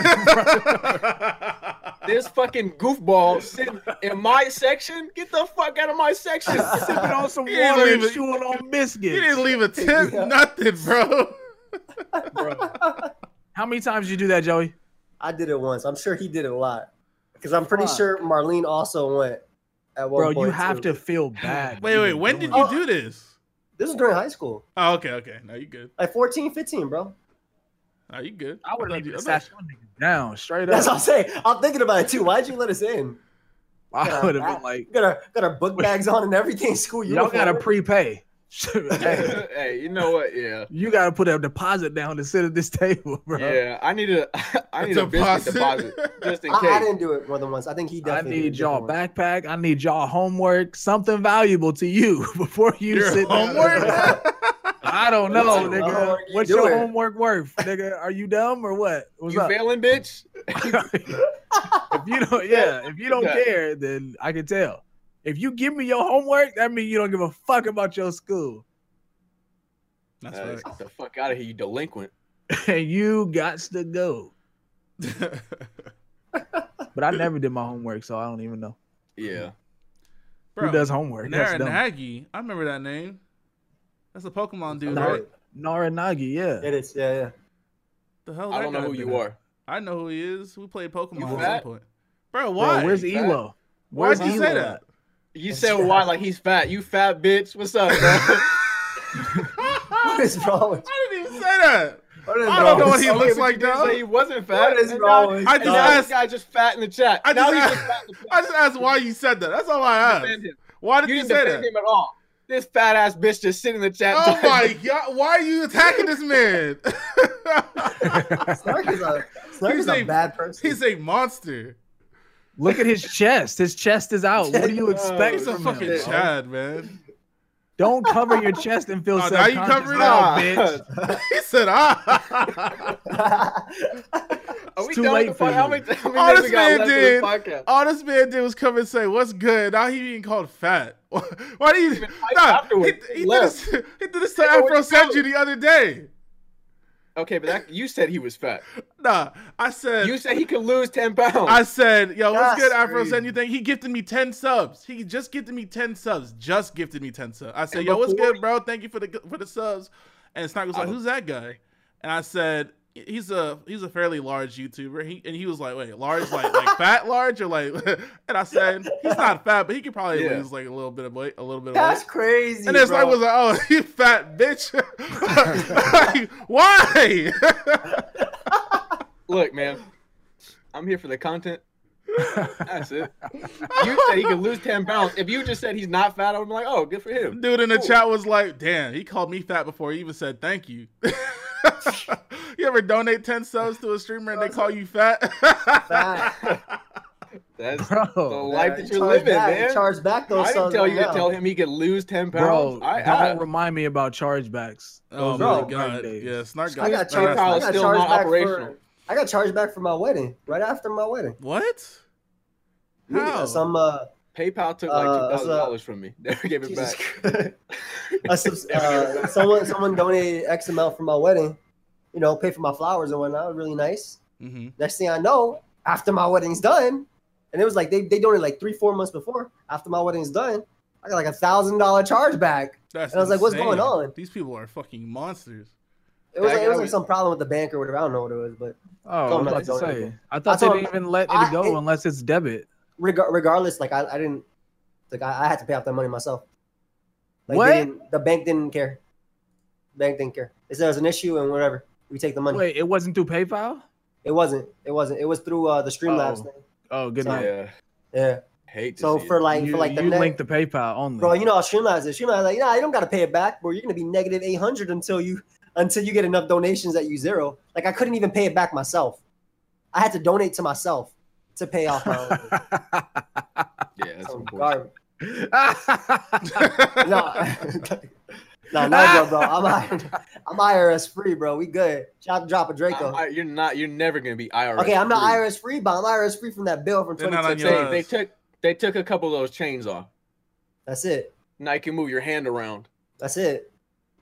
Speaker 5: This fucking goofball sitting in my section. Get the fuck out of my section.
Speaker 4: sipping on some
Speaker 3: He didn't
Speaker 4: water
Speaker 3: leave
Speaker 4: and
Speaker 3: it-
Speaker 4: chewing on
Speaker 3: you
Speaker 4: biscuits.
Speaker 3: didn't leave a tip,
Speaker 1: Yeah.
Speaker 3: nothing, bro.
Speaker 4: How many times did you do that, Joey?
Speaker 1: I did it once. I'm sure he did it a lot. Because I'm pretty
Speaker 4: Fuck.
Speaker 1: sure Marlene also went at one
Speaker 4: Bro,
Speaker 1: point.
Speaker 4: you have
Speaker 1: too.
Speaker 4: to feel bad.
Speaker 3: Wait, wait. When did
Speaker 4: Oh.
Speaker 3: you do this?
Speaker 1: This was during high school.
Speaker 3: Oh, okay, okay. No, you good.
Speaker 1: Like 14, 15, bro.
Speaker 3: No, you good.
Speaker 4: I would
Speaker 3: thought
Speaker 4: have
Speaker 3: you- I
Speaker 4: let
Speaker 3: thought-
Speaker 4: that down straight
Speaker 1: That's what I'm
Speaker 4: up.
Speaker 1: saying. I'm thinking about it too. Why'd you let us in?
Speaker 4: I would have been like,
Speaker 1: We got our, got our book bags on and everything. School
Speaker 4: y'all
Speaker 1: uniform.
Speaker 4: gotta prepay. hey,
Speaker 5: hey, hey, you know what? Yeah.
Speaker 4: you gotta put a deposit down to sit at this table, bro.
Speaker 5: Yeah, I need a I need a biscuit deposit just in
Speaker 1: I,
Speaker 5: case.
Speaker 1: I didn't do it more than once. I think he
Speaker 4: I
Speaker 1: definitely.
Speaker 4: need
Speaker 1: did
Speaker 4: y'all
Speaker 1: more.
Speaker 4: backpack. I need y'all homework. Something valuable to you before you
Speaker 3: Your
Speaker 4: sit down.
Speaker 3: homework?
Speaker 4: I don't know,
Speaker 1: What's your
Speaker 4: nigga.
Speaker 1: homework? You
Speaker 4: What's
Speaker 1: do
Speaker 4: your
Speaker 1: it.
Speaker 4: homework worth, nigga? Are you dumb or what? What's
Speaker 5: you
Speaker 4: up?
Speaker 5: failing, bitch?
Speaker 4: if you don't, yeah, if you don't
Speaker 5: Yeah.
Speaker 4: care, then I can tell. If you give me your homework, that means you don't give a fuck about your school,
Speaker 3: That's
Speaker 5: Uh, get the fuck out of here, you delinquent.
Speaker 4: and you got to go.
Speaker 3: right.
Speaker 4: But I never did my homework, so I don't even know
Speaker 5: Yeah.
Speaker 3: Bro,
Speaker 4: who does homework. That's dumb.
Speaker 3: Naranagi. I remember that name. That's a Pokemon dude,
Speaker 4: Nar-
Speaker 3: right?
Speaker 4: Naranagi, yeah.
Speaker 1: It is, yeah, yeah.
Speaker 3: The hell
Speaker 5: I
Speaker 3: Oh, that
Speaker 5: don't know
Speaker 3: guy
Speaker 5: who
Speaker 3: been
Speaker 5: you
Speaker 3: at?
Speaker 5: are.
Speaker 3: I know who he is. We played Pokemon
Speaker 5: You
Speaker 3: at some
Speaker 5: fat?
Speaker 3: point. Bro, why?
Speaker 4: Bro, where's
Speaker 5: Fat?
Speaker 4: Elo?
Speaker 3: Why'd
Speaker 4: Where's
Speaker 3: you
Speaker 4: Elo
Speaker 3: say
Speaker 4: at?
Speaker 3: that?
Speaker 5: You said why like he's fat. You fat bitch. What's up, bro?
Speaker 1: What is wrong with
Speaker 3: I didn't even say that.
Speaker 1: What is
Speaker 3: I
Speaker 1: wrong
Speaker 3: don't know
Speaker 1: with
Speaker 3: what he
Speaker 1: you?
Speaker 3: looks
Speaker 5: but
Speaker 3: like,
Speaker 5: you did
Speaker 3: dog.
Speaker 5: Say he wasn't fat.
Speaker 1: What is
Speaker 5: and
Speaker 1: wrong
Speaker 5: now-
Speaker 1: with
Speaker 3: I
Speaker 5: and
Speaker 3: just
Speaker 5: now
Speaker 3: asked-
Speaker 5: this guy just fat in the chat.
Speaker 3: I
Speaker 5: now
Speaker 3: just
Speaker 5: he's
Speaker 3: asked-
Speaker 5: just fat in the chat.
Speaker 3: I just asked why you said that. That's all I asked.
Speaker 5: Defend him.
Speaker 3: Why did
Speaker 5: You
Speaker 3: you,
Speaker 5: didn't
Speaker 3: say
Speaker 5: defend
Speaker 3: that?
Speaker 5: him at all. This fat ass bitch just sitting in the chat.
Speaker 3: Oh my god! Why are you attacking this man?
Speaker 1: Snark is a Snark
Speaker 3: He's
Speaker 1: is a
Speaker 3: a-
Speaker 1: bad person.
Speaker 3: He's a monster.
Speaker 4: Look at his chest. His chest is out. What do you
Speaker 5: Oh,
Speaker 4: expect?
Speaker 3: He's a
Speaker 4: from him,
Speaker 3: fucking
Speaker 4: bro?
Speaker 5: shit.
Speaker 3: Chad, man.
Speaker 4: Don't cover your chest and feel
Speaker 3: Oh, now you
Speaker 4: self-conscious.
Speaker 3: covering
Speaker 4: now,
Speaker 5: up.
Speaker 4: bitch.
Speaker 3: He said, "Ah."
Speaker 5: Are we
Speaker 4: It's too
Speaker 5: done with
Speaker 4: late
Speaker 5: the
Speaker 4: for
Speaker 5: pod- How
Speaker 4: you.
Speaker 5: many, how many
Speaker 3: All
Speaker 5: days
Speaker 3: this
Speaker 5: we got
Speaker 3: man
Speaker 5: left in this
Speaker 3: did-
Speaker 5: podcast?
Speaker 3: All this man did was come and say, "What's good?" Now he being called fat. Why do you?
Speaker 5: even hyped
Speaker 3: Nah, he,
Speaker 5: afterwards.
Speaker 3: he
Speaker 5: He
Speaker 3: did
Speaker 5: left.
Speaker 3: this, he did this to
Speaker 5: He always
Speaker 3: Afro
Speaker 5: goes.
Speaker 3: Senju the other day.
Speaker 5: Okay, but that, you said he was fat.
Speaker 3: Nah, I said,
Speaker 5: You said he could lose ten pounds.
Speaker 3: I said, yo, what's
Speaker 1: That's
Speaker 3: good, Afro
Speaker 1: crazy.
Speaker 3: Senju? Thing he gifted me ten subs. He just gifted me ten subs. Just gifted me ten subs. I said,
Speaker 5: And
Speaker 3: yo, what's
Speaker 5: before-
Speaker 3: good, bro? Thank you for the for the subs. And Snark was like,
Speaker 5: Oh.
Speaker 3: who's that guy? And I said, he's a he's a fairly large YouTuber. He and he was like, wait, large like like fat large or like? and I said, he's not fat, but he could probably
Speaker 5: Yeah.
Speaker 3: lose like a little bit of weight, a little bit of weight.
Speaker 1: That's crazy.
Speaker 3: And then
Speaker 1: bro.
Speaker 3: Snark was like, "Oh, you fat bitch! Like, why?"
Speaker 5: Look, man, I'm here for the content. That's it. You said he could lose ten pounds. If you just said he's not fat, I'm like, oh, good for him.
Speaker 3: Dude in the
Speaker 5: Cool.
Speaker 3: chat was like, "Damn, he called me fat before he even said thank you." you ever donate ten subs to a streamer and they call you fat?
Speaker 1: Fat.
Speaker 5: That's the
Speaker 4: Bro,
Speaker 5: life that
Speaker 1: You
Speaker 5: you're
Speaker 1: charge
Speaker 5: living,
Speaker 1: back, you
Speaker 5: man.
Speaker 1: Charge back those
Speaker 5: I didn't
Speaker 1: sons
Speaker 5: tell
Speaker 1: right
Speaker 5: you
Speaker 1: now.
Speaker 5: to tell him he could lose ten pounds.
Speaker 4: bro,
Speaker 5: I,
Speaker 4: don't
Speaker 5: I,
Speaker 4: remind me about chargebacks.
Speaker 3: oh
Speaker 4: Those
Speaker 1: bro.
Speaker 4: are
Speaker 3: my
Speaker 4: the dark
Speaker 3: god!
Speaker 4: days.
Speaker 3: Yeah, snark
Speaker 1: I got
Speaker 3: got
Speaker 1: charged.
Speaker 5: Power
Speaker 1: I
Speaker 5: is
Speaker 1: got
Speaker 5: still
Speaker 1: charged
Speaker 5: not
Speaker 1: back
Speaker 5: operational.
Speaker 1: for. I got charged back for my wedding right after my wedding.
Speaker 3: What?
Speaker 1: Me, uh,
Speaker 3: How?
Speaker 1: Some uh,
Speaker 5: PayPal took like
Speaker 1: Uh,
Speaker 5: two
Speaker 1: that's
Speaker 5: thousand dollars from me. Never gave it
Speaker 1: Jesus
Speaker 5: back.
Speaker 1: Christ. A subs- uh, someone someone donated X amount for my wedding. You know, pay for my flowers and whatnot. Really nice.
Speaker 3: hmm
Speaker 1: Next thing I know, after my wedding's done, and it was like they, they donated like three, four months before, after my wedding's done, I got like a thousand dollar charge back.
Speaker 3: That's
Speaker 1: And I was like, what's
Speaker 3: insane.
Speaker 1: going on?
Speaker 3: These people are fucking monsters.
Speaker 1: It was
Speaker 5: That
Speaker 1: like, it
Speaker 5: guy
Speaker 1: was like
Speaker 5: was-
Speaker 1: some problem with the bank or whatever. I don't know what it was, but
Speaker 4: Oh, I
Speaker 1: Don't
Speaker 4: was
Speaker 1: let
Speaker 4: about
Speaker 1: it
Speaker 4: to
Speaker 1: go
Speaker 4: say.
Speaker 1: anymore.
Speaker 4: I thought
Speaker 1: I
Speaker 4: they
Speaker 1: told
Speaker 4: didn't even let
Speaker 1: I-
Speaker 4: it go
Speaker 1: it-
Speaker 4: unless it's debit.
Speaker 1: regar- regardless, like I, I didn't like I, I had to pay off that money myself. Like they
Speaker 4: What?
Speaker 1: didn't- the bank didn't care. Bank didn't care. They said it was an issue and whatever. We take the money.
Speaker 4: Wait, it wasn't through PayPal?
Speaker 1: It wasn't. It wasn't. It was through uh, the Streamlabs
Speaker 4: Oh.
Speaker 1: thing.
Speaker 4: Oh, good
Speaker 1: So,
Speaker 4: night.
Speaker 5: Yeah,
Speaker 1: Yeah.
Speaker 5: hate. To
Speaker 1: So
Speaker 5: see
Speaker 1: for like
Speaker 4: you
Speaker 1: for like the
Speaker 4: you
Speaker 1: next,
Speaker 4: linked the PayPal only.
Speaker 1: bro, you know how Streamlabs is. Streamlabs like, nah, you don't gotta pay it back, bro. You're gonna be negative eight hundred until you until you get enough donations that you zero. Like I couldn't even pay it back myself. I had to donate to myself to pay off my own.
Speaker 5: it. yeah, that's
Speaker 1: Some
Speaker 5: unfortunate.
Speaker 1: Oh, garbage. No, no, no, bro, bro. I'm I- I'm IRS free, bro. We good. Drop, drop a Draco.
Speaker 5: I- I- you're not. You're never gonna be IRS.
Speaker 1: okay, I'm not
Speaker 5: free.
Speaker 1: IRS free, but I'm IRS free from that bill from
Speaker 3: They're not on
Speaker 1: 2010.
Speaker 3: your-
Speaker 5: They, they took they took a couple of those chains off.
Speaker 1: That's it.
Speaker 5: Now you can move your hand around.
Speaker 1: That's it.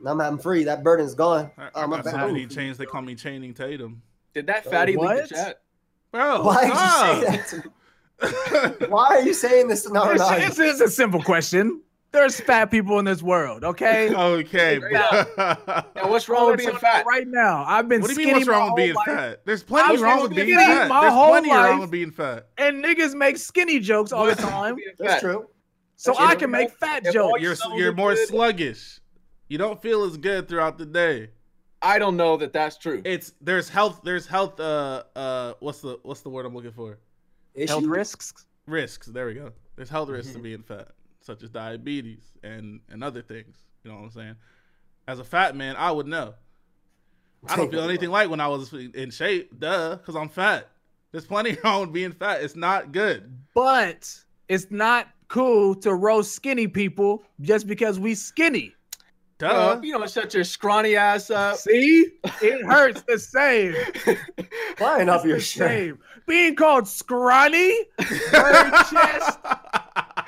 Speaker 1: Now I'm, I'm free. That burden's gone.
Speaker 3: I, I
Speaker 1: Oh, my
Speaker 3: got so
Speaker 1: bad.
Speaker 3: many chains. They call me Chaining Tatum.
Speaker 5: Did that
Speaker 1: Oh,
Speaker 5: fatty leave
Speaker 4: what?
Speaker 5: the chat?
Speaker 3: Bro,
Speaker 1: Why did
Speaker 3: stop.
Speaker 1: you say that to me? Why are you saying this to Nara Nara?
Speaker 4: this, this is a simple question. There's fat people in this world, okay?
Speaker 3: okay,
Speaker 5: Right
Speaker 3: bro.
Speaker 5: Now what's wrong with being fat?
Speaker 4: Right now, I've been
Speaker 3: What do you
Speaker 4: skinny
Speaker 3: mean? What's
Speaker 4: my
Speaker 3: wrong with
Speaker 4: whole
Speaker 3: being
Speaker 4: life,
Speaker 3: fat? There's plenty
Speaker 4: was
Speaker 3: wrong with
Speaker 4: skinny
Speaker 3: being
Speaker 4: my
Speaker 3: fat. There's
Speaker 4: whole
Speaker 3: plenty wrong
Speaker 4: life.
Speaker 3: with being fat.
Speaker 4: and niggas make skinny jokes all the time.
Speaker 5: Being
Speaker 1: That's
Speaker 5: fat.
Speaker 1: true.
Speaker 4: so
Speaker 5: If
Speaker 4: I
Speaker 5: all
Speaker 4: can make
Speaker 5: if
Speaker 4: fat
Speaker 5: all
Speaker 4: jokes.
Speaker 5: you-
Speaker 3: You're
Speaker 5: sound
Speaker 3: you're more
Speaker 5: good.
Speaker 3: sluggish. You don't feel as good throughout the day.
Speaker 5: I don't know that that's true.
Speaker 3: It's there's health there's health uh uh what's the what's the word I'm looking for?
Speaker 1: Issue.
Speaker 4: Health risks.
Speaker 3: Risks. There we go. There's health risks to
Speaker 5: Mhm.
Speaker 3: being fat. such as diabetes and and other things. You know what I'm saying? As a fat man, I would know. I don't feel anything like when I was in shape, duh, because I'm fat. There's plenty wrong with being fat. It's not good.
Speaker 4: But it's not cool to roast skinny people just because we skinny.
Speaker 3: Duh.
Speaker 5: you don't shut your scrawny ass uh, up.
Speaker 4: See, it hurts the same.
Speaker 1: Flying off your
Speaker 4: The
Speaker 1: shirt.
Speaker 4: same. Being called scrawny, bird chest,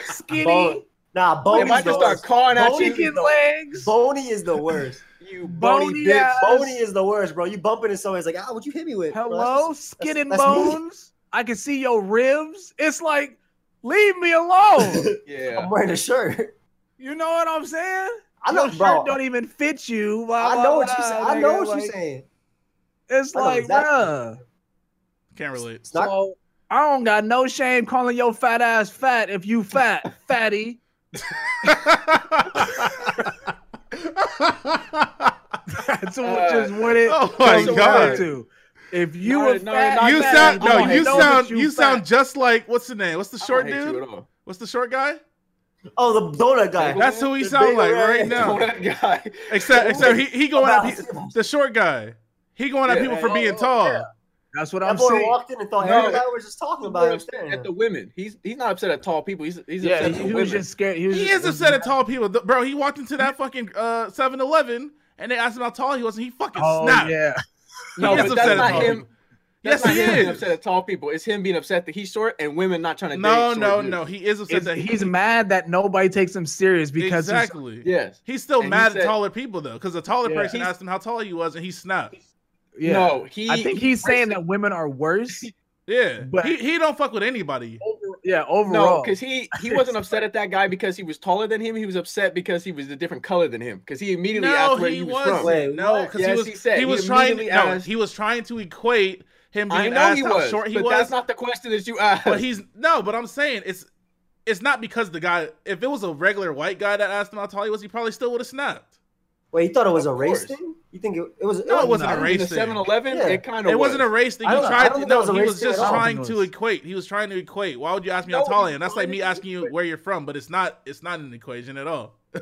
Speaker 4: skinny,
Speaker 1: Bone- Nah, bony.
Speaker 5: If I
Speaker 1: is the
Speaker 5: just start
Speaker 1: worst.
Speaker 5: calling at
Speaker 1: Bony-
Speaker 5: you,
Speaker 4: chicken legs.
Speaker 1: Bony is the worst.
Speaker 5: you
Speaker 4: bony
Speaker 5: bony bitch.
Speaker 4: ass.
Speaker 1: Bony is the worst, bro. You bumping into someone, it's like, ah, what you hit me with? bro?
Speaker 4: Hello, skin and
Speaker 1: that's me.
Speaker 4: bones. I can see your ribs. It's like, leave me alone.
Speaker 5: Yeah.
Speaker 1: I'm wearing a shirt.
Speaker 4: you know what I'm saying?
Speaker 1: I know,
Speaker 4: your shirt
Speaker 1: bro.
Speaker 4: don't even fit you. blah,
Speaker 1: I
Speaker 4: blah,
Speaker 1: know what you're
Speaker 4: blah,
Speaker 1: saying. I know what
Speaker 4: nigga.
Speaker 1: you're
Speaker 4: Like,
Speaker 1: saying.
Speaker 4: It's
Speaker 1: I know
Speaker 4: like,
Speaker 1: exactly.
Speaker 4: bruh.
Speaker 3: Can't relate.
Speaker 1: It's not.
Speaker 4: so, I don't got no shame calling your fat ass fat if you fat, fatty. That's what- just what it
Speaker 3: oh my
Speaker 4: comes down
Speaker 3: God.
Speaker 4: to. If you
Speaker 5: No,
Speaker 4: were
Speaker 5: no,
Speaker 4: fat,
Speaker 5: not
Speaker 3: you
Speaker 5: fat.
Speaker 3: sound
Speaker 5: I
Speaker 3: no.
Speaker 5: don't
Speaker 3: You
Speaker 5: know
Speaker 3: sound you, sound just like what's the name? What's the
Speaker 5: I don't
Speaker 3: short
Speaker 5: hate you
Speaker 3: dude?
Speaker 5: at all.
Speaker 3: What's the short guy?
Speaker 1: Oh, the donut guy.
Speaker 3: That's who he
Speaker 1: The
Speaker 3: sound
Speaker 1: big
Speaker 3: like
Speaker 1: red
Speaker 3: right
Speaker 5: Oh,
Speaker 3: now.
Speaker 5: that guy.
Speaker 3: Except except he, he going at
Speaker 1: About-
Speaker 3: pe- the short guy. He going at
Speaker 5: Yeah,
Speaker 3: people for
Speaker 5: oh,
Speaker 3: being
Speaker 5: oh,
Speaker 3: tall.
Speaker 5: yeah.
Speaker 4: that's what I'm
Speaker 1: That boy
Speaker 4: saying.
Speaker 1: walked in and thought
Speaker 5: No.
Speaker 1: everybody was just talking about him.
Speaker 5: He's upset at the women. He's he's not upset at tall people. He's he's
Speaker 4: Yeah,
Speaker 5: upset
Speaker 4: he,
Speaker 5: at the
Speaker 4: was
Speaker 5: women.
Speaker 4: just scared. He, was
Speaker 3: He
Speaker 4: just,
Speaker 3: is upset at tall people, Th- bro. He walked into that fucking uh 7-Eleven and they asked him how tall he was, and he fucking
Speaker 4: Oh,
Speaker 3: snapped.
Speaker 4: yeah.
Speaker 5: no,
Speaker 3: he is
Speaker 5: but
Speaker 3: upset
Speaker 5: that's
Speaker 3: at
Speaker 5: not
Speaker 3: tall
Speaker 5: him.
Speaker 3: people.
Speaker 5: That's
Speaker 3: Yes,
Speaker 5: not
Speaker 3: he
Speaker 5: him being
Speaker 3: is.
Speaker 5: upset at tall people. It's him being upset that he's short and women not trying to
Speaker 3: No,
Speaker 5: date. short
Speaker 3: no,
Speaker 5: dudes.
Speaker 3: no. He is upset
Speaker 4: It's-
Speaker 3: that
Speaker 4: he's mad that nobody takes him serious because he's-
Speaker 3: exactly.
Speaker 5: Yes.
Speaker 3: He's still
Speaker 5: And he
Speaker 3: mad at
Speaker 5: said-
Speaker 3: taller people though, because the taller
Speaker 4: Yeah.
Speaker 3: person
Speaker 5: He's-
Speaker 3: asked him how tall he was, and he snapped.
Speaker 4: yeah.
Speaker 5: No, he.
Speaker 4: I think he's saying that women are worse.
Speaker 3: Yeah,
Speaker 4: But-
Speaker 3: he he don't fuck with anybody.
Speaker 4: Over- yeah,
Speaker 5: No,
Speaker 4: overall.
Speaker 5: because he he wasn't upset at that guy because he was taller than him. He was upset because he was a different color than him. Because he immediately
Speaker 3: No,
Speaker 5: asked where he,
Speaker 3: he
Speaker 5: was
Speaker 3: wasn't.
Speaker 5: from.
Speaker 1: Wait,
Speaker 3: no,
Speaker 1: what?
Speaker 3: because he
Speaker 5: Yes,
Speaker 3: was
Speaker 5: he said.
Speaker 3: he
Speaker 5: He
Speaker 3: was trying
Speaker 5: immediately
Speaker 3: no,
Speaker 5: asked-
Speaker 3: he was trying to equate him being
Speaker 5: I know
Speaker 3: asked
Speaker 5: he
Speaker 3: how
Speaker 5: was,
Speaker 3: short he
Speaker 5: but
Speaker 3: was.
Speaker 5: that's not the question that you asked.
Speaker 3: but he's no, but I'm saying it's it's not because the guy. If it was a regular white guy that asked him how tall he was, he probably still would have snapped.
Speaker 1: Wait, you thought it was a
Speaker 5: Of
Speaker 1: race
Speaker 5: course.
Speaker 1: thing? You think it, it was?
Speaker 3: No, it wasn't a
Speaker 1: nah.
Speaker 3: race.
Speaker 5: in the
Speaker 3: thing.
Speaker 5: 7-Eleven,
Speaker 1: Yeah.
Speaker 5: it kind of
Speaker 3: It wasn't a race thing.
Speaker 1: I
Speaker 3: He
Speaker 1: don't- I
Speaker 3: tried
Speaker 1: don't
Speaker 3: to,
Speaker 1: think that
Speaker 3: no,
Speaker 1: was a
Speaker 3: he
Speaker 1: race
Speaker 3: was
Speaker 1: thing
Speaker 3: just
Speaker 1: at all.
Speaker 3: trying
Speaker 4: It
Speaker 3: to
Speaker 4: was.
Speaker 3: equate. He was trying to equate. Why would you ask me
Speaker 5: No,
Speaker 3: how tall I
Speaker 5: he
Speaker 3: am? That's like me
Speaker 5: wanted to
Speaker 3: asking you where you're from, but it's not. It's not an equation at all.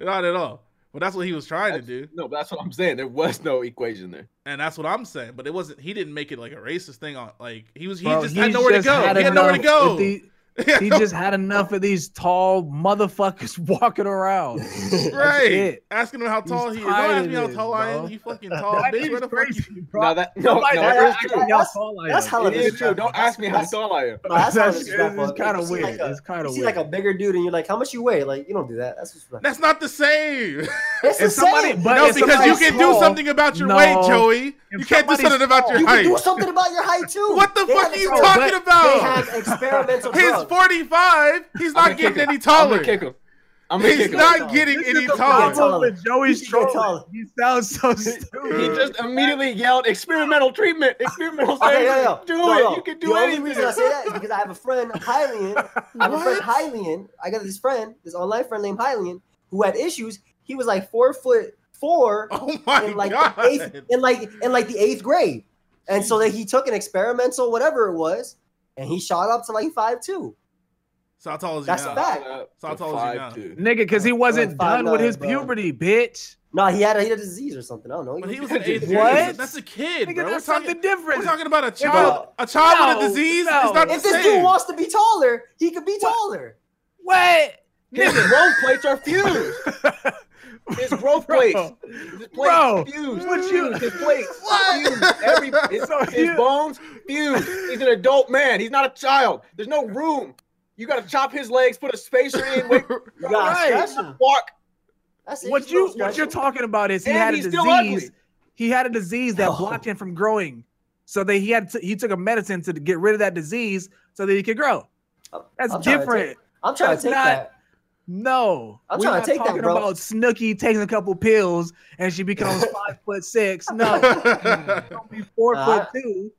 Speaker 3: not at all. But that's what he was trying
Speaker 5: That's-
Speaker 3: to do,
Speaker 5: No, but that's what I'm saying. There was no equation there.
Speaker 3: and that's what I'm saying. But it wasn't. He didn't make it like a racist thing. On like he was. He
Speaker 4: Bro,
Speaker 3: just
Speaker 4: he
Speaker 3: had nowhere
Speaker 4: just
Speaker 3: to go.
Speaker 4: had
Speaker 3: He had nowhere to
Speaker 4: enough
Speaker 3: go.
Speaker 4: with the- he just had enough of these tall motherfuckers walking around.
Speaker 3: right.
Speaker 4: it.
Speaker 3: Asking him how tall he is. Don't
Speaker 4: tired
Speaker 3: ask
Speaker 4: of
Speaker 3: me how
Speaker 4: this,
Speaker 3: tall I am.
Speaker 4: bro.
Speaker 3: You fucking tall
Speaker 4: That
Speaker 3: bitch.
Speaker 4: is
Speaker 3: Where the fuck you?
Speaker 4: crazy, bro.
Speaker 5: No, that no,
Speaker 4: Nobody's
Speaker 5: no,
Speaker 4: ever
Speaker 5: that is
Speaker 4: asked
Speaker 5: true.
Speaker 4: me how
Speaker 1: That's-
Speaker 4: tall I am.
Speaker 1: that's how
Speaker 5: It is true.
Speaker 1: disrespectful.
Speaker 5: Don't ask me how
Speaker 1: That's-
Speaker 5: tall I am.
Speaker 1: No, that's
Speaker 4: That's-
Speaker 1: how disrespectful.
Speaker 4: it's kinda
Speaker 1: You see,
Speaker 4: weird.
Speaker 1: like, a-
Speaker 4: It's kinda
Speaker 1: you see,
Speaker 4: weird.
Speaker 1: like a bigger dude, and you're like, "How much you weigh?" Like, you don't do that. That's disrespectful.
Speaker 3: That's not the same.
Speaker 1: It's the
Speaker 4: if somebody-
Speaker 1: same.
Speaker 4: but
Speaker 3: No,
Speaker 4: if
Speaker 3: because you
Speaker 4: somebody's
Speaker 3: can do
Speaker 4: tall-
Speaker 3: something about your
Speaker 4: No.
Speaker 3: weight, Joey.
Speaker 4: If
Speaker 3: You can't do
Speaker 4: somebody's
Speaker 3: something about
Speaker 4: tall,
Speaker 3: your
Speaker 1: You
Speaker 3: height.
Speaker 1: can do something about your height too.
Speaker 3: What the
Speaker 1: They
Speaker 3: fuck
Speaker 1: have
Speaker 3: are you
Speaker 1: experimental-
Speaker 3: talking
Speaker 1: They
Speaker 3: about?
Speaker 1: have experimental
Speaker 3: He's
Speaker 1: drugs.
Speaker 3: 45. He's
Speaker 5: I'm
Speaker 3: not
Speaker 5: gonna kick
Speaker 3: getting
Speaker 5: him.
Speaker 3: any
Speaker 5: I'm
Speaker 3: taller.
Speaker 5: gonna kick him. I'm gonna
Speaker 3: He's
Speaker 5: kick him.
Speaker 3: not getting
Speaker 4: This is
Speaker 3: any
Speaker 4: the
Speaker 3: taller.
Speaker 4: problem with Joey's
Speaker 1: You should get
Speaker 4: trolling.
Speaker 1: taller.
Speaker 4: He sounds so
Speaker 5: He
Speaker 4: stupid.
Speaker 5: just immediately yelled experimental treatment. Experimental
Speaker 1: Okay,
Speaker 5: therapy.
Speaker 1: yeah, yeah.
Speaker 5: Do
Speaker 1: No,
Speaker 5: it.
Speaker 1: no.
Speaker 5: You can
Speaker 1: the
Speaker 5: do
Speaker 1: only
Speaker 5: anything.
Speaker 1: reason I say that is because I have a friend, Hylian. I have a friend, Hylian. I got this friend, this online friend named Hylian, who had issues. He was like four foot four
Speaker 3: Oh my
Speaker 1: in like
Speaker 3: god.
Speaker 1: the eighth, in like in like the eighth grade, and so that he took an experimental whatever it was, and he shot up to like five two.
Speaker 3: So how tall is he
Speaker 1: That's
Speaker 3: now?
Speaker 1: a fact.
Speaker 5: Uh,
Speaker 3: So how tall is he now?
Speaker 4: Nigga, because he wasn't
Speaker 1: five
Speaker 4: done with
Speaker 1: nine,
Speaker 4: his
Speaker 1: bro.
Speaker 4: puberty, bitch.
Speaker 1: No, he had a, he had a disease or something. I don't know.
Speaker 3: When he was in eighth grade,
Speaker 1: What?
Speaker 3: that's a- that's a kid,
Speaker 4: Nigga,
Speaker 3: bro. We're
Speaker 4: that's
Speaker 3: talking,
Speaker 4: something different.
Speaker 3: we're talking about a child. A child with a
Speaker 4: No,
Speaker 3: disease
Speaker 4: no.
Speaker 3: It's not the
Speaker 1: if this
Speaker 3: same.
Speaker 1: dude wants to be taller, he could be taller.
Speaker 4: what?
Speaker 5: His growth plates are fused. His growth plates. His plates
Speaker 4: Bro,
Speaker 5: fused.
Speaker 4: what you-
Speaker 5: His plates
Speaker 3: What?
Speaker 5: fused. Every his,
Speaker 4: So
Speaker 5: his
Speaker 4: you-
Speaker 5: bones fused. He's an adult man. He's not a child. There's no room. You gotta chop his legs, put a spacer in, wait,
Speaker 1: You gotta
Speaker 4: Right.
Speaker 1: stretch him.
Speaker 5: walk.
Speaker 1: That's it.
Speaker 4: What
Speaker 1: gotta
Speaker 4: you
Speaker 1: stretch
Speaker 4: what you're
Speaker 1: him.
Speaker 4: talking about is he
Speaker 5: And
Speaker 4: had a
Speaker 5: he's still ugly.
Speaker 4: disease. He had a disease that
Speaker 1: Oh.
Speaker 4: blocked him from growing. So that he had to, he took a medicine to get rid of that disease so that he could grow.
Speaker 1: I'm-
Speaker 4: That's
Speaker 1: I'm trying to
Speaker 4: different.
Speaker 1: take- I'm trying
Speaker 4: That's
Speaker 1: to take
Speaker 4: not-
Speaker 1: that.
Speaker 4: No,
Speaker 1: I'm
Speaker 4: we're
Speaker 1: trying to
Speaker 4: not
Speaker 1: take that,
Speaker 4: talking
Speaker 1: bro.
Speaker 4: about Snooky taking a couple pills and she becomes five foot six. No, she's four
Speaker 1: Nah,
Speaker 4: foot two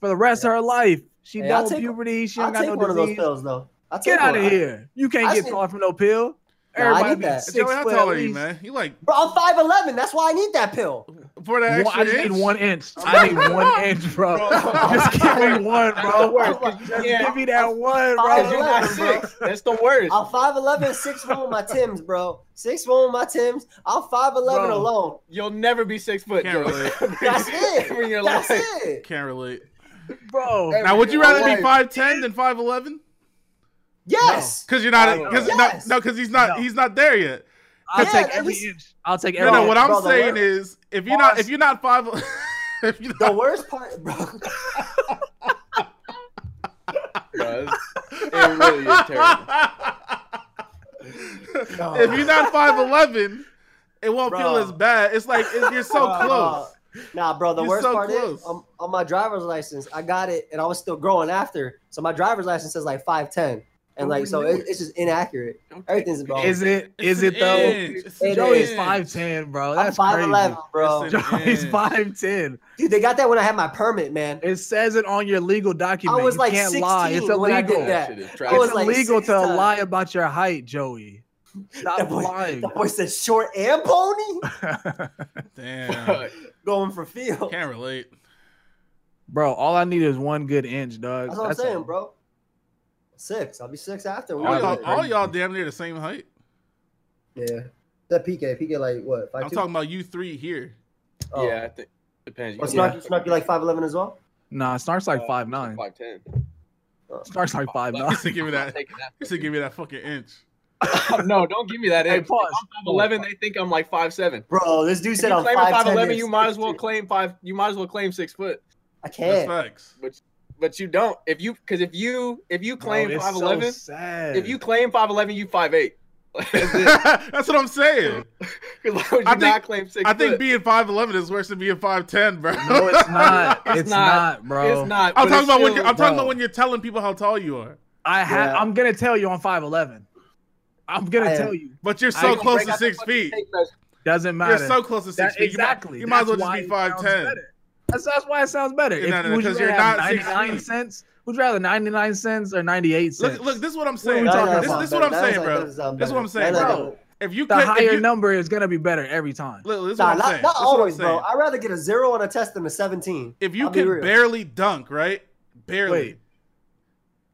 Speaker 4: for the rest of her life. She
Speaker 1: Hey, Uh, I'll
Speaker 4: don't
Speaker 1: take-
Speaker 4: puberty. She
Speaker 1: I'll
Speaker 4: don't
Speaker 1: take
Speaker 4: got
Speaker 1: one
Speaker 4: no
Speaker 1: of those
Speaker 4: disease.
Speaker 1: pills though. I'll take
Speaker 4: Get out
Speaker 1: one.
Speaker 4: of here! You can't
Speaker 1: I
Speaker 4: get
Speaker 1: see-
Speaker 4: caught from no pill.
Speaker 1: Nah, I
Speaker 4: Everybody
Speaker 1: need
Speaker 4: be
Speaker 1: that.
Speaker 4: six
Speaker 3: Joey, how
Speaker 4: foot
Speaker 3: tall
Speaker 4: at
Speaker 3: are you,
Speaker 4: least.
Speaker 3: man? You like
Speaker 1: Bro, I'm five eleven. That's why I need that pill.
Speaker 3: for that
Speaker 4: One-
Speaker 3: extra
Speaker 4: I just
Speaker 3: inch?
Speaker 4: need one inch. I need one inch, bro.
Speaker 3: Bro.
Speaker 4: Just give me one, bro. Just
Speaker 5: Yeah.
Speaker 4: give me that
Speaker 1: Five
Speaker 4: one,
Speaker 5: Because you
Speaker 4: bro.
Speaker 5: got
Speaker 1: eleven, bro.
Speaker 5: six. That's the worst.
Speaker 1: I'm 5'11, 6 one with my Tims, bro. Six one with my Tims. I'm 5'11
Speaker 4: Bro.
Speaker 1: alone.
Speaker 5: You'll never be six foot.
Speaker 3: Can't
Speaker 5: Joey.
Speaker 3: relate.
Speaker 1: That's it.
Speaker 5: Ever in your
Speaker 1: That's
Speaker 5: life.
Speaker 1: it.
Speaker 3: Can't relate.
Speaker 4: bro.
Speaker 5: Hey,
Speaker 3: Now, would you
Speaker 5: Your
Speaker 3: rather be
Speaker 5: life.
Speaker 3: five ten than five eleven?
Speaker 1: Yes.
Speaker 3: Because you're not.
Speaker 5: No.
Speaker 3: Because
Speaker 1: Yes.
Speaker 3: no, because he's not.
Speaker 4: Oh, No.
Speaker 3: He's not there yet.
Speaker 4: I'll
Speaker 1: Yeah,
Speaker 4: take
Speaker 1: at
Speaker 4: every
Speaker 1: least-
Speaker 4: inch. I'll take
Speaker 3: No,
Speaker 4: every
Speaker 3: no.
Speaker 4: inch.
Speaker 3: What I'm
Speaker 1: Bro, the
Speaker 3: saying
Speaker 1: worst-
Speaker 3: is, if you're not, if
Speaker 1: Boss.
Speaker 3: you're not five, if you're
Speaker 1: The
Speaker 3: not,
Speaker 1: worst part, bro.
Speaker 5: Bro, it's- it really is terrible.
Speaker 3: if you're not five eleven, it won't feel
Speaker 1: Bro.
Speaker 3: as bad. It's like it, you're so
Speaker 1: Bro.
Speaker 3: close.
Speaker 1: Nah, bro. The
Speaker 3: You're
Speaker 1: worst
Speaker 3: so
Speaker 1: part
Speaker 3: close.
Speaker 1: is um, on my driver's license, I got it, and I was still growing after. So my driver's license says like five ten, and like so it, it's just inaccurate. Everything's wrong.
Speaker 4: Is it? Is it
Speaker 3: It's
Speaker 4: though?
Speaker 3: an inch. It's an
Speaker 4: Joey's
Speaker 3: inch.
Speaker 4: five ten, bro.
Speaker 1: I'm
Speaker 4: That's
Speaker 1: five eleven, bro.
Speaker 3: Listen.
Speaker 4: crazy. Joey's
Speaker 3: inch.
Speaker 4: five ten.
Speaker 1: Dude, they got that when I had my permit, man.
Speaker 4: It says it on your legal document.
Speaker 1: I was
Speaker 4: you
Speaker 1: like
Speaker 4: can't lie. It's
Speaker 1: 16
Speaker 4: illegal.
Speaker 1: when I did that.
Speaker 5: That shit is trash.
Speaker 1: I was
Speaker 4: it's
Speaker 1: Oh, like
Speaker 4: illegal
Speaker 1: six
Speaker 4: to
Speaker 1: times.
Speaker 4: lie about your height, Joey. Stop
Speaker 1: That boy-
Speaker 4: lying.
Speaker 1: The boy said short and pony,
Speaker 3: Damn,
Speaker 1: going for field.
Speaker 3: can't relate.
Speaker 4: bro, all I need is one good inch, dog.
Speaker 1: That's what
Speaker 4: That's
Speaker 1: I'm saying,
Speaker 4: all.
Speaker 1: bro. Six. I'll be six after.
Speaker 3: All
Speaker 1: We're
Speaker 3: y'all,
Speaker 1: good.
Speaker 3: all y'all damn near the same height.
Speaker 1: Yeah. That PK, PK like what? Five
Speaker 3: I'm talking about you three here.
Speaker 1: Oh.
Speaker 5: Yeah, I think depends.
Speaker 1: Well,
Speaker 5: can-
Speaker 1: Snark, Snark, you Oh. like five eleven as well?
Speaker 4: Nah, Snark's like
Speaker 5: Uh,
Speaker 4: five nine.
Speaker 5: Five ten.
Speaker 4: Snark's like five nine.
Speaker 3: Used to give me that. Used to give me that fucking inch.
Speaker 5: no, don't give me that.
Speaker 4: Hey,
Speaker 5: inch.
Speaker 4: pause.
Speaker 5: If I'm eleven. They think I'm like five seven.
Speaker 1: Bro, this dude
Speaker 5: If
Speaker 1: said
Speaker 5: you're
Speaker 1: I'm
Speaker 5: claiming five eleven,
Speaker 1: 5'10".
Speaker 5: you might as well claim five. You might as well claim six foot.
Speaker 1: I
Speaker 3: That's
Speaker 1: can't.
Speaker 3: facts.
Speaker 5: But you don't. If you because if you if you claim
Speaker 4: Bro, it's
Speaker 5: five eleven,
Speaker 4: So sad.
Speaker 5: if you claim five eleven, you five eight. That's it.
Speaker 3: That's what I'm saying.
Speaker 5: 'Cause why would you
Speaker 3: I think-
Speaker 5: not claim six
Speaker 3: I think
Speaker 5: foot?
Speaker 3: being five eleven is worse than being five ten, bro.
Speaker 4: no, it's not.
Speaker 5: It's
Speaker 4: it's,
Speaker 5: not.
Speaker 4: not, bro.
Speaker 5: it's not.
Speaker 3: I'm
Speaker 5: but it's
Speaker 3: talking about when
Speaker 5: still-
Speaker 3: you're, I'm talking about
Speaker 4: bro.
Speaker 3: when you're telling people how tall you are,
Speaker 4: I ha-
Speaker 1: Yeah.
Speaker 4: I'm gonna tell you on five eleven. I'm gonna
Speaker 1: I am.
Speaker 4: tell you.
Speaker 3: but you're
Speaker 4: I
Speaker 3: so
Speaker 4: ain't gonna
Speaker 3: close
Speaker 5: break
Speaker 3: to
Speaker 5: out the
Speaker 3: six
Speaker 5: fucking
Speaker 3: feet.
Speaker 5: tape measure.
Speaker 4: Doesn't matter.
Speaker 3: You're so close to six
Speaker 4: That-
Speaker 3: feet. You might-
Speaker 4: exactly.
Speaker 3: You might,
Speaker 4: That's
Speaker 3: as well
Speaker 4: why
Speaker 3: just be
Speaker 4: it
Speaker 3: five
Speaker 4: sounds
Speaker 3: ten.
Speaker 4: better. That's that's why it sounds better.
Speaker 3: Yeah,
Speaker 4: If
Speaker 3: no, no,
Speaker 4: you would
Speaker 3: 'cause
Speaker 4: you
Speaker 3: you're
Speaker 4: rather
Speaker 3: not
Speaker 4: have
Speaker 3: six
Speaker 4: 99
Speaker 3: feet.
Speaker 4: cents, would you rather 99 cents or 98 cents?
Speaker 3: Look, look. This is what I'm
Speaker 4: are
Speaker 3: saying.
Speaker 4: we talking
Speaker 1: That doesn't
Speaker 3: this,
Speaker 4: about?
Speaker 3: this is
Speaker 1: sound
Speaker 3: what I'm
Speaker 1: better.
Speaker 3: saying,
Speaker 1: That
Speaker 3: bro.
Speaker 1: doesn't sound
Speaker 3: This is what I'm
Speaker 1: better.
Speaker 3: saying,
Speaker 1: That
Speaker 4: bro.
Speaker 1: doesn't-
Speaker 3: If you
Speaker 4: the
Speaker 3: could,
Speaker 4: higher
Speaker 3: if you,
Speaker 4: number is gonna be better every time.
Speaker 3: look, this is
Speaker 1: Nah,
Speaker 3: what I'm
Speaker 1: not,
Speaker 3: saying.
Speaker 1: not
Speaker 3: This is what I'm
Speaker 1: always, bro.
Speaker 3: saying.
Speaker 1: I'd rather get a zero on a test than a 17.
Speaker 3: If you
Speaker 1: I'll be
Speaker 3: can
Speaker 1: real.
Speaker 3: barely dunk, right? Barely.
Speaker 4: Wait.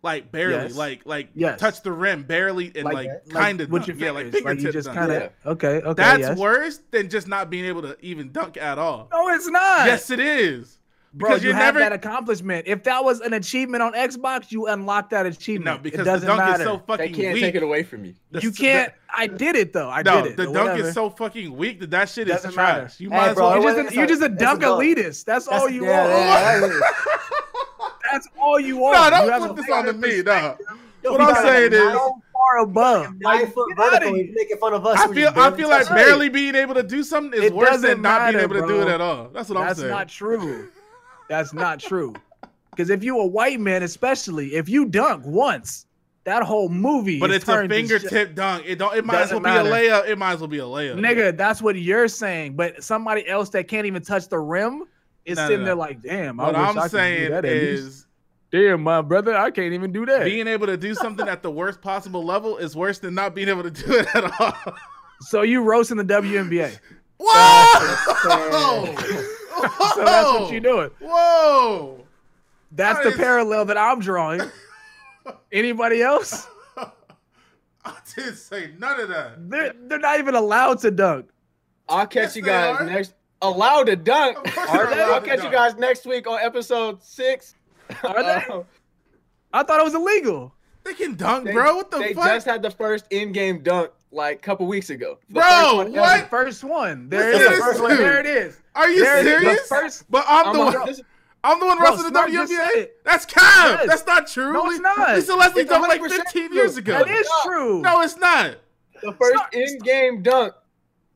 Speaker 3: Like barely,
Speaker 4: Yes.
Speaker 3: like like
Speaker 4: Yes.
Speaker 3: touch the rim barely, and
Speaker 4: Like-
Speaker 3: like,
Speaker 4: Like,
Speaker 3: kind of
Speaker 4: with your
Speaker 3: yeah, like
Speaker 4: fingers, like you
Speaker 3: fingertip
Speaker 4: just
Speaker 3: dunk.
Speaker 4: kind of
Speaker 5: Yeah.
Speaker 4: okay, okay.
Speaker 3: That's
Speaker 4: yes.
Speaker 3: worse than just not being able to even dunk at all.
Speaker 4: No, it's not.
Speaker 3: Yes, it is.
Speaker 4: Bro,
Speaker 3: because
Speaker 4: you
Speaker 3: you're
Speaker 4: have
Speaker 3: never-
Speaker 4: that accomplishment. If that was an achievement on Xbox, you unlock that achievement.
Speaker 3: No,
Speaker 4: it
Speaker 3: because the
Speaker 4: doesn't
Speaker 3: dunk
Speaker 4: matter.
Speaker 3: is so
Speaker 5: They
Speaker 3: fucking
Speaker 5: can't
Speaker 3: weak.
Speaker 5: take it away from you.
Speaker 3: The-
Speaker 4: you
Speaker 3: the-
Speaker 4: can't. I did it though. I
Speaker 3: no,
Speaker 4: did it.
Speaker 3: the dunk
Speaker 4: whatever.
Speaker 3: is so fucking weak that that shit is
Speaker 4: Doesn't
Speaker 3: trash.
Speaker 4: matter.
Speaker 3: You
Speaker 1: Hey,
Speaker 3: might as
Speaker 1: bro,
Speaker 3: well.
Speaker 1: it
Speaker 4: You're
Speaker 1: wasn't-
Speaker 4: just a, you're just a
Speaker 1: That's a
Speaker 4: dunk
Speaker 1: dunk.
Speaker 4: elitist. That's,
Speaker 1: That's-
Speaker 4: all you
Speaker 1: yeah,
Speaker 4: are.
Speaker 1: yeah, that is.
Speaker 4: That's all you
Speaker 3: No,
Speaker 4: are. you
Speaker 3: don't
Speaker 4: have
Speaker 3: put
Speaker 4: a
Speaker 3: this on to me. No,
Speaker 1: Yo,
Speaker 3: what
Speaker 1: you
Speaker 3: I'm
Speaker 1: got a
Speaker 3: saying is,
Speaker 1: nine-
Speaker 4: far above.
Speaker 1: nine foot
Speaker 4: get outta
Speaker 1: vertical.
Speaker 4: here.
Speaker 1: He's making fun of us.
Speaker 3: I
Speaker 1: who
Speaker 3: feel
Speaker 1: just
Speaker 3: I
Speaker 1: barely
Speaker 3: feel like
Speaker 1: touch it.
Speaker 3: barely being able to do something is
Speaker 4: It
Speaker 3: worse
Speaker 4: doesn't
Speaker 3: than not being
Speaker 4: matter,
Speaker 3: able to do
Speaker 4: bro.
Speaker 3: it at all. That's what I'm
Speaker 4: That's
Speaker 3: saying.
Speaker 4: not true. That's not true. Because if you a white man, especially if you dunk once, that whole movie.
Speaker 3: but
Speaker 4: is
Speaker 3: it's a
Speaker 4: turned to shit.
Speaker 3: fingertip dunk. It don't. It might as well
Speaker 4: Doesn't
Speaker 3: be a
Speaker 4: matter.
Speaker 3: layup. It might as well be a layup.
Speaker 4: Nigga, that's what you're saying. But somebody else that can't even touch the rim is
Speaker 3: No, no,
Speaker 4: sitting
Speaker 3: no.
Speaker 4: there like, damn, I
Speaker 3: what
Speaker 4: wish I
Speaker 3: I'm
Speaker 4: could do
Speaker 3: saying
Speaker 4: that at least.
Speaker 3: is
Speaker 4: damn, my brother, I can't even do that.
Speaker 3: being able to do something at the worst possible level is worse than not being able to do it at all.
Speaker 4: so you roasting the WNBA.
Speaker 3: Whoa! Whoa!
Speaker 4: so that's what you're doing.
Speaker 3: Whoa!
Speaker 4: That's
Speaker 3: That
Speaker 4: the
Speaker 3: is-
Speaker 4: parallel that I'm drawing. Anybody else?
Speaker 3: I didn't say none of that.
Speaker 4: They're, they're not even allowed to dunk.
Speaker 5: I'll catch
Speaker 3: Yes,
Speaker 5: you
Speaker 3: they
Speaker 5: guys
Speaker 3: are.
Speaker 5: next. Allowed to dunk.
Speaker 3: Of course they're
Speaker 4: Are they?
Speaker 3: allowed
Speaker 5: I'll
Speaker 3: to
Speaker 5: catch you
Speaker 3: dunk.
Speaker 5: guys next week on episode six.
Speaker 4: Are they?
Speaker 5: Uh,
Speaker 4: I thought it was illegal.
Speaker 3: They can dunk,
Speaker 5: they-
Speaker 3: bro. What the
Speaker 5: they
Speaker 3: fuck?
Speaker 5: just had the first in-game dunk like a couple weeks ago. The
Speaker 3: Bro,
Speaker 5: first one
Speaker 3: what?
Speaker 5: ever.
Speaker 4: The first one. There
Speaker 3: Look
Speaker 4: it
Speaker 3: at
Speaker 4: is.
Speaker 1: this
Speaker 4: First one.
Speaker 3: dude.
Speaker 4: There it is.
Speaker 3: Are you
Speaker 4: There it is.
Speaker 3: serious?
Speaker 4: The first.
Speaker 3: But I'm,
Speaker 5: I'm
Speaker 3: the
Speaker 5: like,
Speaker 3: one.
Speaker 5: this-
Speaker 3: I'm the one
Speaker 4: Bro,
Speaker 3: wrestling the E?
Speaker 4: Snark just said
Speaker 3: WNBA.
Speaker 4: it.
Speaker 3: That's cap.
Speaker 4: Yes.
Speaker 3: That's not true.
Speaker 4: No, it's not.
Speaker 3: Lisa Leslie
Speaker 5: It's
Speaker 3: dunked like
Speaker 5: 100%
Speaker 3: 15
Speaker 5: true.
Speaker 3: years ago.
Speaker 4: That is true.
Speaker 3: No, it's not.
Speaker 5: the first
Speaker 4: Stop.
Speaker 5: in-game dunk.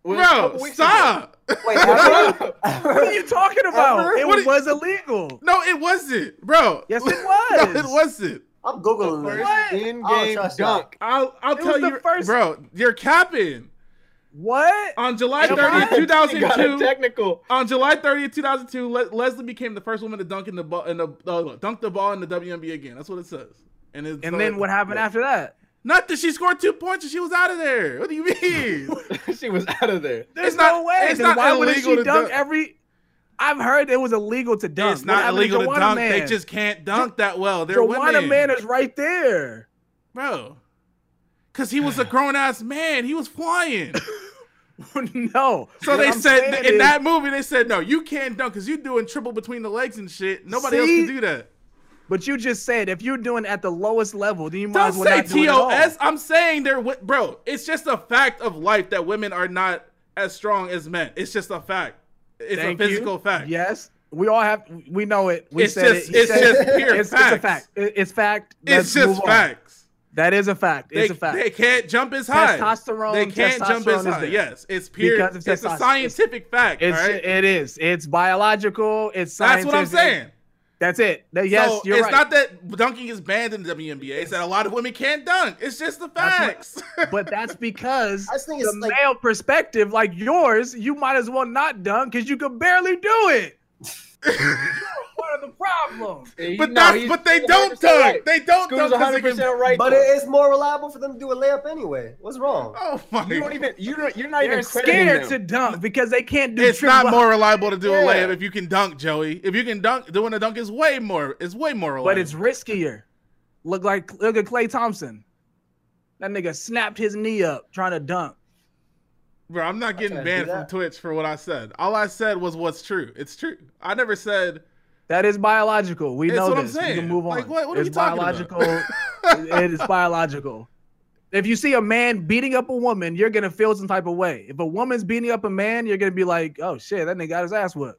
Speaker 5: Was a
Speaker 3: Bro,
Speaker 5: couple weeks
Speaker 3: stop.
Speaker 1: Wait,
Speaker 5: ago.
Speaker 1: ever?
Speaker 5: Bro,
Speaker 4: what are you talking about?
Speaker 1: Ever?
Speaker 4: It
Speaker 3: What are you-
Speaker 4: was illegal.
Speaker 3: No, it wasn't, bro.
Speaker 4: Yes, it
Speaker 3: no, it
Speaker 4: was.
Speaker 3: wasn't.
Speaker 1: I'm googling this.
Speaker 4: What?
Speaker 5: in-game
Speaker 1: trust y'all.
Speaker 5: dunk.
Speaker 3: I'll I'll
Speaker 4: It
Speaker 3: tell
Speaker 4: was the
Speaker 3: you,
Speaker 4: first-
Speaker 3: bro. You're capping
Speaker 4: What?
Speaker 3: on July
Speaker 4: Am I?
Speaker 3: 30th,
Speaker 5: He got a
Speaker 3: 2002.
Speaker 5: technical.
Speaker 3: On July 30th, 2002, Le- Leslie became the first woman to dunk in the ball in the uh, dunk the ball in the WNBA game. That's what it says. And, it's,
Speaker 4: And then what happened after that?
Speaker 3: Not that she scored two points and she was out of there. What do you mean?
Speaker 5: she was out of there.
Speaker 4: There's
Speaker 3: It's
Speaker 4: no
Speaker 3: not-
Speaker 4: way.
Speaker 3: it's
Speaker 4: then
Speaker 3: not
Speaker 4: why wouldn't
Speaker 3: illegal
Speaker 4: she
Speaker 3: to
Speaker 4: dunk,
Speaker 3: dunk.
Speaker 4: every? I've heard it was illegal to dunk.
Speaker 3: it's not illegal to dunk. They just can't dunk that well. They're
Speaker 4: Joanna
Speaker 3: women,
Speaker 4: Man is right there.
Speaker 3: bro. Because he was a grown ass man. He was flying.
Speaker 4: no.
Speaker 3: So
Speaker 4: What
Speaker 3: they
Speaker 4: I'm
Speaker 3: said
Speaker 4: saying
Speaker 3: in
Speaker 4: is-
Speaker 3: that movie they said no, you can't dunk because you're doing triple between the legs and shit. Nobody else
Speaker 4: See?
Speaker 3: can do that.
Speaker 4: But you just said if you're doing it at the lowest level, then you might
Speaker 3: Don't
Speaker 4: as well
Speaker 3: say
Speaker 4: not do it at all.
Speaker 3: TOS. I'm saying they're wi- bro. It's just a fact of life that women are not as strong as men. It's just a fact. It's
Speaker 4: Thank
Speaker 3: a
Speaker 4: you.
Speaker 3: physical fact.
Speaker 4: Yes, we all have. We know it. We
Speaker 3: It's
Speaker 4: said it.
Speaker 3: just-
Speaker 4: He
Speaker 3: it's
Speaker 4: said
Speaker 3: just
Speaker 4: it.
Speaker 3: pure
Speaker 4: it's, it's a
Speaker 3: facts.
Speaker 4: fact. It- It's fact.
Speaker 3: it's
Speaker 4: Let's
Speaker 3: just
Speaker 4: move on.
Speaker 3: facts.
Speaker 4: That is a fact.
Speaker 3: They,
Speaker 4: it's a fact.
Speaker 3: they can't jump as high.
Speaker 4: Testosterone-
Speaker 3: They can't jump
Speaker 4: testosterone
Speaker 3: as
Speaker 4: is
Speaker 3: high.
Speaker 4: there.
Speaker 3: Yes, it's pure.
Speaker 4: Because of
Speaker 3: It's
Speaker 4: testosterone.
Speaker 3: a scientific fact.
Speaker 4: it's
Speaker 3: all right?
Speaker 4: it is. It's biological. It's
Speaker 3: That's
Speaker 4: scientific.
Speaker 3: what I'm saying.
Speaker 4: That's it. That- yes,
Speaker 3: so
Speaker 4: you're
Speaker 3: it's
Speaker 4: right.
Speaker 3: not that dunking is banned in the WNBA. It's that a lot of women can't dunk. It's just the
Speaker 4: That's
Speaker 3: facts.
Speaker 4: but that's because
Speaker 1: I just think
Speaker 4: the
Speaker 1: it's like
Speaker 4: male perspective, like yours, you might as well not dunk because you could barely do it. You're part of the problem.
Speaker 3: But that's but they don't dunk. They don't
Speaker 5: Scooter's
Speaker 3: dunk. 'cause they
Speaker 5: 100
Speaker 3: can-
Speaker 5: percent right.
Speaker 1: but
Speaker 5: though.
Speaker 1: it is more reliable for them to do a layup anyway. What's wrong?
Speaker 3: Oh my!
Speaker 5: you don't even you're not, you're not
Speaker 4: They're
Speaker 5: even crediting
Speaker 4: scared
Speaker 5: them.
Speaker 4: to dunk because they can't do.
Speaker 3: it's
Speaker 4: triple-
Speaker 3: not more reliable to do a
Speaker 5: Yeah.
Speaker 3: layup if you can dunk, Joey. If you can dunk, doing a dunk is way more. It's way more reliable.
Speaker 4: but it's riskier. Look like look at Clay Thompson. That nigga snapped his knee up trying to dunk.
Speaker 3: bro. I'm not getting
Speaker 1: can't do
Speaker 3: banned from
Speaker 1: that.
Speaker 3: Twitch for what I said. All I said was what's true. It's true. I never said
Speaker 4: That is biological. We
Speaker 3: It's
Speaker 4: know
Speaker 3: what I'm
Speaker 4: this. We
Speaker 3: saying.
Speaker 4: can move on.
Speaker 3: Like, what- what are
Speaker 4: it's
Speaker 3: we talking about?
Speaker 4: biological. it is biological. If you see a man beating up a woman, you're gonna feel some type of way. If a woman's beating up a man, you're gonna be like, "Oh shit, that nigga got his ass whipped."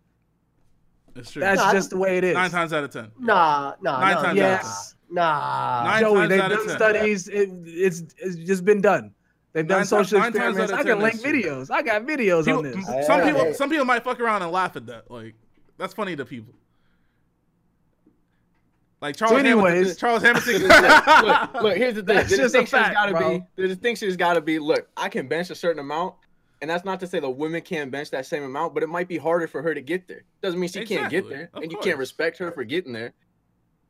Speaker 3: it's true.
Speaker 4: That's
Speaker 1: No, I
Speaker 4: just the way it is.
Speaker 3: Nine times out of ten.
Speaker 1: Nah, nah,
Speaker 3: Nine
Speaker 1: nah,
Speaker 3: times
Speaker 1: nah,
Speaker 3: out of
Speaker 4: yes.
Speaker 1: nah.
Speaker 3: Nine
Speaker 4: Joey,
Speaker 3: times
Speaker 4: they've
Speaker 3: out of
Speaker 4: done
Speaker 3: 10.
Speaker 4: studies. It, it's it's just been done. They've done
Speaker 3: Nine ti-
Speaker 4: social
Speaker 3: nine times out of
Speaker 4: experiments. I
Speaker 3: 10,
Speaker 4: can link
Speaker 3: that's true.
Speaker 4: videos. I got videos
Speaker 3: People-
Speaker 4: on this.
Speaker 3: m- some
Speaker 1: Yeah.
Speaker 3: people, some people might fuck around and laugh at that. Like, that's funny to people. Like Charles Hamilton.
Speaker 4: anyways-
Speaker 3: Charles Hamilton.
Speaker 5: look, look, here's the thing.
Speaker 4: That's
Speaker 5: the
Speaker 4: just a
Speaker 5: distinction's
Speaker 4: fact,
Speaker 5: gotta
Speaker 4: bro.
Speaker 5: be the distinction's gotta be look, I can bench a certain amount, and that's not to say the women can't bench that same amount, but it might be harder for her to get there. Doesn't mean she can't get
Speaker 3: Exactly,
Speaker 5: there,
Speaker 3: of
Speaker 5: and you can't
Speaker 3: course.
Speaker 5: respect her for getting there.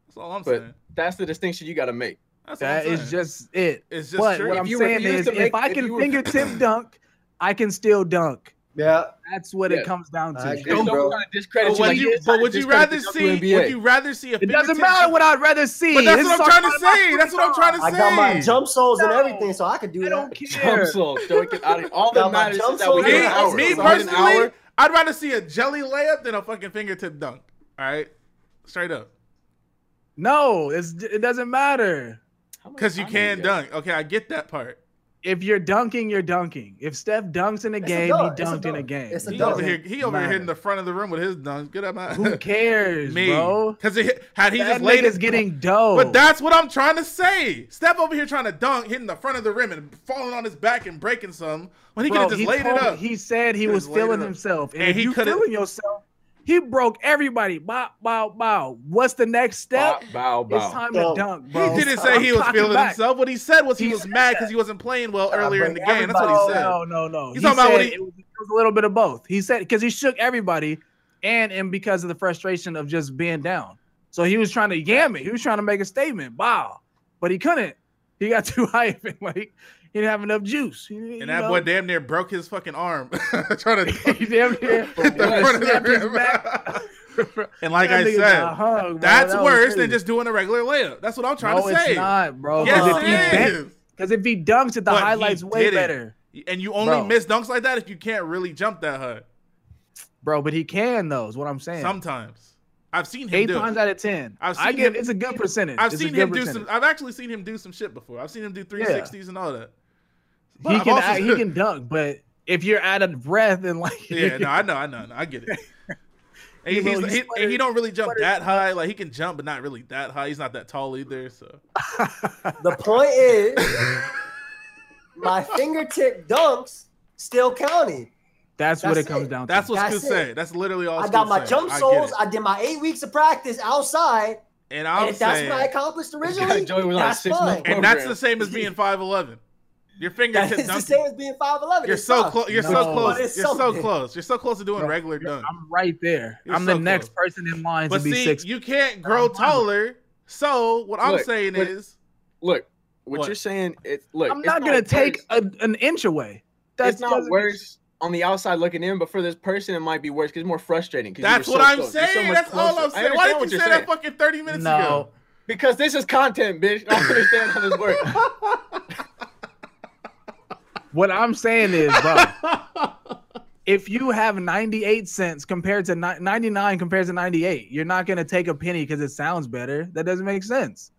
Speaker 3: That's all I'm
Speaker 5: But
Speaker 3: saying.
Speaker 5: That's the distinction you gotta make.
Speaker 3: That's all
Speaker 4: That
Speaker 3: I'm
Speaker 4: is
Speaker 3: saying.
Speaker 4: just it.
Speaker 3: It's just
Speaker 4: But
Speaker 3: true.
Speaker 4: what I'm
Speaker 5: If you
Speaker 4: saying
Speaker 5: refuse
Speaker 4: is,
Speaker 5: to
Speaker 4: if
Speaker 5: make-
Speaker 4: I
Speaker 5: if
Speaker 4: can
Speaker 5: you-
Speaker 4: fingertip dunk, I can still dunk.
Speaker 1: Yeah,
Speaker 4: That's what
Speaker 5: Yeah.
Speaker 4: it comes down to.
Speaker 1: I
Speaker 5: There's
Speaker 1: agree,
Speaker 5: no
Speaker 1: bro.
Speaker 5: kind of
Speaker 3: But
Speaker 5: discredit
Speaker 3: would
Speaker 5: you like
Speaker 3: you,
Speaker 5: this,
Speaker 3: but
Speaker 5: I
Speaker 3: would you
Speaker 5: discredit
Speaker 3: rather
Speaker 5: the
Speaker 3: see?
Speaker 5: WNBA.
Speaker 3: Would you rather see a?
Speaker 4: It doesn't
Speaker 3: fingertip-
Speaker 4: matter what I'd rather see.
Speaker 3: But that's
Speaker 4: This
Speaker 3: what I'm
Speaker 4: is
Speaker 3: trying to
Speaker 4: talking about
Speaker 3: say. That's what I'm trying to
Speaker 1: I
Speaker 3: say.
Speaker 1: got my jump soles and
Speaker 4: No.
Speaker 1: everything, so I could do
Speaker 4: I don't
Speaker 1: that.
Speaker 5: Jump
Speaker 4: care.
Speaker 5: soul, Joey, get out of here. All
Speaker 1: Now
Speaker 5: that
Speaker 1: my
Speaker 5: matters
Speaker 1: jump
Speaker 5: is that we
Speaker 1: soul
Speaker 5: get
Speaker 1: is
Speaker 5: an
Speaker 1: out.
Speaker 5: hour.
Speaker 3: me, me
Speaker 1: So I
Speaker 5: We get an
Speaker 3: personally,
Speaker 5: hour.
Speaker 3: I'd rather see a jelly layup than a fucking fingertip dunk. All right, straight up,
Speaker 4: No, it's, it doesn't matter.
Speaker 3: because you can dunk. Okay, I get that part.
Speaker 4: If you're dunking, you're dunking. If Steph dunks in a
Speaker 1: It's a
Speaker 4: game,
Speaker 1: dunk.
Speaker 4: he
Speaker 1: It's a
Speaker 4: dunked in a
Speaker 1: dunk.
Speaker 4: game.
Speaker 1: It's a
Speaker 4: It
Speaker 3: He
Speaker 1: dunk.
Speaker 3: over
Speaker 4: doesn't
Speaker 3: here, he over here hitting
Speaker 4: matter.
Speaker 3: the front of the room with his dunks. Get out my
Speaker 4: Who cares,
Speaker 3: me,
Speaker 4: bro?
Speaker 3: because had he
Speaker 4: That
Speaker 3: just laid
Speaker 4: nigga's
Speaker 3: it.
Speaker 4: getting dough.
Speaker 3: But that's what I'm trying to say. Steph over here trying to dunk, hitting the front of the rim and falling on his back and breaking some when he could
Speaker 4: Bro,
Speaker 3: have just
Speaker 4: he
Speaker 3: laid
Speaker 4: told-
Speaker 3: it up.
Speaker 4: He said he
Speaker 3: Could've
Speaker 4: was
Speaker 3: just laid
Speaker 4: feeling
Speaker 3: it up.
Speaker 4: himself, and,
Speaker 3: And
Speaker 4: if
Speaker 3: he
Speaker 4: you
Speaker 3: could've-
Speaker 4: feeling yourself, he broke everybody. Bow, bow, bow. What's the next
Speaker 5: Bow,
Speaker 4: step?
Speaker 5: bow, bow.
Speaker 4: It's time
Speaker 1: Bro.
Speaker 4: to dunk,
Speaker 3: He
Speaker 4: bro.
Speaker 3: didn't
Speaker 4: So
Speaker 3: say
Speaker 4: I'm
Speaker 3: he was
Speaker 4: talking
Speaker 3: feeling
Speaker 4: back.
Speaker 3: himself. What he said was he,
Speaker 4: He
Speaker 3: was
Speaker 4: said
Speaker 3: mad
Speaker 4: that.
Speaker 3: because he wasn't playing well
Speaker 1: Nah,
Speaker 3: earlier
Speaker 1: but
Speaker 3: in the game. That's what he
Speaker 1: everybody-
Speaker 3: said.
Speaker 4: No, no, no.
Speaker 3: He's
Speaker 4: he
Speaker 3: talking about what
Speaker 4: said
Speaker 3: he-
Speaker 4: it, was, it was a little bit of both. He said because he shook everybody, and and because of the frustration of just being down. So he was trying to yam it. He was trying to make a statement, bow, but he couldn't. He got too hype and like he didn't have enough juice. You- you
Speaker 3: And that
Speaker 4: know?
Speaker 3: boy damn near broke his fucking arm trying to
Speaker 4: He damn near
Speaker 3: hit the front of the
Speaker 4: snapped his
Speaker 3: rim.
Speaker 4: back.
Speaker 3: and like I
Speaker 4: That nigga
Speaker 3: said,
Speaker 4: got hung, bro.
Speaker 3: that's
Speaker 4: That was
Speaker 3: worse than
Speaker 4: crazy.
Speaker 3: just doing a regular layup. That's what I'm trying
Speaker 4: no,
Speaker 3: to say.
Speaker 4: it's not, bro.
Speaker 3: Yes,
Speaker 4: Because
Speaker 3: it
Speaker 4: if, he
Speaker 3: is.
Speaker 4: dunk- 'cause if he dunks it, the
Speaker 3: But he
Speaker 4: highlights way
Speaker 3: didn't.
Speaker 4: better,
Speaker 3: And you only
Speaker 4: Bro.
Speaker 3: miss dunks like that if you can't really jump that high.
Speaker 4: bro. But he can though. Is what I'm saying.
Speaker 3: Sometimes I've seen him
Speaker 4: Eight
Speaker 3: do. it.
Speaker 4: times out of ten,
Speaker 3: I've
Speaker 4: I
Speaker 3: seen
Speaker 4: give
Speaker 3: him-
Speaker 4: it's a good percentage.
Speaker 3: I've
Speaker 4: It's a
Speaker 3: seen
Speaker 4: good
Speaker 3: him do
Speaker 4: percentage.
Speaker 3: some. I've actually seen him do some shit before. I've seen him do 360s and all that. But
Speaker 4: he
Speaker 3: I've
Speaker 4: can
Speaker 3: also-
Speaker 4: act- he can dunk, but if you're out of breath and like
Speaker 3: Yeah, no, I know, I know, I know, I get it. And
Speaker 4: You
Speaker 3: he's, he,
Speaker 4: know, he
Speaker 3: and he
Speaker 4: sputters-
Speaker 3: don't really jump
Speaker 4: sputters.
Speaker 3: that high. Like he can jump, but not really that high. He's not that tall either. So
Speaker 1: The point is, my fingertip dunks still counted.
Speaker 4: that's, what it
Speaker 1: That's
Speaker 4: comes
Speaker 1: it.
Speaker 4: down to.
Speaker 3: that's what
Speaker 1: That's
Speaker 3: Scoot
Speaker 1: it.
Speaker 3: said. That's literally all.
Speaker 1: I got
Speaker 3: Scoot
Speaker 1: my
Speaker 3: said.
Speaker 1: jump
Speaker 3: I get
Speaker 1: soles.
Speaker 3: it.
Speaker 1: I did my eight weeks of practice outside,
Speaker 3: and I'm
Speaker 1: and if that's
Speaker 3: saying,
Speaker 1: what I accomplished originally,
Speaker 5: Joey was on
Speaker 1: that's
Speaker 5: six
Speaker 1: fine.
Speaker 5: months.
Speaker 3: and that's
Speaker 5: program.
Speaker 3: the same as being five eleven. Your
Speaker 1: That
Speaker 3: fingertip
Speaker 1: is the
Speaker 3: dunking.
Speaker 1: same as being five eleven.
Speaker 3: You're so close. You're so
Speaker 4: No.
Speaker 3: close.
Speaker 1: But it's
Speaker 3: You're so
Speaker 1: something.
Speaker 3: close. You're so close to doing
Speaker 4: Bro,
Speaker 3: regular dunk.
Speaker 4: I'm right there.
Speaker 3: You're
Speaker 4: I'm
Speaker 3: so
Speaker 4: the next
Speaker 3: close.
Speaker 4: person in line
Speaker 3: But
Speaker 4: to be
Speaker 3: see,
Speaker 4: six.
Speaker 3: you can't grow
Speaker 4: I'm fine with it.
Speaker 3: taller. So what I'm
Speaker 5: Look,
Speaker 3: saying
Speaker 5: but-
Speaker 3: is,
Speaker 5: Look, What,
Speaker 3: What?
Speaker 5: you're saying, it look.
Speaker 4: I'm
Speaker 5: it's
Speaker 4: not gonna take
Speaker 5: worse.
Speaker 4: a, an inch away. That's
Speaker 5: it's not
Speaker 4: doesn't-
Speaker 5: worse on the outside looking in, but for this person, it might be worse because it's more frustrating. 'cause you
Speaker 3: That's
Speaker 5: were
Speaker 3: what
Speaker 5: so
Speaker 3: I'm
Speaker 5: close. You're so
Speaker 3: saying.
Speaker 5: much
Speaker 3: That's all
Speaker 5: closer. I
Speaker 3: I'm saying. Why
Speaker 5: understand
Speaker 3: didn't
Speaker 5: what
Speaker 3: you
Speaker 5: you're
Speaker 3: say
Speaker 5: saying.
Speaker 3: that fucking 30 minutes
Speaker 4: No.
Speaker 5: Because this is content, bitch. I don't understand how this works.
Speaker 4: What I'm saying is, bro,
Speaker 3: ago?
Speaker 4: if you have 98 cents compared to ni- 99 compared to 98, you're not gonna take a penny because it sounds better. That doesn't make sense.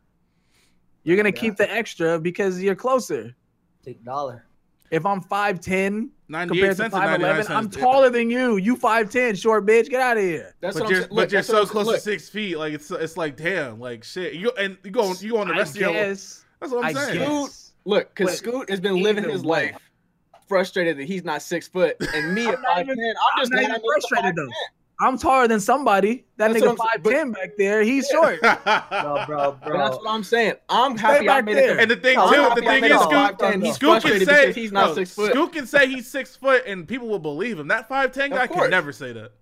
Speaker 4: You're gonna keep the extra because you're closer.
Speaker 1: Big dollar.
Speaker 4: If I'm 5'10
Speaker 3: 98
Speaker 4: compared to
Speaker 3: cents and 99
Speaker 4: 5'11,
Speaker 3: cents.
Speaker 4: I'm taller than you. You 5'10, short bitch. Get out of here.
Speaker 5: That's
Speaker 3: But
Speaker 5: what I'm
Speaker 3: you're,
Speaker 5: saying.
Speaker 3: but
Speaker 5: Look,
Speaker 3: you're
Speaker 5: that's what
Speaker 3: so
Speaker 5: I'm-
Speaker 3: close to
Speaker 5: look,
Speaker 3: six feet. Like it's it's like damn, like shit. You and you go you go on the
Speaker 4: I
Speaker 3: rest of your.
Speaker 4: guess.
Speaker 3: That's what I'm
Speaker 4: I
Speaker 3: saying.
Speaker 4: guess.
Speaker 5: Look,
Speaker 4: But
Speaker 5: because Scoot has been living
Speaker 4: either
Speaker 5: his
Speaker 4: way.
Speaker 5: life frustrated that he's not six foot, and me
Speaker 4: I'm
Speaker 5: at
Speaker 4: not
Speaker 5: five
Speaker 4: even-
Speaker 5: ten, I'm, just
Speaker 4: not
Speaker 5: glad I'm
Speaker 4: even
Speaker 5: not
Speaker 4: frustrated, though.
Speaker 5: 5'10".
Speaker 4: I'm taller than somebody. That
Speaker 5: That's
Speaker 4: nigga
Speaker 5: what I'm-
Speaker 4: five ten back there. He's short.
Speaker 1: Bro, bro,
Speaker 5: But that's
Speaker 1: bro.
Speaker 5: what I'm saying. I'm happy I
Speaker 4: back
Speaker 5: made it.
Speaker 4: there.
Speaker 5: to-
Speaker 3: and the thing
Speaker 1: No,
Speaker 3: too,
Speaker 1: I'm not
Speaker 3: the thing
Speaker 1: blaming him.
Speaker 3: is, Scoot,
Speaker 1: Scoot-
Speaker 5: He's
Speaker 3: Scoot can
Speaker 5: frustrated
Speaker 3: say
Speaker 5: because he's not
Speaker 3: no,
Speaker 5: six foot.
Speaker 3: Scoot can say he's six foot, and people will believe him. That five ten
Speaker 5: Of
Speaker 3: guy could
Speaker 5: course.
Speaker 3: never say that.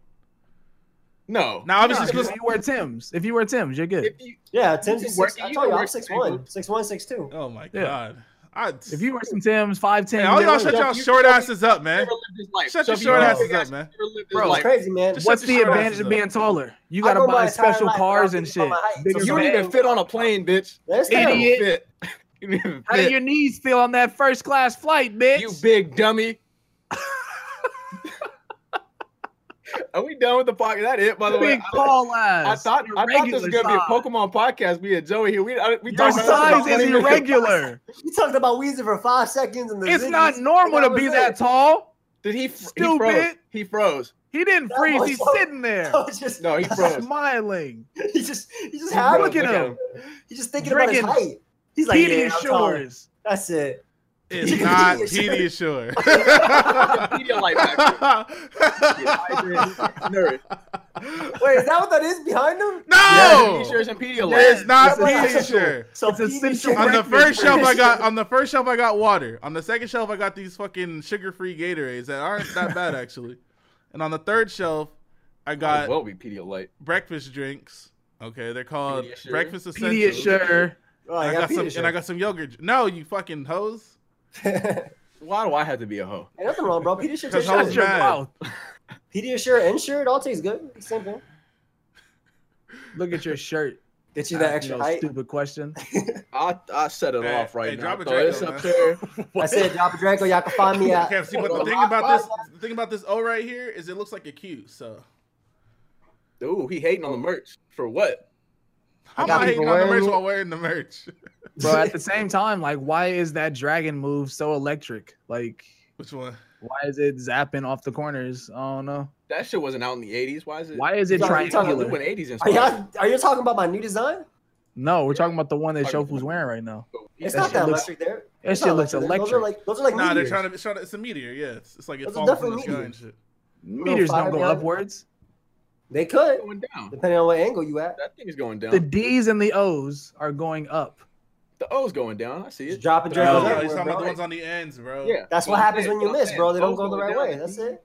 Speaker 5: no.
Speaker 3: Now, obviously,
Speaker 4: if
Speaker 3: Scoot's
Speaker 4: you wear Tim's, if you wear Tim's, you're good.
Speaker 5: If you,
Speaker 1: Yeah,
Speaker 5: You
Speaker 1: Tim's
Speaker 5: can
Speaker 1: six.
Speaker 5: work-
Speaker 1: I
Speaker 5: you
Speaker 1: told
Speaker 5: can
Speaker 1: you, I'm
Speaker 5: work
Speaker 1: six
Speaker 5: the table.
Speaker 1: one, six one, six two.
Speaker 3: Oh my
Speaker 4: Yeah.
Speaker 3: god. I,
Speaker 4: If you wear some Tim's, five ten.
Speaker 3: hey, all y'all shut
Speaker 5: Yo,
Speaker 3: y'all
Speaker 5: you
Speaker 3: short
Speaker 5: told me
Speaker 3: asses up, man.
Speaker 5: never lived his life.
Speaker 3: Shut
Speaker 5: So
Speaker 3: your
Speaker 5: if
Speaker 3: short
Speaker 5: you-
Speaker 3: asses up, man.
Speaker 5: Never lived his
Speaker 1: Bro, it's
Speaker 5: life.
Speaker 1: crazy, man.
Speaker 3: Just-
Speaker 4: What's
Speaker 3: shut
Speaker 4: the
Speaker 3: your short
Speaker 4: advantage
Speaker 3: asses
Speaker 4: of
Speaker 3: up.
Speaker 4: being taller? You
Speaker 1: I
Speaker 4: gotta
Speaker 1: go my
Speaker 4: buy
Speaker 1: entire
Speaker 4: special
Speaker 1: life
Speaker 4: cars
Speaker 1: without
Speaker 4: and
Speaker 1: thinking
Speaker 4: shit.
Speaker 1: about my height.
Speaker 4: Bigger
Speaker 1: So
Speaker 5: You don't
Speaker 4: bag.
Speaker 5: even fit on a plane, bitch.
Speaker 1: That's
Speaker 5: You don't
Speaker 1: terrible.
Speaker 4: Idiot.
Speaker 5: fit. You don't even
Speaker 4: How do
Speaker 5: fit.
Speaker 4: your knees feel on that first class flight, bitch?
Speaker 5: You big dummy. Are we done with the podcast? Is that it, by the way?
Speaker 4: big Paul eyes.
Speaker 5: I thought I thought this was
Speaker 4: Irregular
Speaker 5: gonna be a
Speaker 4: size.
Speaker 5: Pokemon podcast. We had Joey here. We I, we
Speaker 4: Your
Speaker 5: talked about
Speaker 4: size
Speaker 5: this for
Speaker 4: is
Speaker 5: 20 minutes.
Speaker 4: irregular.
Speaker 1: You talked about Weezer for five seconds and the
Speaker 4: it's
Speaker 1: Ziggies.
Speaker 4: not normal
Speaker 1: Like,
Speaker 4: to
Speaker 1: I
Speaker 4: be
Speaker 1: was
Speaker 4: that tall.
Speaker 5: Did he? Fr- he
Speaker 4: Stupid.
Speaker 5: froze. He froze.
Speaker 4: He didn't
Speaker 1: That
Speaker 4: freeze.
Speaker 1: boy's
Speaker 4: He's
Speaker 1: so-
Speaker 4: sitting there,
Speaker 1: there. just,
Speaker 5: No, he froze.
Speaker 4: smiling.
Speaker 1: he just, he just
Speaker 5: He
Speaker 1: had
Speaker 5: froze.
Speaker 4: Look at
Speaker 5: Look at
Speaker 4: him.
Speaker 1: He's just thinking about his
Speaker 4: Drinking
Speaker 1: height. He's like, yeah, I'm taller.
Speaker 4: Pediasures.
Speaker 1: That's it.
Speaker 3: It's
Speaker 1: Pediasure.
Speaker 3: not Pediasure.
Speaker 5: Pedialyte Nerd.
Speaker 1: Wait, is that what that is behind him?
Speaker 5: Yeah,
Speaker 3: no,
Speaker 5: T-shirts and Pedialyte.
Speaker 3: it's not
Speaker 1: Yeah, but-
Speaker 3: Pediasure.
Speaker 1: So
Speaker 4: It's a
Speaker 1: PD shit.
Speaker 4: central
Speaker 3: on the
Speaker 4: breakfast
Speaker 3: first
Speaker 4: drink.
Speaker 3: shelf I got on the first shelf I got water. On the second shelf I got these fucking sugar free Gatorades that aren't that bad actually. And on the third shelf I
Speaker 5: Might as
Speaker 3: got
Speaker 5: well be Pedialyte.
Speaker 3: breakfast drinks. Okay, they're called
Speaker 5: Pediasure.
Speaker 3: breakfast essentials.
Speaker 4: Pediasure.
Speaker 1: Oh,
Speaker 3: And I got some and I
Speaker 1: Peter
Speaker 3: got some yogurt. No, you fucking hoes.
Speaker 1: Shit.
Speaker 5: Why do I have to be a hoe?
Speaker 1: Ain't nothing wrong, bro. Peter shit
Speaker 3: Cause
Speaker 1: tastes
Speaker 3: I
Speaker 4: Shut
Speaker 3: was
Speaker 1: good.
Speaker 4: your
Speaker 3: mad.
Speaker 4: mouth.
Speaker 1: Pediasure and shirt all tastes good. Same thing.
Speaker 4: Look at your shirt.
Speaker 1: Get you that
Speaker 4: Ask
Speaker 1: extra
Speaker 4: no
Speaker 1: height.
Speaker 4: Stupid question.
Speaker 5: I I set it
Speaker 3: Hey,
Speaker 5: off right
Speaker 3: hey,
Speaker 5: now.
Speaker 3: drop a
Speaker 5: So
Speaker 3: Draco,
Speaker 5: it's
Speaker 3: man.
Speaker 5: up there.
Speaker 1: I said, drop a Draco. Y'all can find me at.
Speaker 3: Okay, see, but the thing about this the thing about this O right here is it looks like a Q, so
Speaker 5: Ooh, he hating on the merch for what?
Speaker 3: I'm
Speaker 1: got
Speaker 3: not hating
Speaker 1: people
Speaker 3: on the merch
Speaker 1: wearing it.
Speaker 3: while wearing the merch.
Speaker 4: Bro, at the same time, like, why is that dragon move so electric? Like,
Speaker 3: Which one?
Speaker 4: why is it zapping off the corners? I don't know.
Speaker 5: That shit wasn't out in the '80s. Why is it?
Speaker 4: Why is it
Speaker 1: You talking- you
Speaker 5: It's out in
Speaker 1: talking-
Speaker 5: the
Speaker 4: triangular?
Speaker 5: 80s and
Speaker 1: Are
Speaker 5: stuff.
Speaker 1: y'all, are you talking about my new design?
Speaker 4: No, we're talking about the one that
Speaker 5: Talking
Speaker 4: Shofu's wearing right now.
Speaker 1: It's
Speaker 4: That
Speaker 1: not
Speaker 4: shit
Speaker 1: that
Speaker 4: looks-
Speaker 1: electric there.
Speaker 4: That
Speaker 1: It's
Speaker 4: shit
Speaker 1: not
Speaker 4: looks
Speaker 1: electric. Those are
Speaker 4: electric.
Speaker 1: like those are like
Speaker 3: Nah, they're
Speaker 1: meteors.
Speaker 3: trying to, it's trying to. It's a meteor. Yeah, it's, it's like it
Speaker 1: Those are
Speaker 3: falling from the
Speaker 1: definitely
Speaker 3: sky and shit.
Speaker 4: Meters don't
Speaker 1: fire
Speaker 4: go
Speaker 1: gun.
Speaker 4: upwards.
Speaker 1: They could,
Speaker 5: Going down.
Speaker 1: depending on what angle you at.
Speaker 5: That thing is going down.
Speaker 4: The
Speaker 5: The,
Speaker 4: D's and the O's are going up.
Speaker 5: O's going down. I see
Speaker 1: Just
Speaker 5: it.
Speaker 1: drop a
Speaker 3: No,
Speaker 1: Draco.
Speaker 3: no,
Speaker 1: everywhere,
Speaker 3: he's Oh, talking about
Speaker 1: bro.
Speaker 3: the ones on the ends, bro.
Speaker 5: Yeah.
Speaker 1: That's what
Speaker 5: I'm
Speaker 1: happens
Speaker 5: saying-
Speaker 1: when you
Speaker 5: I'm
Speaker 1: miss,
Speaker 5: saying
Speaker 1: bro. They don't
Speaker 5: O's
Speaker 1: go the
Speaker 5: going
Speaker 1: right
Speaker 5: down,
Speaker 1: way.
Speaker 5: the
Speaker 1: That's
Speaker 5: D
Speaker 1: it.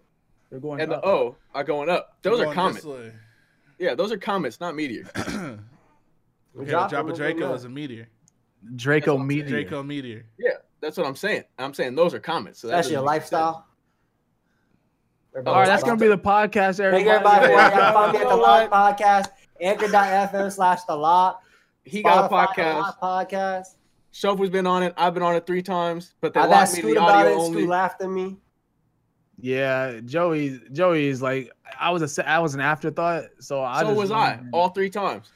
Speaker 4: They're going
Speaker 5: And the
Speaker 4: up.
Speaker 5: O are going up. Those are
Speaker 3: Going this
Speaker 5: comets.
Speaker 3: way.
Speaker 5: Yeah, those are comets, not meteors.
Speaker 3: okay,
Speaker 1: We're dropping
Speaker 3: the drop of
Speaker 1: them, we're
Speaker 3: Draco
Speaker 1: going
Speaker 3: is a meteor.
Speaker 5: That's
Speaker 4: Draco
Speaker 5: what I'm saying.
Speaker 4: Meteor.
Speaker 3: Draco meteor.
Speaker 5: That's what I'm saying. I'm saying those are comets. So that
Speaker 1: That's
Speaker 5: doesn't
Speaker 1: your
Speaker 5: make sense.
Speaker 1: lifestyle.
Speaker 4: All right, that's gonna be the podcast,
Speaker 1: Thank
Speaker 4: everybody.
Speaker 1: everybody for watching.
Speaker 3: Yeah.
Speaker 1: Find me at the
Speaker 5: You know
Speaker 1: Lot Podcast, anchor.fm slash the Lot.
Speaker 5: He got a
Speaker 1: Spotify, The
Speaker 5: podcast.
Speaker 1: Lot podcast.
Speaker 5: Shofu's been on it. I've been on it three times, but they
Speaker 1: I got
Speaker 5: locked me to
Speaker 1: Scoot
Speaker 5: the
Speaker 1: about
Speaker 5: audio
Speaker 1: it.
Speaker 5: only.
Speaker 1: Scoot laughed at me.
Speaker 4: Yeah, Joey. Joey is like I was a se- I was an afterthought, so I
Speaker 5: so
Speaker 4: just
Speaker 5: was I,
Speaker 4: wanted-
Speaker 5: all three times.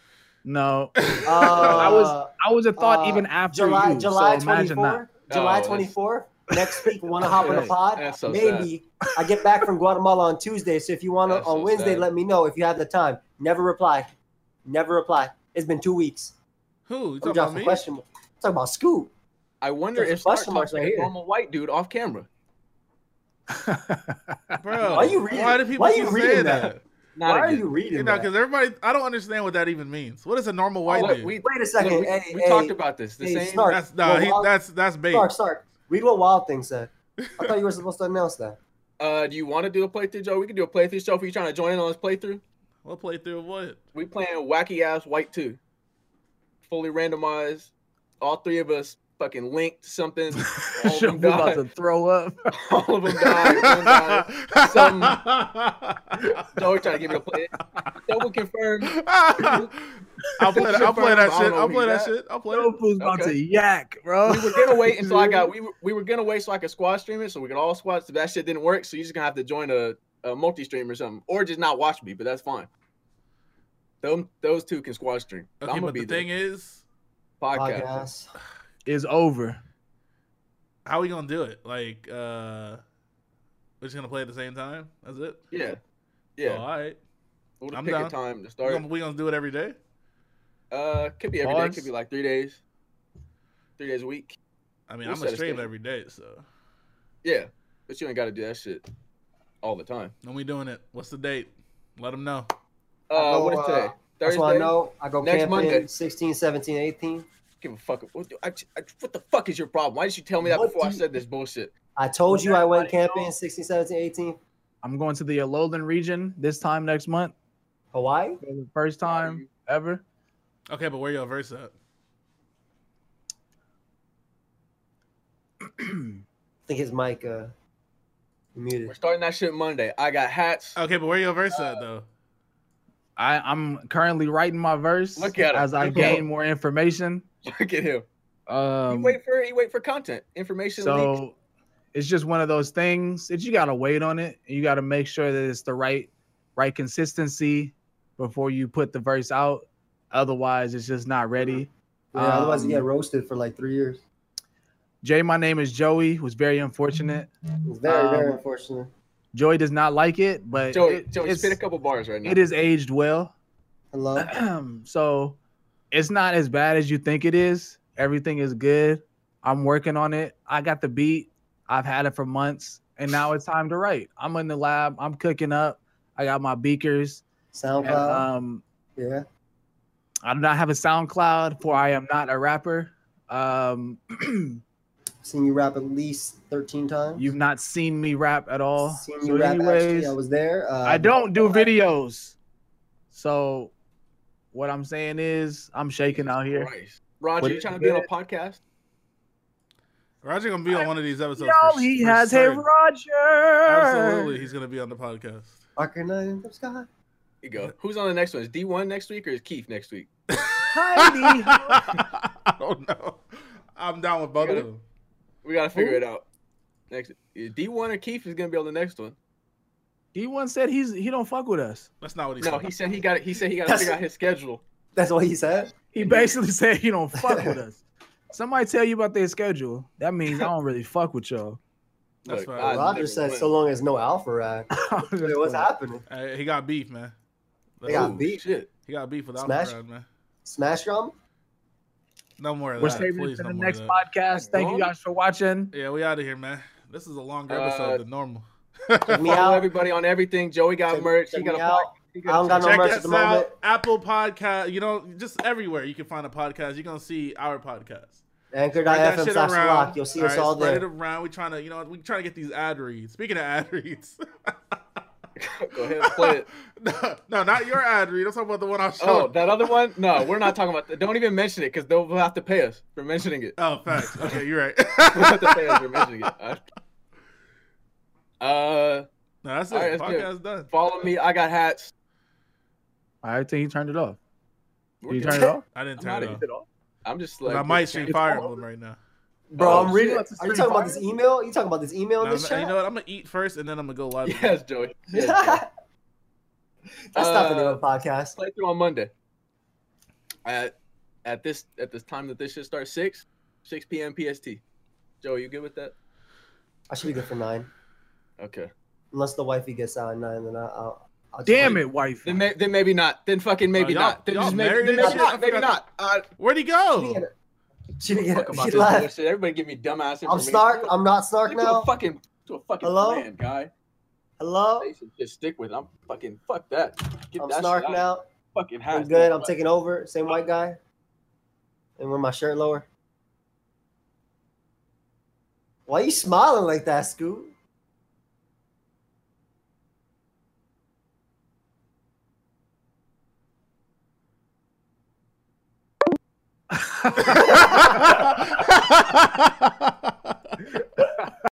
Speaker 4: no,
Speaker 1: Uh,
Speaker 4: I was I was a thought
Speaker 1: Uh,
Speaker 4: even after
Speaker 1: July
Speaker 4: you.
Speaker 1: July
Speaker 4: so
Speaker 1: twenty
Speaker 4: imagine
Speaker 1: fourth. July
Speaker 5: Oh,
Speaker 1: twenty
Speaker 5: that's-
Speaker 1: fourth. Next week, want to hop on the
Speaker 4: That's-
Speaker 1: pod?
Speaker 5: that's so
Speaker 1: Maybe I get back from Guatemala on Tuesday. So if you want to on
Speaker 5: That's so
Speaker 1: Wednesday,
Speaker 5: sad.
Speaker 1: let me know if you have the time. Never reply. Never reply. It's been two weeks.
Speaker 3: Who? You
Speaker 1: I'm
Speaker 3: talking about
Speaker 1: dropping a
Speaker 3: me?
Speaker 1: question. mark. Talk about Scoot.
Speaker 5: I wonder
Speaker 1: There's
Speaker 5: if
Speaker 1: a
Speaker 5: Snark
Speaker 1: question mark
Speaker 5: talks like
Speaker 1: right
Speaker 5: a
Speaker 1: here.
Speaker 5: normal white dude off camera.
Speaker 4: that.
Speaker 3: Bro,
Speaker 1: Why you reading-
Speaker 3: Why do people
Speaker 1: why you
Speaker 3: keep
Speaker 1: reading
Speaker 3: saying
Speaker 1: that?
Speaker 3: that?
Speaker 5: Not
Speaker 1: Why are
Speaker 5: again.
Speaker 1: you reading
Speaker 3: You know,
Speaker 1: that?
Speaker 3: because everybody, I don't understand what that even means. What is a normal white
Speaker 1: Oh,
Speaker 5: Look,
Speaker 3: dude?
Speaker 5: we,
Speaker 1: Wait a second.
Speaker 5: look, we,
Speaker 1: hey,
Speaker 5: we
Speaker 1: hey,
Speaker 5: talked about this. The
Speaker 1: hey,
Speaker 5: same.
Speaker 1: Snark.
Speaker 3: that's nah, he,
Speaker 1: Well,
Speaker 3: that's that's bait.
Speaker 1: Stark, Stark. Read what Wild Thing said. I thought you were supposed to announce that.
Speaker 5: Uh, do you want to do a playthrough, Joe? We can do a playthrough. Shofu, you trying to join in on this playthrough?
Speaker 3: We'll play through of what?
Speaker 5: We playing wacky ass white two, fully randomized. All three of us fucking linked something. All of
Speaker 4: Sure,
Speaker 5: them
Speaker 4: we
Speaker 5: died.
Speaker 4: about to throw up.
Speaker 5: All of them died. One died. Joey trying to give me a play. Double confirmed.
Speaker 3: I'll play that. I'll play that shit. I'll play that shit. I'll play
Speaker 4: Yo,
Speaker 3: it.
Speaker 4: fool's about
Speaker 5: Okay.
Speaker 4: to yak, bro.
Speaker 5: We were gonna wait until I got. We were, we were gonna wait so I could squad stream it, so we could all squad. So that shit didn't work. So you're just gonna have to join a, a multi stream or something, or just not watch me. But that's fine. Them, those two can squad stream.
Speaker 3: Okay,
Speaker 5: I'm gonna
Speaker 3: but
Speaker 5: be
Speaker 3: the thing is,
Speaker 5: podcast.
Speaker 1: Podcast.
Speaker 4: It's over.
Speaker 3: how we gonna do it? Like, uh, we're just gonna play at the same time. That's it.
Speaker 5: Yeah, yeah.
Speaker 3: all right.
Speaker 5: we'll
Speaker 3: I'm
Speaker 5: pick
Speaker 3: down.
Speaker 5: a time to
Speaker 3: We
Speaker 5: start.
Speaker 3: gonna, we gonna do it every day.
Speaker 5: Uh, could be every day.
Speaker 4: Bars?
Speaker 5: Could be like three days, three days a week.
Speaker 3: I mean,
Speaker 5: We'll
Speaker 3: I'm
Speaker 5: set
Speaker 3: a
Speaker 5: a
Speaker 3: stream
Speaker 5: schedule.
Speaker 3: every day. So
Speaker 5: Yeah, but you ain't got to do that shit all the time.
Speaker 3: when we doing it, what's the date? Let them know.
Speaker 5: Uh,
Speaker 1: go,
Speaker 5: what is today?
Speaker 1: uh,
Speaker 5: Thursday.
Speaker 1: That's why I know I go
Speaker 5: Next
Speaker 1: camping
Speaker 5: Monday.
Speaker 1: 16, 17, 18.
Speaker 5: Give a fuck. What, do- I, I- what the fuck is your problem? Why did you tell me that
Speaker 1: What
Speaker 5: before
Speaker 1: do
Speaker 5: I
Speaker 1: you-
Speaker 5: said this bullshit?
Speaker 1: I told you I went
Speaker 4: Everybody
Speaker 1: camping
Speaker 4: knows.
Speaker 1: 16, 17, 18.
Speaker 4: I'm going to the Alolan region this time next month
Speaker 1: Hawaii?
Speaker 4: for the first time ever.
Speaker 3: Okay, but where y'all verse at?
Speaker 1: I think his mic uh,
Speaker 5: We're
Speaker 1: muted.
Speaker 5: starting that shit Monday. I got hats.
Speaker 4: Oh.
Speaker 3: Okay, but where y'all verse at though?
Speaker 4: I, I'm currently writing my verse
Speaker 5: Look at him.
Speaker 4: as I
Speaker 5: Look at him.
Speaker 4: gain more information.
Speaker 5: Look at him. You
Speaker 4: Um,
Speaker 5: wait for you wait for content information.
Speaker 4: so
Speaker 5: leaks.
Speaker 4: it's just one of those things that you gotta wait on it. You gotta make sure that it's the right right consistency before you put the verse out. Otherwise, it's just not ready.
Speaker 1: Yeah, otherwise, he
Speaker 4: Um,
Speaker 1: get roasted for like three years.
Speaker 4: Jay, my name is Joey. Was very unfortunate.
Speaker 1: It's very, very
Speaker 4: um,
Speaker 1: unfortunate.
Speaker 4: Joey does not like it, but
Speaker 5: Joey,
Speaker 4: it-
Speaker 5: Joey,
Speaker 4: it's,
Speaker 5: spit a couple bars right now.
Speaker 4: it is aged well.
Speaker 1: Hello?
Speaker 4: uh, so it's not as bad as you think it is. Everything is good. I'm working on it. I got the beat. I've had it for months, and now it's time to write. I'm in the lab. I'm cooking up. I got my beakers. and,
Speaker 1: SoundCloud?
Speaker 4: um,
Speaker 1: Yeah.
Speaker 4: I do not have a SoundCloud, for I am not a rapper. Um,
Speaker 1: Seen you rap at least 13 times.
Speaker 4: you've not seen me rap at all.
Speaker 1: Seen
Speaker 4: So
Speaker 1: you rap
Speaker 4: anyways,
Speaker 1: actually. I was there. Uh,
Speaker 4: I don't do videos. So what I'm saying is, I'm shaking out here.
Speaker 5: Christ. Roger,
Speaker 4: What
Speaker 5: you
Speaker 4: is
Speaker 5: trying to be on a podcast?
Speaker 3: Roger gonna be on one of these episodes.
Speaker 4: Yo,
Speaker 3: for-
Speaker 4: he
Speaker 3: for
Speaker 4: has hey
Speaker 3: certain.
Speaker 4: Roger.
Speaker 3: Absolutely, he's gonna be on the podcast.
Speaker 1: Rocker Night in the Sky.
Speaker 5: You go. Who's on the next one? Is D1 next week or is Keith next week?
Speaker 4: Heidi.
Speaker 3: I don't know. I'm down with both of them.
Speaker 5: We gotta figure it out. Next, D1 or Keith is gonna be on the next one.
Speaker 4: He once said he's he don't fuck with us.
Speaker 3: That's not what he
Speaker 5: No,
Speaker 3: said.
Speaker 5: he said he got. He said he got to
Speaker 1: That's-
Speaker 5: figure out his schedule.
Speaker 1: That's what he said.
Speaker 4: He basically said he don't fuck with us. Somebody tell you about their schedule. That means I don't really fuck with y'all.
Speaker 3: That's fine.
Speaker 5: I
Speaker 1: Roger
Speaker 5: never
Speaker 1: said
Speaker 5: went.
Speaker 1: so long as no alpha ride. Wait, what's happening?
Speaker 3: Hey, Uh, he got beef, man.
Speaker 1: They got
Speaker 5: Ooh,
Speaker 1: beat.
Speaker 5: Shit.
Speaker 3: He got beef with
Speaker 1: Smash.
Speaker 3: Alpharad, man.
Speaker 1: Smash drum?
Speaker 3: No more of
Speaker 4: We're
Speaker 3: that.
Speaker 4: saving
Speaker 3: Please,
Speaker 4: it for
Speaker 3: no
Speaker 4: the
Speaker 3: more
Speaker 4: next
Speaker 3: of that.
Speaker 4: podcast. Thank you guys for watching.
Speaker 3: Yeah, we out of here, man. This is a longer
Speaker 5: Uh,
Speaker 3: episode than normal.
Speaker 1: Me
Speaker 5: Follow
Speaker 1: out.
Speaker 5: everybody on everything. Joey got
Speaker 1: Check-
Speaker 5: merch. He
Speaker 1: check
Speaker 5: got a
Speaker 1: me out.
Speaker 5: podcast. He
Speaker 1: I don't got no
Speaker 3: Check
Speaker 1: merch at
Speaker 3: us
Speaker 1: the moment.
Speaker 3: out. Apple Podcast. You know, just everywhere you can find a podcast. You're gonna see our podcast. Spread that
Speaker 1: Anchor.fm
Speaker 3: shit
Speaker 1: slash
Speaker 3: around.
Speaker 1: lock. You'll see
Speaker 3: All
Speaker 1: us
Speaker 3: right,
Speaker 1: all
Speaker 3: spread it
Speaker 1: there.
Speaker 3: around. We trying to, you know, we trying to get these ad reads. Speaking of ad reads,
Speaker 5: Go ahead and play it.
Speaker 3: no, no, not your ad read. I'm talking about the one I showed.
Speaker 5: Oh, that other one? No, we're not talking about that. Don't even mention it because they'll have to pay us for mentioning it.
Speaker 3: Oh, facts. Okay, you're right.
Speaker 5: They'll have to pay us for mentioning it. Uh, Uh,
Speaker 3: no, that's it.
Speaker 5: All right, that's good.
Speaker 3: Podcast done.
Speaker 5: follow me. I got hats.
Speaker 4: I think he turned it off. Did
Speaker 5: We're
Speaker 4: you
Speaker 5: good.
Speaker 4: turn it off?
Speaker 3: I didn't
Speaker 5: I'm
Speaker 3: turn
Speaker 5: outta
Speaker 3: it off.
Speaker 5: here. I'm just
Speaker 3: But
Speaker 5: like
Speaker 3: I might shoot
Speaker 5: It's
Speaker 3: Fire
Speaker 5: all-
Speaker 3: Emblem right now.
Speaker 1: Bro,
Speaker 5: Oh,
Speaker 1: I'm reading.
Speaker 5: shit.
Speaker 1: Are you talking about this email? You talking about this email in
Speaker 3: No,
Speaker 1: this
Speaker 3: I'm-
Speaker 1: chat?
Speaker 3: you know what? I'm gonna eat first, and then I'm gonna go live. again.
Speaker 5: Yes, Joey. Yes, Joey.
Speaker 1: That's not the name of the
Speaker 5: Uh,
Speaker 1: podcast.
Speaker 5: playthrough on Monday. At at this at this time that this should start six six p.m. PST. Joe, you good with that?
Speaker 1: I should be good for nine,
Speaker 5: Okay.
Speaker 1: unless the wifey gets out at nine. Then I- I'll. I'll
Speaker 4: Damn it, wife.
Speaker 5: Then, may, then maybe not. Then fucking maybe
Speaker 3: y'all-
Speaker 5: not. Then
Speaker 3: y'all
Speaker 5: just maybe,
Speaker 3: married
Speaker 5: then
Speaker 3: and
Speaker 5: maybe
Speaker 3: shit? I
Speaker 5: not. Maybe
Speaker 3: forgot-
Speaker 5: not. Uh,
Speaker 3: Where'd he
Speaker 1: She didn't
Speaker 3: go?
Speaker 1: get it. She didn't get
Speaker 5: fuck
Speaker 1: it.
Speaker 5: about
Speaker 1: She
Speaker 5: this
Speaker 1: left.
Speaker 5: bullshit. Everybody give me dumbass information.
Speaker 1: I'm snark. I'm not snark
Speaker 5: Stick to
Speaker 1: now.
Speaker 5: a fucking to a fucking
Speaker 1: Hello?
Speaker 5: plan, guy.
Speaker 1: Hello.
Speaker 5: They should just stick with. it. I'm fucking fuck that. Get
Speaker 1: I'm
Speaker 5: that shit
Speaker 1: snark
Speaker 5: out of
Speaker 1: now.
Speaker 5: your Fucking
Speaker 1: I'm
Speaker 5: house.
Speaker 1: good. I'm taking over. Same white guy. And wear my shirt lower. Why you smiling like that, Scoot?